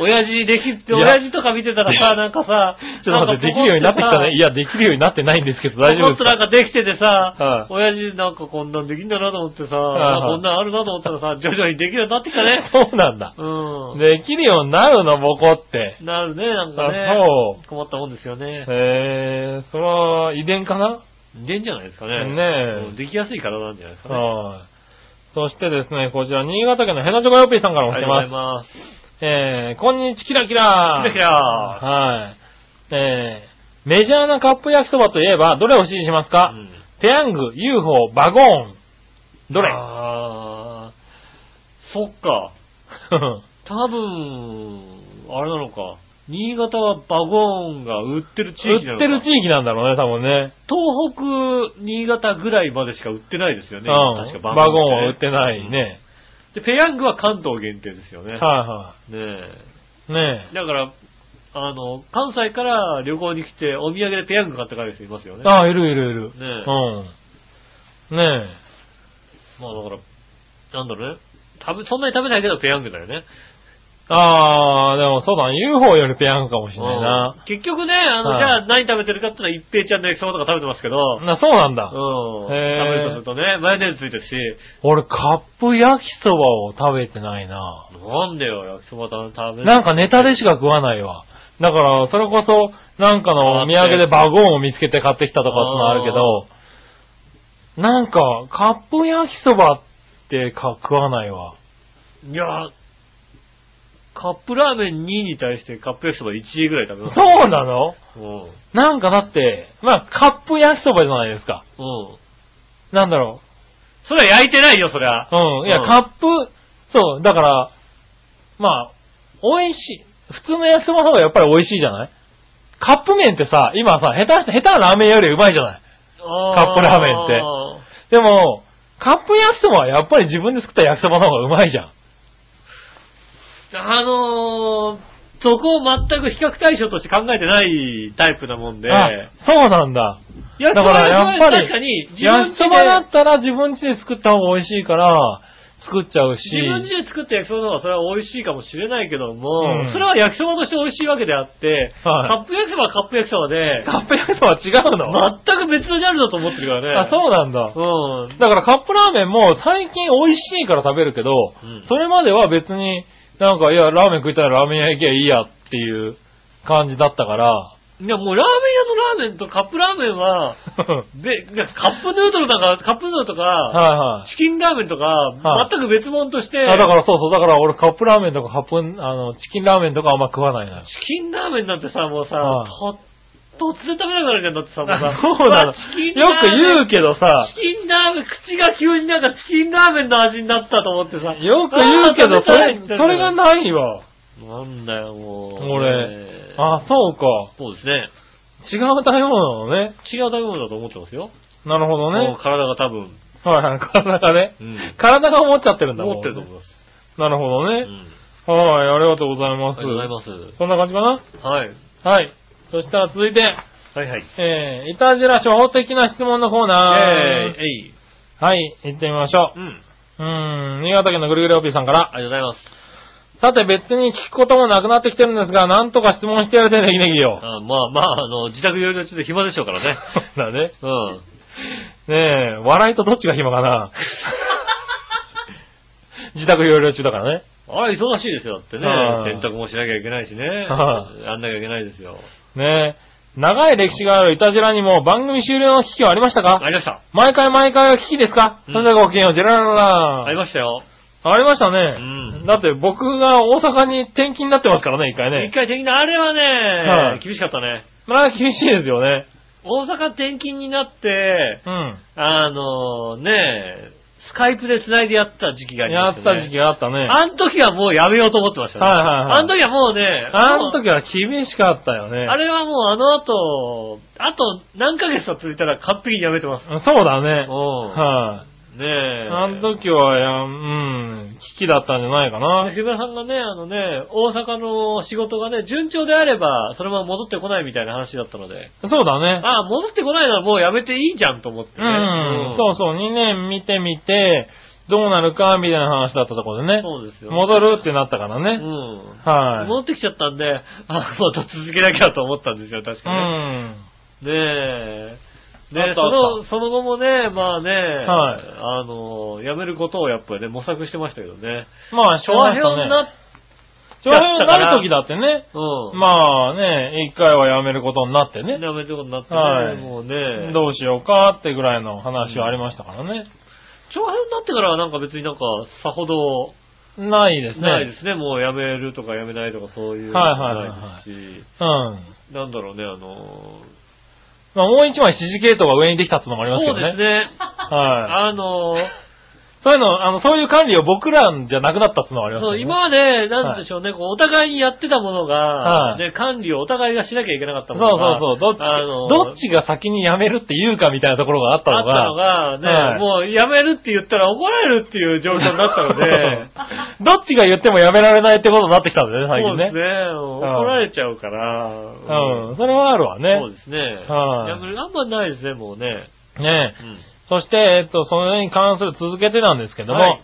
S2: 親父でき
S3: いや
S2: 親父とか見てたらさ、なんかさ、
S3: ちょっと待って、できるようになってきたね。いや、できるようになってないんですけど、
S2: 大
S3: 大
S2: 丈
S3: 丈
S2: 夫
S3: 夫
S2: ポコッ
S3: です
S2: と
S3: か
S2: なんかできててさ
S3: は、い
S2: 親父なんかこんなんできんだなと思ってさ、
S3: はい
S2: あこんなんあるなと思ったらさ、徐々にできるようになってきたね。
S3: そうなんだ。
S2: うん。
S3: できるようになるの、ボコって。
S2: なるね、なんか
S3: あ
S2: ね。
S3: そう。
S2: 困ったもんですよ ね。
S3: えー、それは遺伝かな
S2: でんじゃないですかね。
S3: ねえ
S2: うんできやすい体なんじゃないですかね。
S3: はい。そしてですね、こちら、新潟県のヘナチョコヨッピーさんからも来て
S2: あ
S3: ま
S2: りが
S3: す。
S2: とうございます。
S3: えー、こんにちキラキラ
S2: キラキラ
S3: はい。えー、メジャーなカップ焼きそばといえば、どれを支持しますか、
S2: うん
S3: ペヤング、UFO、バゴーン。どれ
S2: あーそっか。 多分、あれなのか。新潟はバゴーンが売ってる地域な
S3: 売
S2: のか
S3: ってる地域なんだろうね、多分ね。
S2: 東北、新潟ぐらいまでしか売ってないですよね。
S3: う
S2: 確
S3: ん。
S2: か
S3: バゴンは売って
S2: い。
S3: ないね。
S2: で、ペヤングは関東限定ですよね。
S3: は
S2: ね
S3: いはい。ね
S2: え。だから、あの、関西から旅行に来て、お土産でペヤング買って帰る人いますよ
S3: え
S2: ね。。
S3: ああ、いるいるいる。
S2: ねえ
S3: うん。ね
S2: まあだから、なんだろうね。食べ、そんなに食べないけどペヤングだよね。
S3: え。ああ、でもそうだね。UFO よりペヤングかもしれないな。
S2: うん結局ね、あの、
S3: はい
S2: じゃあ何食べてるかって言ったら一平ちゃんの焼きそばとか食べてますけど、
S3: な、そうなんだ。
S2: うん。食べ
S3: へー
S2: るとするとね、マヨネーズついてるし、
S3: 俺、カップ焼きそばを食べてないな。
S2: なんだよ、焼きそば食べ
S3: なんかネタで
S2: し
S3: しか食わないわ。だから、それこそ、なんかのお土産でバゴンを見つけて買ってきたとかってのあるけど、なんか、カップ焼きそばってか食わないわ。
S2: いや、カップラーメン2位に対してカップ焼きそば1位ぐらい食べます。
S3: そうなの
S2: うん。
S3: なんかだって、まあ、カップ焼きそばじゃないですか。
S2: うん。
S3: なんだろ
S2: それは焼いてないよ、そりゃ。
S3: う。うん。いや、
S2: うん
S3: カップ、そう、だから、まあ、美味しい。普通の焼きそばの方がやっぱり美味しいじゃないカップ麺ってさ、今さ、下手した、下手なラーメンよりうまいじゃないカップラーメンって
S2: あー
S3: でも、カップ焼きそばはやっぱり自分で作った焼きそばの方がうまいじゃん。
S2: あのー、そこを全く比較対象として考えてないタイプなもんで。
S3: あ、そうなんだ。
S2: いや
S3: だからやっぱ
S2: 確
S3: り
S2: かに、自分
S3: 焼き
S2: 家
S3: そばだ
S2: で
S3: っ、たら自分家で作った方が美味しいから、作っちゃうし。
S2: 自分家で作った焼きそばの方がそれは美味しいかもしれないけども、
S3: うん
S2: それは焼きそばとして美味しいわけであって、
S3: はい
S2: カップ焼きそばはカップ焼きそばで、
S3: カップ焼きそばは違うの、
S2: 全く別のジャンルだと思ってるからね。
S3: あ、そうなんだ。
S2: う
S3: だからカップラーメンも最近美味しいから食べるけど、
S2: うん
S3: それまでは別になんか、いや、ラーメン食いたらラーメン屋行けばいいやっていう感じだったから、
S2: ん。いや、もうラーメン屋のラーメンとカップラーメン は、で、いやカップヌードルだから、カップヌードルとか、
S3: は
S2: チキンラーメンとか、
S3: い
S2: 全く別物として、
S3: いはい。あだからそうそう、だから俺カップラーメンとかカップ、あの、チキンラーメンとかあんま食わないな。
S2: チキンラーメンなんてさ、もうさ、
S3: はい
S2: と突然食べなくなるじゃんだってさ、もうさ、
S3: そうな
S2: わ
S3: の。よ
S2: チキンラーメン
S3: く言うけどさ、
S2: チキンラーメン、口が急になんかチキンラーメンの味になったと思ってさ。
S3: よく言うけど、
S2: あー
S3: それ、それが。
S2: 食べたい
S3: ないわ。
S2: なんだよ、もう。
S3: 俺
S2: ね。
S3: あ、そうか。
S2: そうですね。
S3: 違う食べ物なのね。
S2: 違う食べ物だと思ってますよ。
S3: なるほ
S2: も
S3: ど
S2: う
S3: ね。
S2: 体が多分、
S3: はいはい、体がね
S2: う。ん
S3: 体が思っちゃってるんだもん、
S2: 思ってると思います。
S3: なるほど
S2: う
S3: ね。
S2: ん
S3: はい、ありがとうござい
S2: あ
S3: ま
S2: り
S3: す。
S2: がとうございます。
S3: そんな感じかな
S2: はい。
S3: はい。そしたら続いて、
S2: はいはい。
S3: えー、いたじら初歩的な質問のコーナー。
S2: えい、えい。
S3: はい、行ってみましょ
S2: うん。
S3: う。うーん、新潟県のぐるぐるおぴーさんから。
S2: ありがとうございます。
S3: さて別に聞くこともなくなってきてるんですが、なんとか質問してやるてねぎねぎよ。
S2: あまあまあ、あの、自宅寄りのちょっと暇でしょうからね。
S3: だね。
S2: うん。
S3: ねえ、笑いとどっちが暇 かな自宅療養中だからね。
S2: あれ、忙しいですよ、だってね
S3: は。い
S2: 洗濯もしなきゃいけないしね。
S3: は
S2: やんなきゃいけないですよ。
S3: ねえ、長い歴史があるいたじらにも番組終了の危機はありましたか
S2: ありました。
S3: 毎回毎回が危機ですか、
S2: うん
S3: それではごきげんよう、ジェラララ
S2: ありましたよ。
S3: ありましたね。
S2: うん
S3: だって僕が大阪に転勤になってますからね、一回
S2: 一
S3: ね。
S2: 回転勤、あれは
S3: は
S2: ね
S3: い、
S2: 厳しかったね。
S3: まあ厳しいですよね。
S2: 大阪転勤になって、
S3: うん。
S2: あの、ねえ、スカイプで繋いでやった時期があり
S3: や
S2: ま
S3: っ
S2: したたね。
S3: 時期があったね。
S2: あの時はもうやめようと思ってましたね。
S3: はいはいはい
S2: あの時はもうね、
S3: あの時は厳しかったよね。
S2: あれはもうあの後、あと何ヶ月か続いたら完璧にやめてます。
S3: そうだね。
S2: う
S3: はい、
S2: ん。ねえ。
S3: あの時はや、うん、危機だったんじゃないかな。
S2: 木村さんがね、あのね、大阪の仕事がね、順調であれば、そのまま戻ってこないみたいな話だったので、
S3: そうだね。
S2: あ戻ってこないならもうやめていいじゃんと思ってね。
S3: うん、そうそう、2年見てみて、どうなるか、みたいな話だったところでね。
S2: そうですよ。
S3: 戻るってなったから
S2: う
S3: ね。
S2: ん。
S3: はい。
S2: 戻ってきちゃったんで、あ、また続けなきゃと思ったんですよ、確
S3: う
S2: かね。
S3: ん。
S2: ねえ。
S3: あ
S2: ね
S3: っ
S2: そ
S3: たあっ
S2: の、その後もね、まあね、
S3: はい
S2: あの、やめることをやっぱりね、模索してましたけどね。
S3: まあ、しょう
S2: 長
S3: がな
S2: 編
S3: いですよね
S2: になっ、
S3: 長編になる時だってね。
S2: うん。
S3: まあね、一回はやめることになってね。
S2: やめることになって
S3: はい
S2: ね、もうね。
S3: どうしようかってぐらいの話はありましたからね。
S2: 長編になってからはなんか別になんか、さほど、
S3: ないですね。
S2: ないですね。もう辞めるとか辞めないとかそういう。
S3: はいはいはい
S2: ないです
S3: うん。
S2: し、なんだろうね、あの
S3: まあもう一枚指示系統が上にできたっていうのもありますけ
S2: そ
S3: ど
S2: うで
S3: ね。
S2: すね。
S3: はい。
S2: あのー
S3: そういうの、あの、そういう管理を僕らじゃなくなったっていうのもありま
S2: そ
S3: すよ
S2: う、
S3: ね。
S2: 今まで、なんでしょうね、こう、お互いにやってたものが、
S3: はい
S2: ね、管理をお互いがしなきゃいけなかった
S3: そう
S2: ものが、
S3: そうそう。どっち、
S2: あのー
S3: どっちが先に辞めるって言うかみたいなところがあった
S2: あ
S3: のが。
S2: ったのが、ね、
S3: はい
S2: もう辞めるって言ったら怒られるっていう状況になったの で、
S3: どっちが言ってもやめられないってことになってきたんだよね、最
S2: そ
S3: 近
S2: う
S3: ね。
S2: ですね、怒られちゃうから、
S3: うん、それはあるわ
S2: そう
S3: ね。
S2: ですね。
S3: はい
S2: やめる、あんまないですね、もうね。
S3: ねえ
S2: うん。
S3: そして、えっと、それに関する続けてなんですけども、
S2: はい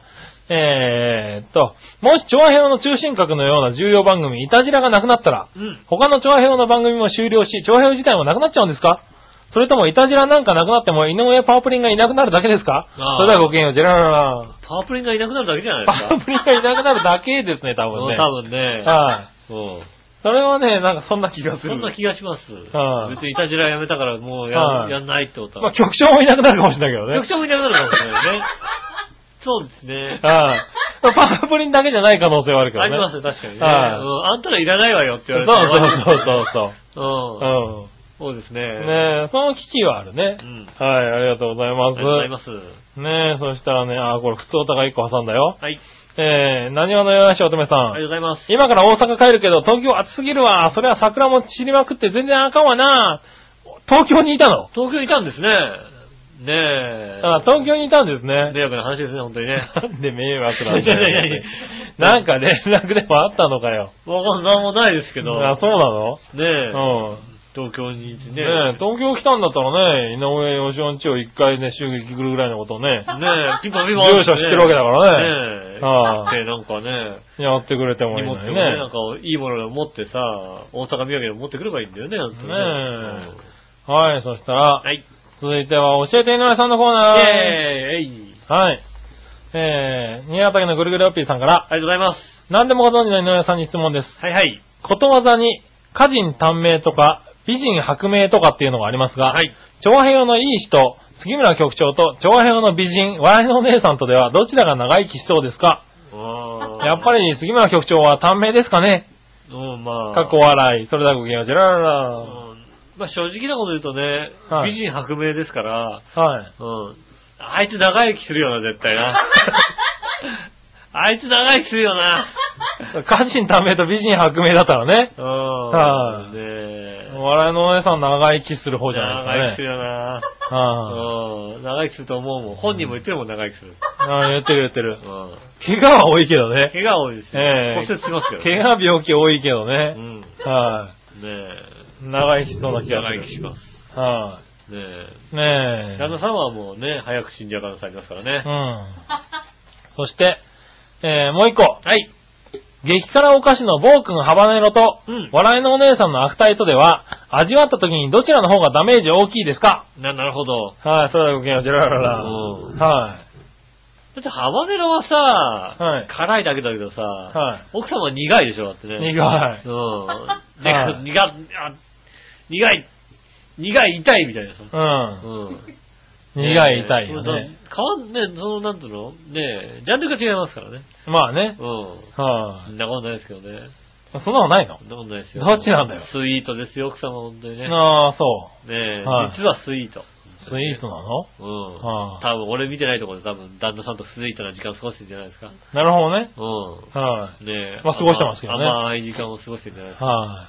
S3: えーっと、もし調和表の中心核のような重要番組、いたじらがなくなったら、
S2: うん。
S3: 他の調和表の番組も終了し、調和表自体もなくなっちゃうんですかそれとも、いたじらなんかなくなっても、井上パープリンがいなくなるだけですか
S2: あー
S3: それではごきげんよう、ジェラララ。
S2: パワープリンがいなくなるだけじゃないで
S3: パ
S2: す か。
S3: ープリンがいなくなるだけですね、多分ね。
S2: 多分ね。
S3: はい。
S2: うん
S3: それはね、なんかそんな気がする。
S2: そんな気がします。
S3: はい
S2: 別にいたじらやめたからもうや,、
S3: はい
S2: んないってこと
S3: まあ、
S2: は。
S3: 局長もいなくなるかもしれないけどね。
S2: 局 長もいなくなるかもしれないね。そうですね。
S3: ああ。まあパープリンだけじゃない可能性はあるけど
S2: あ
S3: ね。
S2: りますね、確かにね。うん
S3: はい
S2: あんたらいらないわよって言われて。
S3: そうそうそうそう
S2: うん
S3: そう。
S2: そうですね。
S3: うん。ねえ、その危機はあるね。
S2: うん
S3: はい、ありがとうござい
S2: あ
S3: ま
S2: り
S3: す。
S2: がとうございます。
S3: ねえ、そしたらね、あ、これ、普通お互い1個挟んだよ。
S2: はい。
S3: えー、何話のよやしおとめさん。
S2: ありがとうございます。
S3: 今から大阪帰るけど、東京暑すぎるわ。それは桜も散りまくって全然あかんわな。東京にいたの
S2: 東京にいたんですね。ねえ。
S3: あ、東京にいたんですね。
S2: 迷惑な話ですね、本当にね。
S3: なんで迷惑なんだよ
S2: いやいやいやいや
S3: なんか連絡でもあったのかよ。
S2: わかんなんもないですけど。
S3: あ、そうなの
S2: ねえ。
S3: うん。
S2: 東京にいてね。
S3: ねえ東京来たんだったらね、井上義雄んちを一回ね、襲撃来るぐらいのことをね、
S2: ねえ、ピンポンピン
S3: 住
S2: ポン、
S3: 所知ってるわけだから
S2: ね
S3: ね、
S2: え。
S3: ああ
S2: で、なんかね、
S3: やってくれても
S2: 荷
S3: いい
S2: 物を
S3: の
S2: ね、
S3: に
S2: な
S3: ね
S2: ん。かいいものを持ってさ、大阪土産でも持ってくればいいんだよね、本当にねう
S3: ね
S2: ん
S3: はい、そしたら、
S2: はい。
S3: 続いては、教えて井上さんのコーナー。
S2: イェーイ
S3: はい。えー、新潟県のぐるぐるおっぴーさんから、
S2: ありがとうございます。
S3: 何でもご存知の井上さんに質問です。
S2: はいはい。
S3: ことわざに、歌人短命とか、美人薄命とかっていうのがありますが、
S2: はい。
S3: 長平のいい人、杉村局長と長平の美人、笑いのお姉さんとではどちらが長生きしそうですかやっぱ
S2: り、
S3: り杉村局長は短命ですかね
S2: うん、まあ。
S3: 過去笑い、それだけゲージララ
S2: う
S3: ラ。
S2: んまあ正直なこと言うとね、
S3: はい
S2: 美人薄命ですから、
S3: はい。
S2: うん。あいつ長生きするよな、絶対 な。あいつ長生きするよな。
S3: 歌人短命と美人薄命だったらね、
S2: うん。
S3: はい
S2: ねえ
S3: 笑いのお姉さん長生きする方じゃ
S2: 長
S3: な
S2: 生き
S3: いですすか
S2: る
S3: ね。
S2: よな。
S3: は
S2: うん。長生きすると思うもん。本人も言ってるもん、長生きする。
S3: いあ言ってる言って
S2: う。
S3: る
S2: ん。
S3: 怪我は多いけどね。
S2: 怪我多いですよ。
S3: ええ
S2: 骨折しますけど。
S3: 怪我病気多いけど
S2: う
S3: ね。
S2: ん。ね
S3: は
S2: え。
S3: い。長生きしそうな気がす
S2: 長
S3: る
S2: 生き。します。
S3: は
S2: ねえ。
S3: い。ねえ。
S2: 旦那さんはもうね、早く死んじゃう可能性ありますからね。
S3: うん。そして、えー、もう一個。
S2: はい。
S3: 激辛お菓子の暴君ハバネロと、
S2: うん
S3: 笑いのお姉さんの悪態とでは、味わった時にどちらの方がダメージ大きいですか
S2: な、なるほど。
S3: はい、それではごきげんよう、ジェラララ。
S2: うん
S3: は
S2: だってハバネロはさ、
S3: はい
S2: 辛いだけだけどさ、
S3: はい
S2: 奥様は苦いでしょ、だってね。
S3: い。苦い。
S2: うん。
S3: はい
S2: ね、苦、あ、苦い、苦い、痛いみたいなさ。
S3: うん。
S2: うん。
S3: 苦い、痛いよね。
S2: だ変わんね、その、なんていうのねジャンルが違いますからね。
S3: まあね。
S2: うん。
S3: は
S2: そんなことないですけどね。
S3: い。そんなのないの
S2: そんなことないですよ。
S3: どっちなんだよ
S2: スイートですよ、奥様、本当にね。ね
S3: ああ、そ
S2: え、
S3: はい
S2: 実はスイート。
S3: う。スイートなの
S2: うん。
S3: は
S2: 多
S3: あ
S2: 分、俺見てないところで多分、旦那さんとスイートな時間を過ごしてるんじゃないですか。
S3: なるほどね。
S2: う
S3: は
S2: ん。ねえ。
S3: まあ過ごしてますけどね
S2: 甘い時間を過ごしてるんじゃないです
S3: い。
S2: か。
S3: は
S2: ね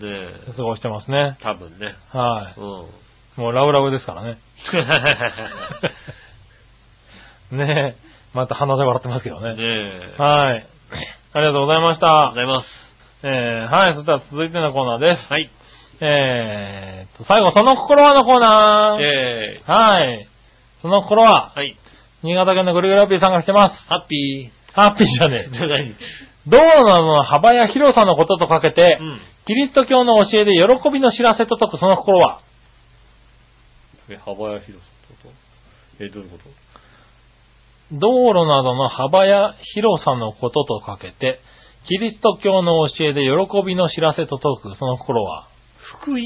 S3: い。
S2: え。
S3: 過ごしてますね。
S2: 多分ね。
S3: は
S2: うん。
S3: い。もうラブラブですからね。ねえ。また鼻で笑ってますけど
S2: ね
S3: ね。
S2: え。あり
S3: はい。ありがとうございまし
S2: がとうご。
S3: た
S2: ざいます。
S3: えー、はい、そしたら続いてのコーナーです。
S2: はい。
S3: えーっと、最後、その心はのコーナー。
S2: えー
S3: はい。その心は、
S2: はい。
S3: 新潟県のぐるぐるハッピーさんが来てます。
S2: ハッピー。
S3: ハッピーじゃねえ。
S2: 何
S3: 道路の幅や広さのこととかけて、
S2: うん。
S3: キリスト教の教えで喜びの知らせと解くその心は、
S2: え、幅や広さってことえ、どういうこと
S3: 道路などの幅や広さのこととかけて、キリスト教の教えで喜びの知らせと解くその心は、
S2: 福音っ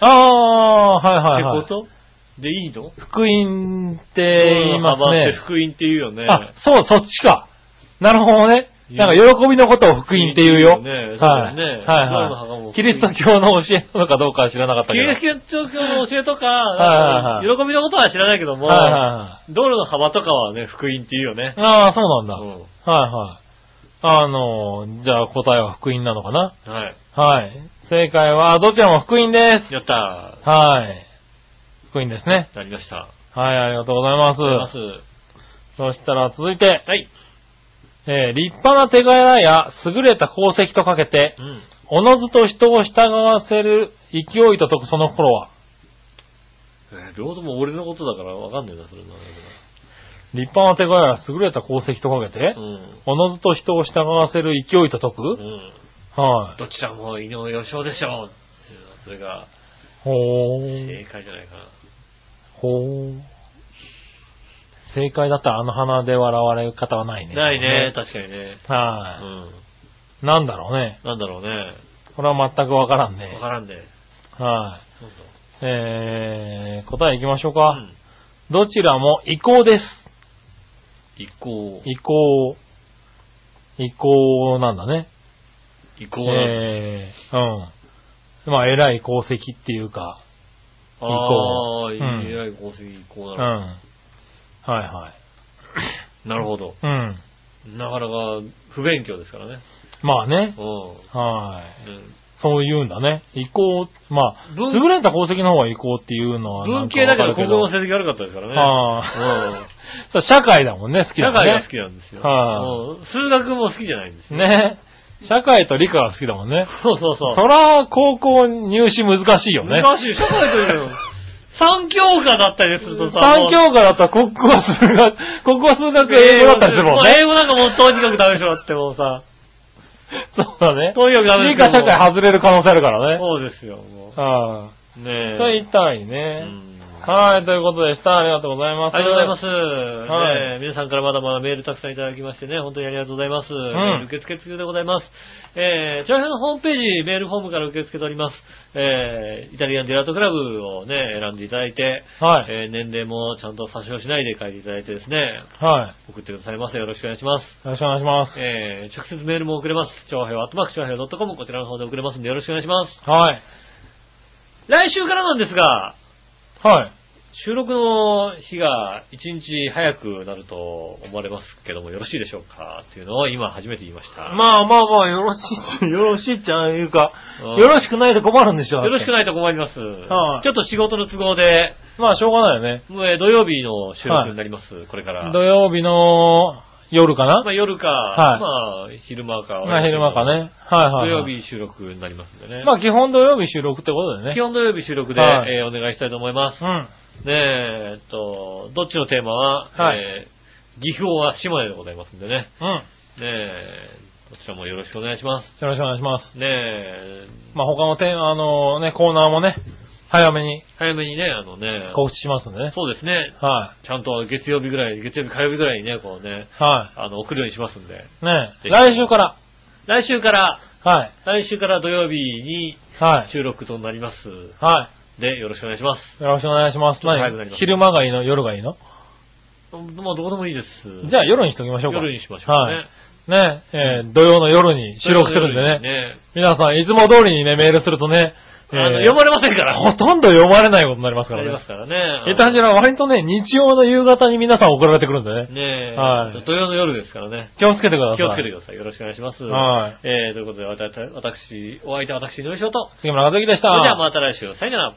S3: あー、はいはい、はい。
S2: てことでいいの
S3: 福音って言います
S2: 幅っ
S3: ね
S2: て。福音って言うよね。
S3: あ、そう、そっちか。なるほどね。なんか喜びのことを福音って言うよ。
S2: ねそうだ
S3: はい。
S2: よね
S3: はい
S2: どうもどう
S3: は
S2: も
S3: い。キリスト教の教えなのかどうかは知らなかった
S2: キ
S3: けど。
S2: リスト教の教えとか、
S3: はいはい
S2: 喜びのことは知らないけども、
S3: はいはいはい。
S2: 道路の幅とかはね、福音って言うよね。
S3: ああ、そう
S2: う
S3: なんだ。
S2: ん。
S3: はいはい。あの、じゃあ答えは福音なのかな
S2: はい。
S3: はい。正解はどちらも福音です。
S2: やった
S3: はい。福音ですね。
S2: ー。なりました。
S3: はい、ありがとうございます。
S2: ありがとうございま
S3: そしたら続いて
S2: す。、はい。
S3: えー立派な手柄や優れた功績とかけて、
S2: うん。
S3: おのずと人を従わせる勢いと解くその心は、
S2: えー両方とも俺のことだからわかんねえな、それな。
S3: 立派な手柄や優れた功績とかけて
S2: う、ん。
S3: おのずと人を従わせる勢いと解く、
S2: うん。
S3: はい。
S2: どちらも井上義雄でしょう。それが
S3: ほ
S2: 正
S3: ー。
S2: 解じゃないかな。
S3: ほー。正解だったらあの鼻で笑われる方はないね。
S2: ないね、。確かにね。う
S3: は
S2: ん。
S3: い。なんだろうね。
S2: なんだろうね。
S3: これは全くわからん
S2: わ
S3: ね。
S2: からんで。
S3: は
S2: そうそ
S3: い。えー、答え行きましょう
S2: う
S3: か。
S2: うん
S3: どちらも意向です。
S2: 移行。
S3: 移行、移行なんだね。
S2: 移行なんだ
S3: ええうん。まあ、偉い功績っていうか、行
S2: あ
S3: こ
S2: あ、
S3: う
S2: い
S3: うん
S2: えらい功績移行
S3: う
S2: だ
S3: ん。
S2: な。
S3: はいはい。
S2: なるほど。
S3: うん。
S2: なかなか不勉強ですからね。
S3: まあね。
S2: う
S3: はい。
S2: んうん。
S3: そう言うんだね。移行、まあ、
S2: 文
S3: 優れた功績の方が移行っていうのはな
S2: 文
S3: んか
S2: 系だから
S3: わか
S2: 国
S3: る
S2: 語の成績悪かったですからね。
S3: ああ。
S2: うん。
S3: そう 社会だもんね、好き
S2: 社
S3: だ
S2: 会
S3: もんね。
S2: が好きなんですよ。
S3: は
S2: うん数学も好きじゃないんですよ。
S3: ね。社会と理科が好きだもんね。
S2: そうそうそう。
S3: そら、高校入試難しいよね。
S2: 難しい。社会というのは三教科だったりするとさ。
S3: 三教科だったら国語は数 学、国語は数学英語だったりするもん
S2: う英
S3: ね。
S2: 語なんかもうとにかくダメでしょだってもうさ。
S3: そうだね。
S2: とにかくダメ
S3: 理
S2: です
S3: 科
S2: よ
S3: 社会外れる可能性あるからね。
S2: そうですよ、も
S3: あ
S2: う。ね
S3: あ。
S2: え。
S3: そういったいね。はい、ということでした。ありがとうございます。
S2: ありがとうございます。
S3: はい
S2: ねえ皆さんからまだまだメールたくさんいただきましてね、本当にありがとうございます。メール受付中でございます。えー、長編のホームページ、メールフォームから受け付けております。えー、イタリアンディラートクラブをね、選んでいただいて、
S3: はい。
S2: えー、年齢もちゃんと差し押しないで書いていただいてですね、
S3: はい。
S2: 送ってくださいませ。よろしくお願いします。
S3: よろしくお願いします。
S2: えー、直接メールも送れます。長編、アットマーク長編 .com、こちらの方で送れますんでよろしくお願いします。
S3: はい。
S2: 来週からなんですが、
S3: はい。
S2: 収録の日が一日早くなると思われますけども、よろしいでしょうかっていうのを今初めて言いました。
S3: まあまあまあ、よろしい、よろしいっちゃいうか、
S2: うん
S3: よろしくないで困るんでしょ。だっ
S2: よろ
S3: て
S2: しくないと困ります。
S3: はい
S2: ちょっと仕事の都合で、
S3: まあ、しょうがないよね。
S2: もうえー土曜日の収録になります、これから。
S3: 土曜日の夜かな
S2: まあ夜か、
S3: はい
S2: まあ昼間か。
S3: まあ、昼間か。ね。はいは
S2: 土
S3: いはい。
S2: 曜日収録になりますんでね。
S3: まあ、基本土曜日収録ってことでね。
S2: 基本土曜日収録で、
S3: はい
S2: えーお願いしたいと思います。
S3: うん。
S2: ねえ、えっと、どっちのテーマは、
S3: はい
S2: えー岐阜王は島根でございますんでね。
S3: うん。よ
S2: ねえ、こちらもよろしくお願いします。
S3: ろしくお願いします。
S2: ねえ、
S3: まあ、他のテーマ、あのね、コーナーもね、早めに
S2: 早めにね、あのね、
S3: 告知しますんでね。
S2: そうですね、
S3: は
S2: ちゃんと月曜日ぐらい、月曜日、火曜日ぐらいにね、こうね、
S3: い。は
S2: あの、送るようにしますんで。
S3: い。ね
S2: ぜひ
S3: 来週から。
S2: 来週から、
S3: はい。
S2: 来週から土曜日に
S3: はい。
S2: 収録となります。
S3: は
S2: で、よろしくお願いします。
S3: い。よろしくお願いします。
S2: ちょっと早くなり
S3: 何
S2: ます
S3: 昼間がいいの夜がいいの
S2: まあ、どこでもいいです。
S3: じゃあ夜にしときましょうか。
S2: 夜にしましょうね。
S3: ね、えー土曜の夜に収録するんでね。皆さん、いつも通りにね、メールするとね、
S2: あの、
S3: えー
S2: 読まれませんから。
S3: ほとんど読まれないことになりますか
S2: あり
S3: ら
S2: ます
S3: ね。
S2: からね。
S3: えたじら割とね、日曜の夕方に皆さん送られてくるんでね。
S2: ねえ、
S3: はい
S2: 土曜の夜ですからね。
S3: 気をつけてください。
S2: 気をつけてください。よろしくお願いします。
S3: はい
S2: えー、ということで、わた私、お相手は私、井上翔と。
S3: 杉村和之でした。
S2: それではまた来週、さよなら。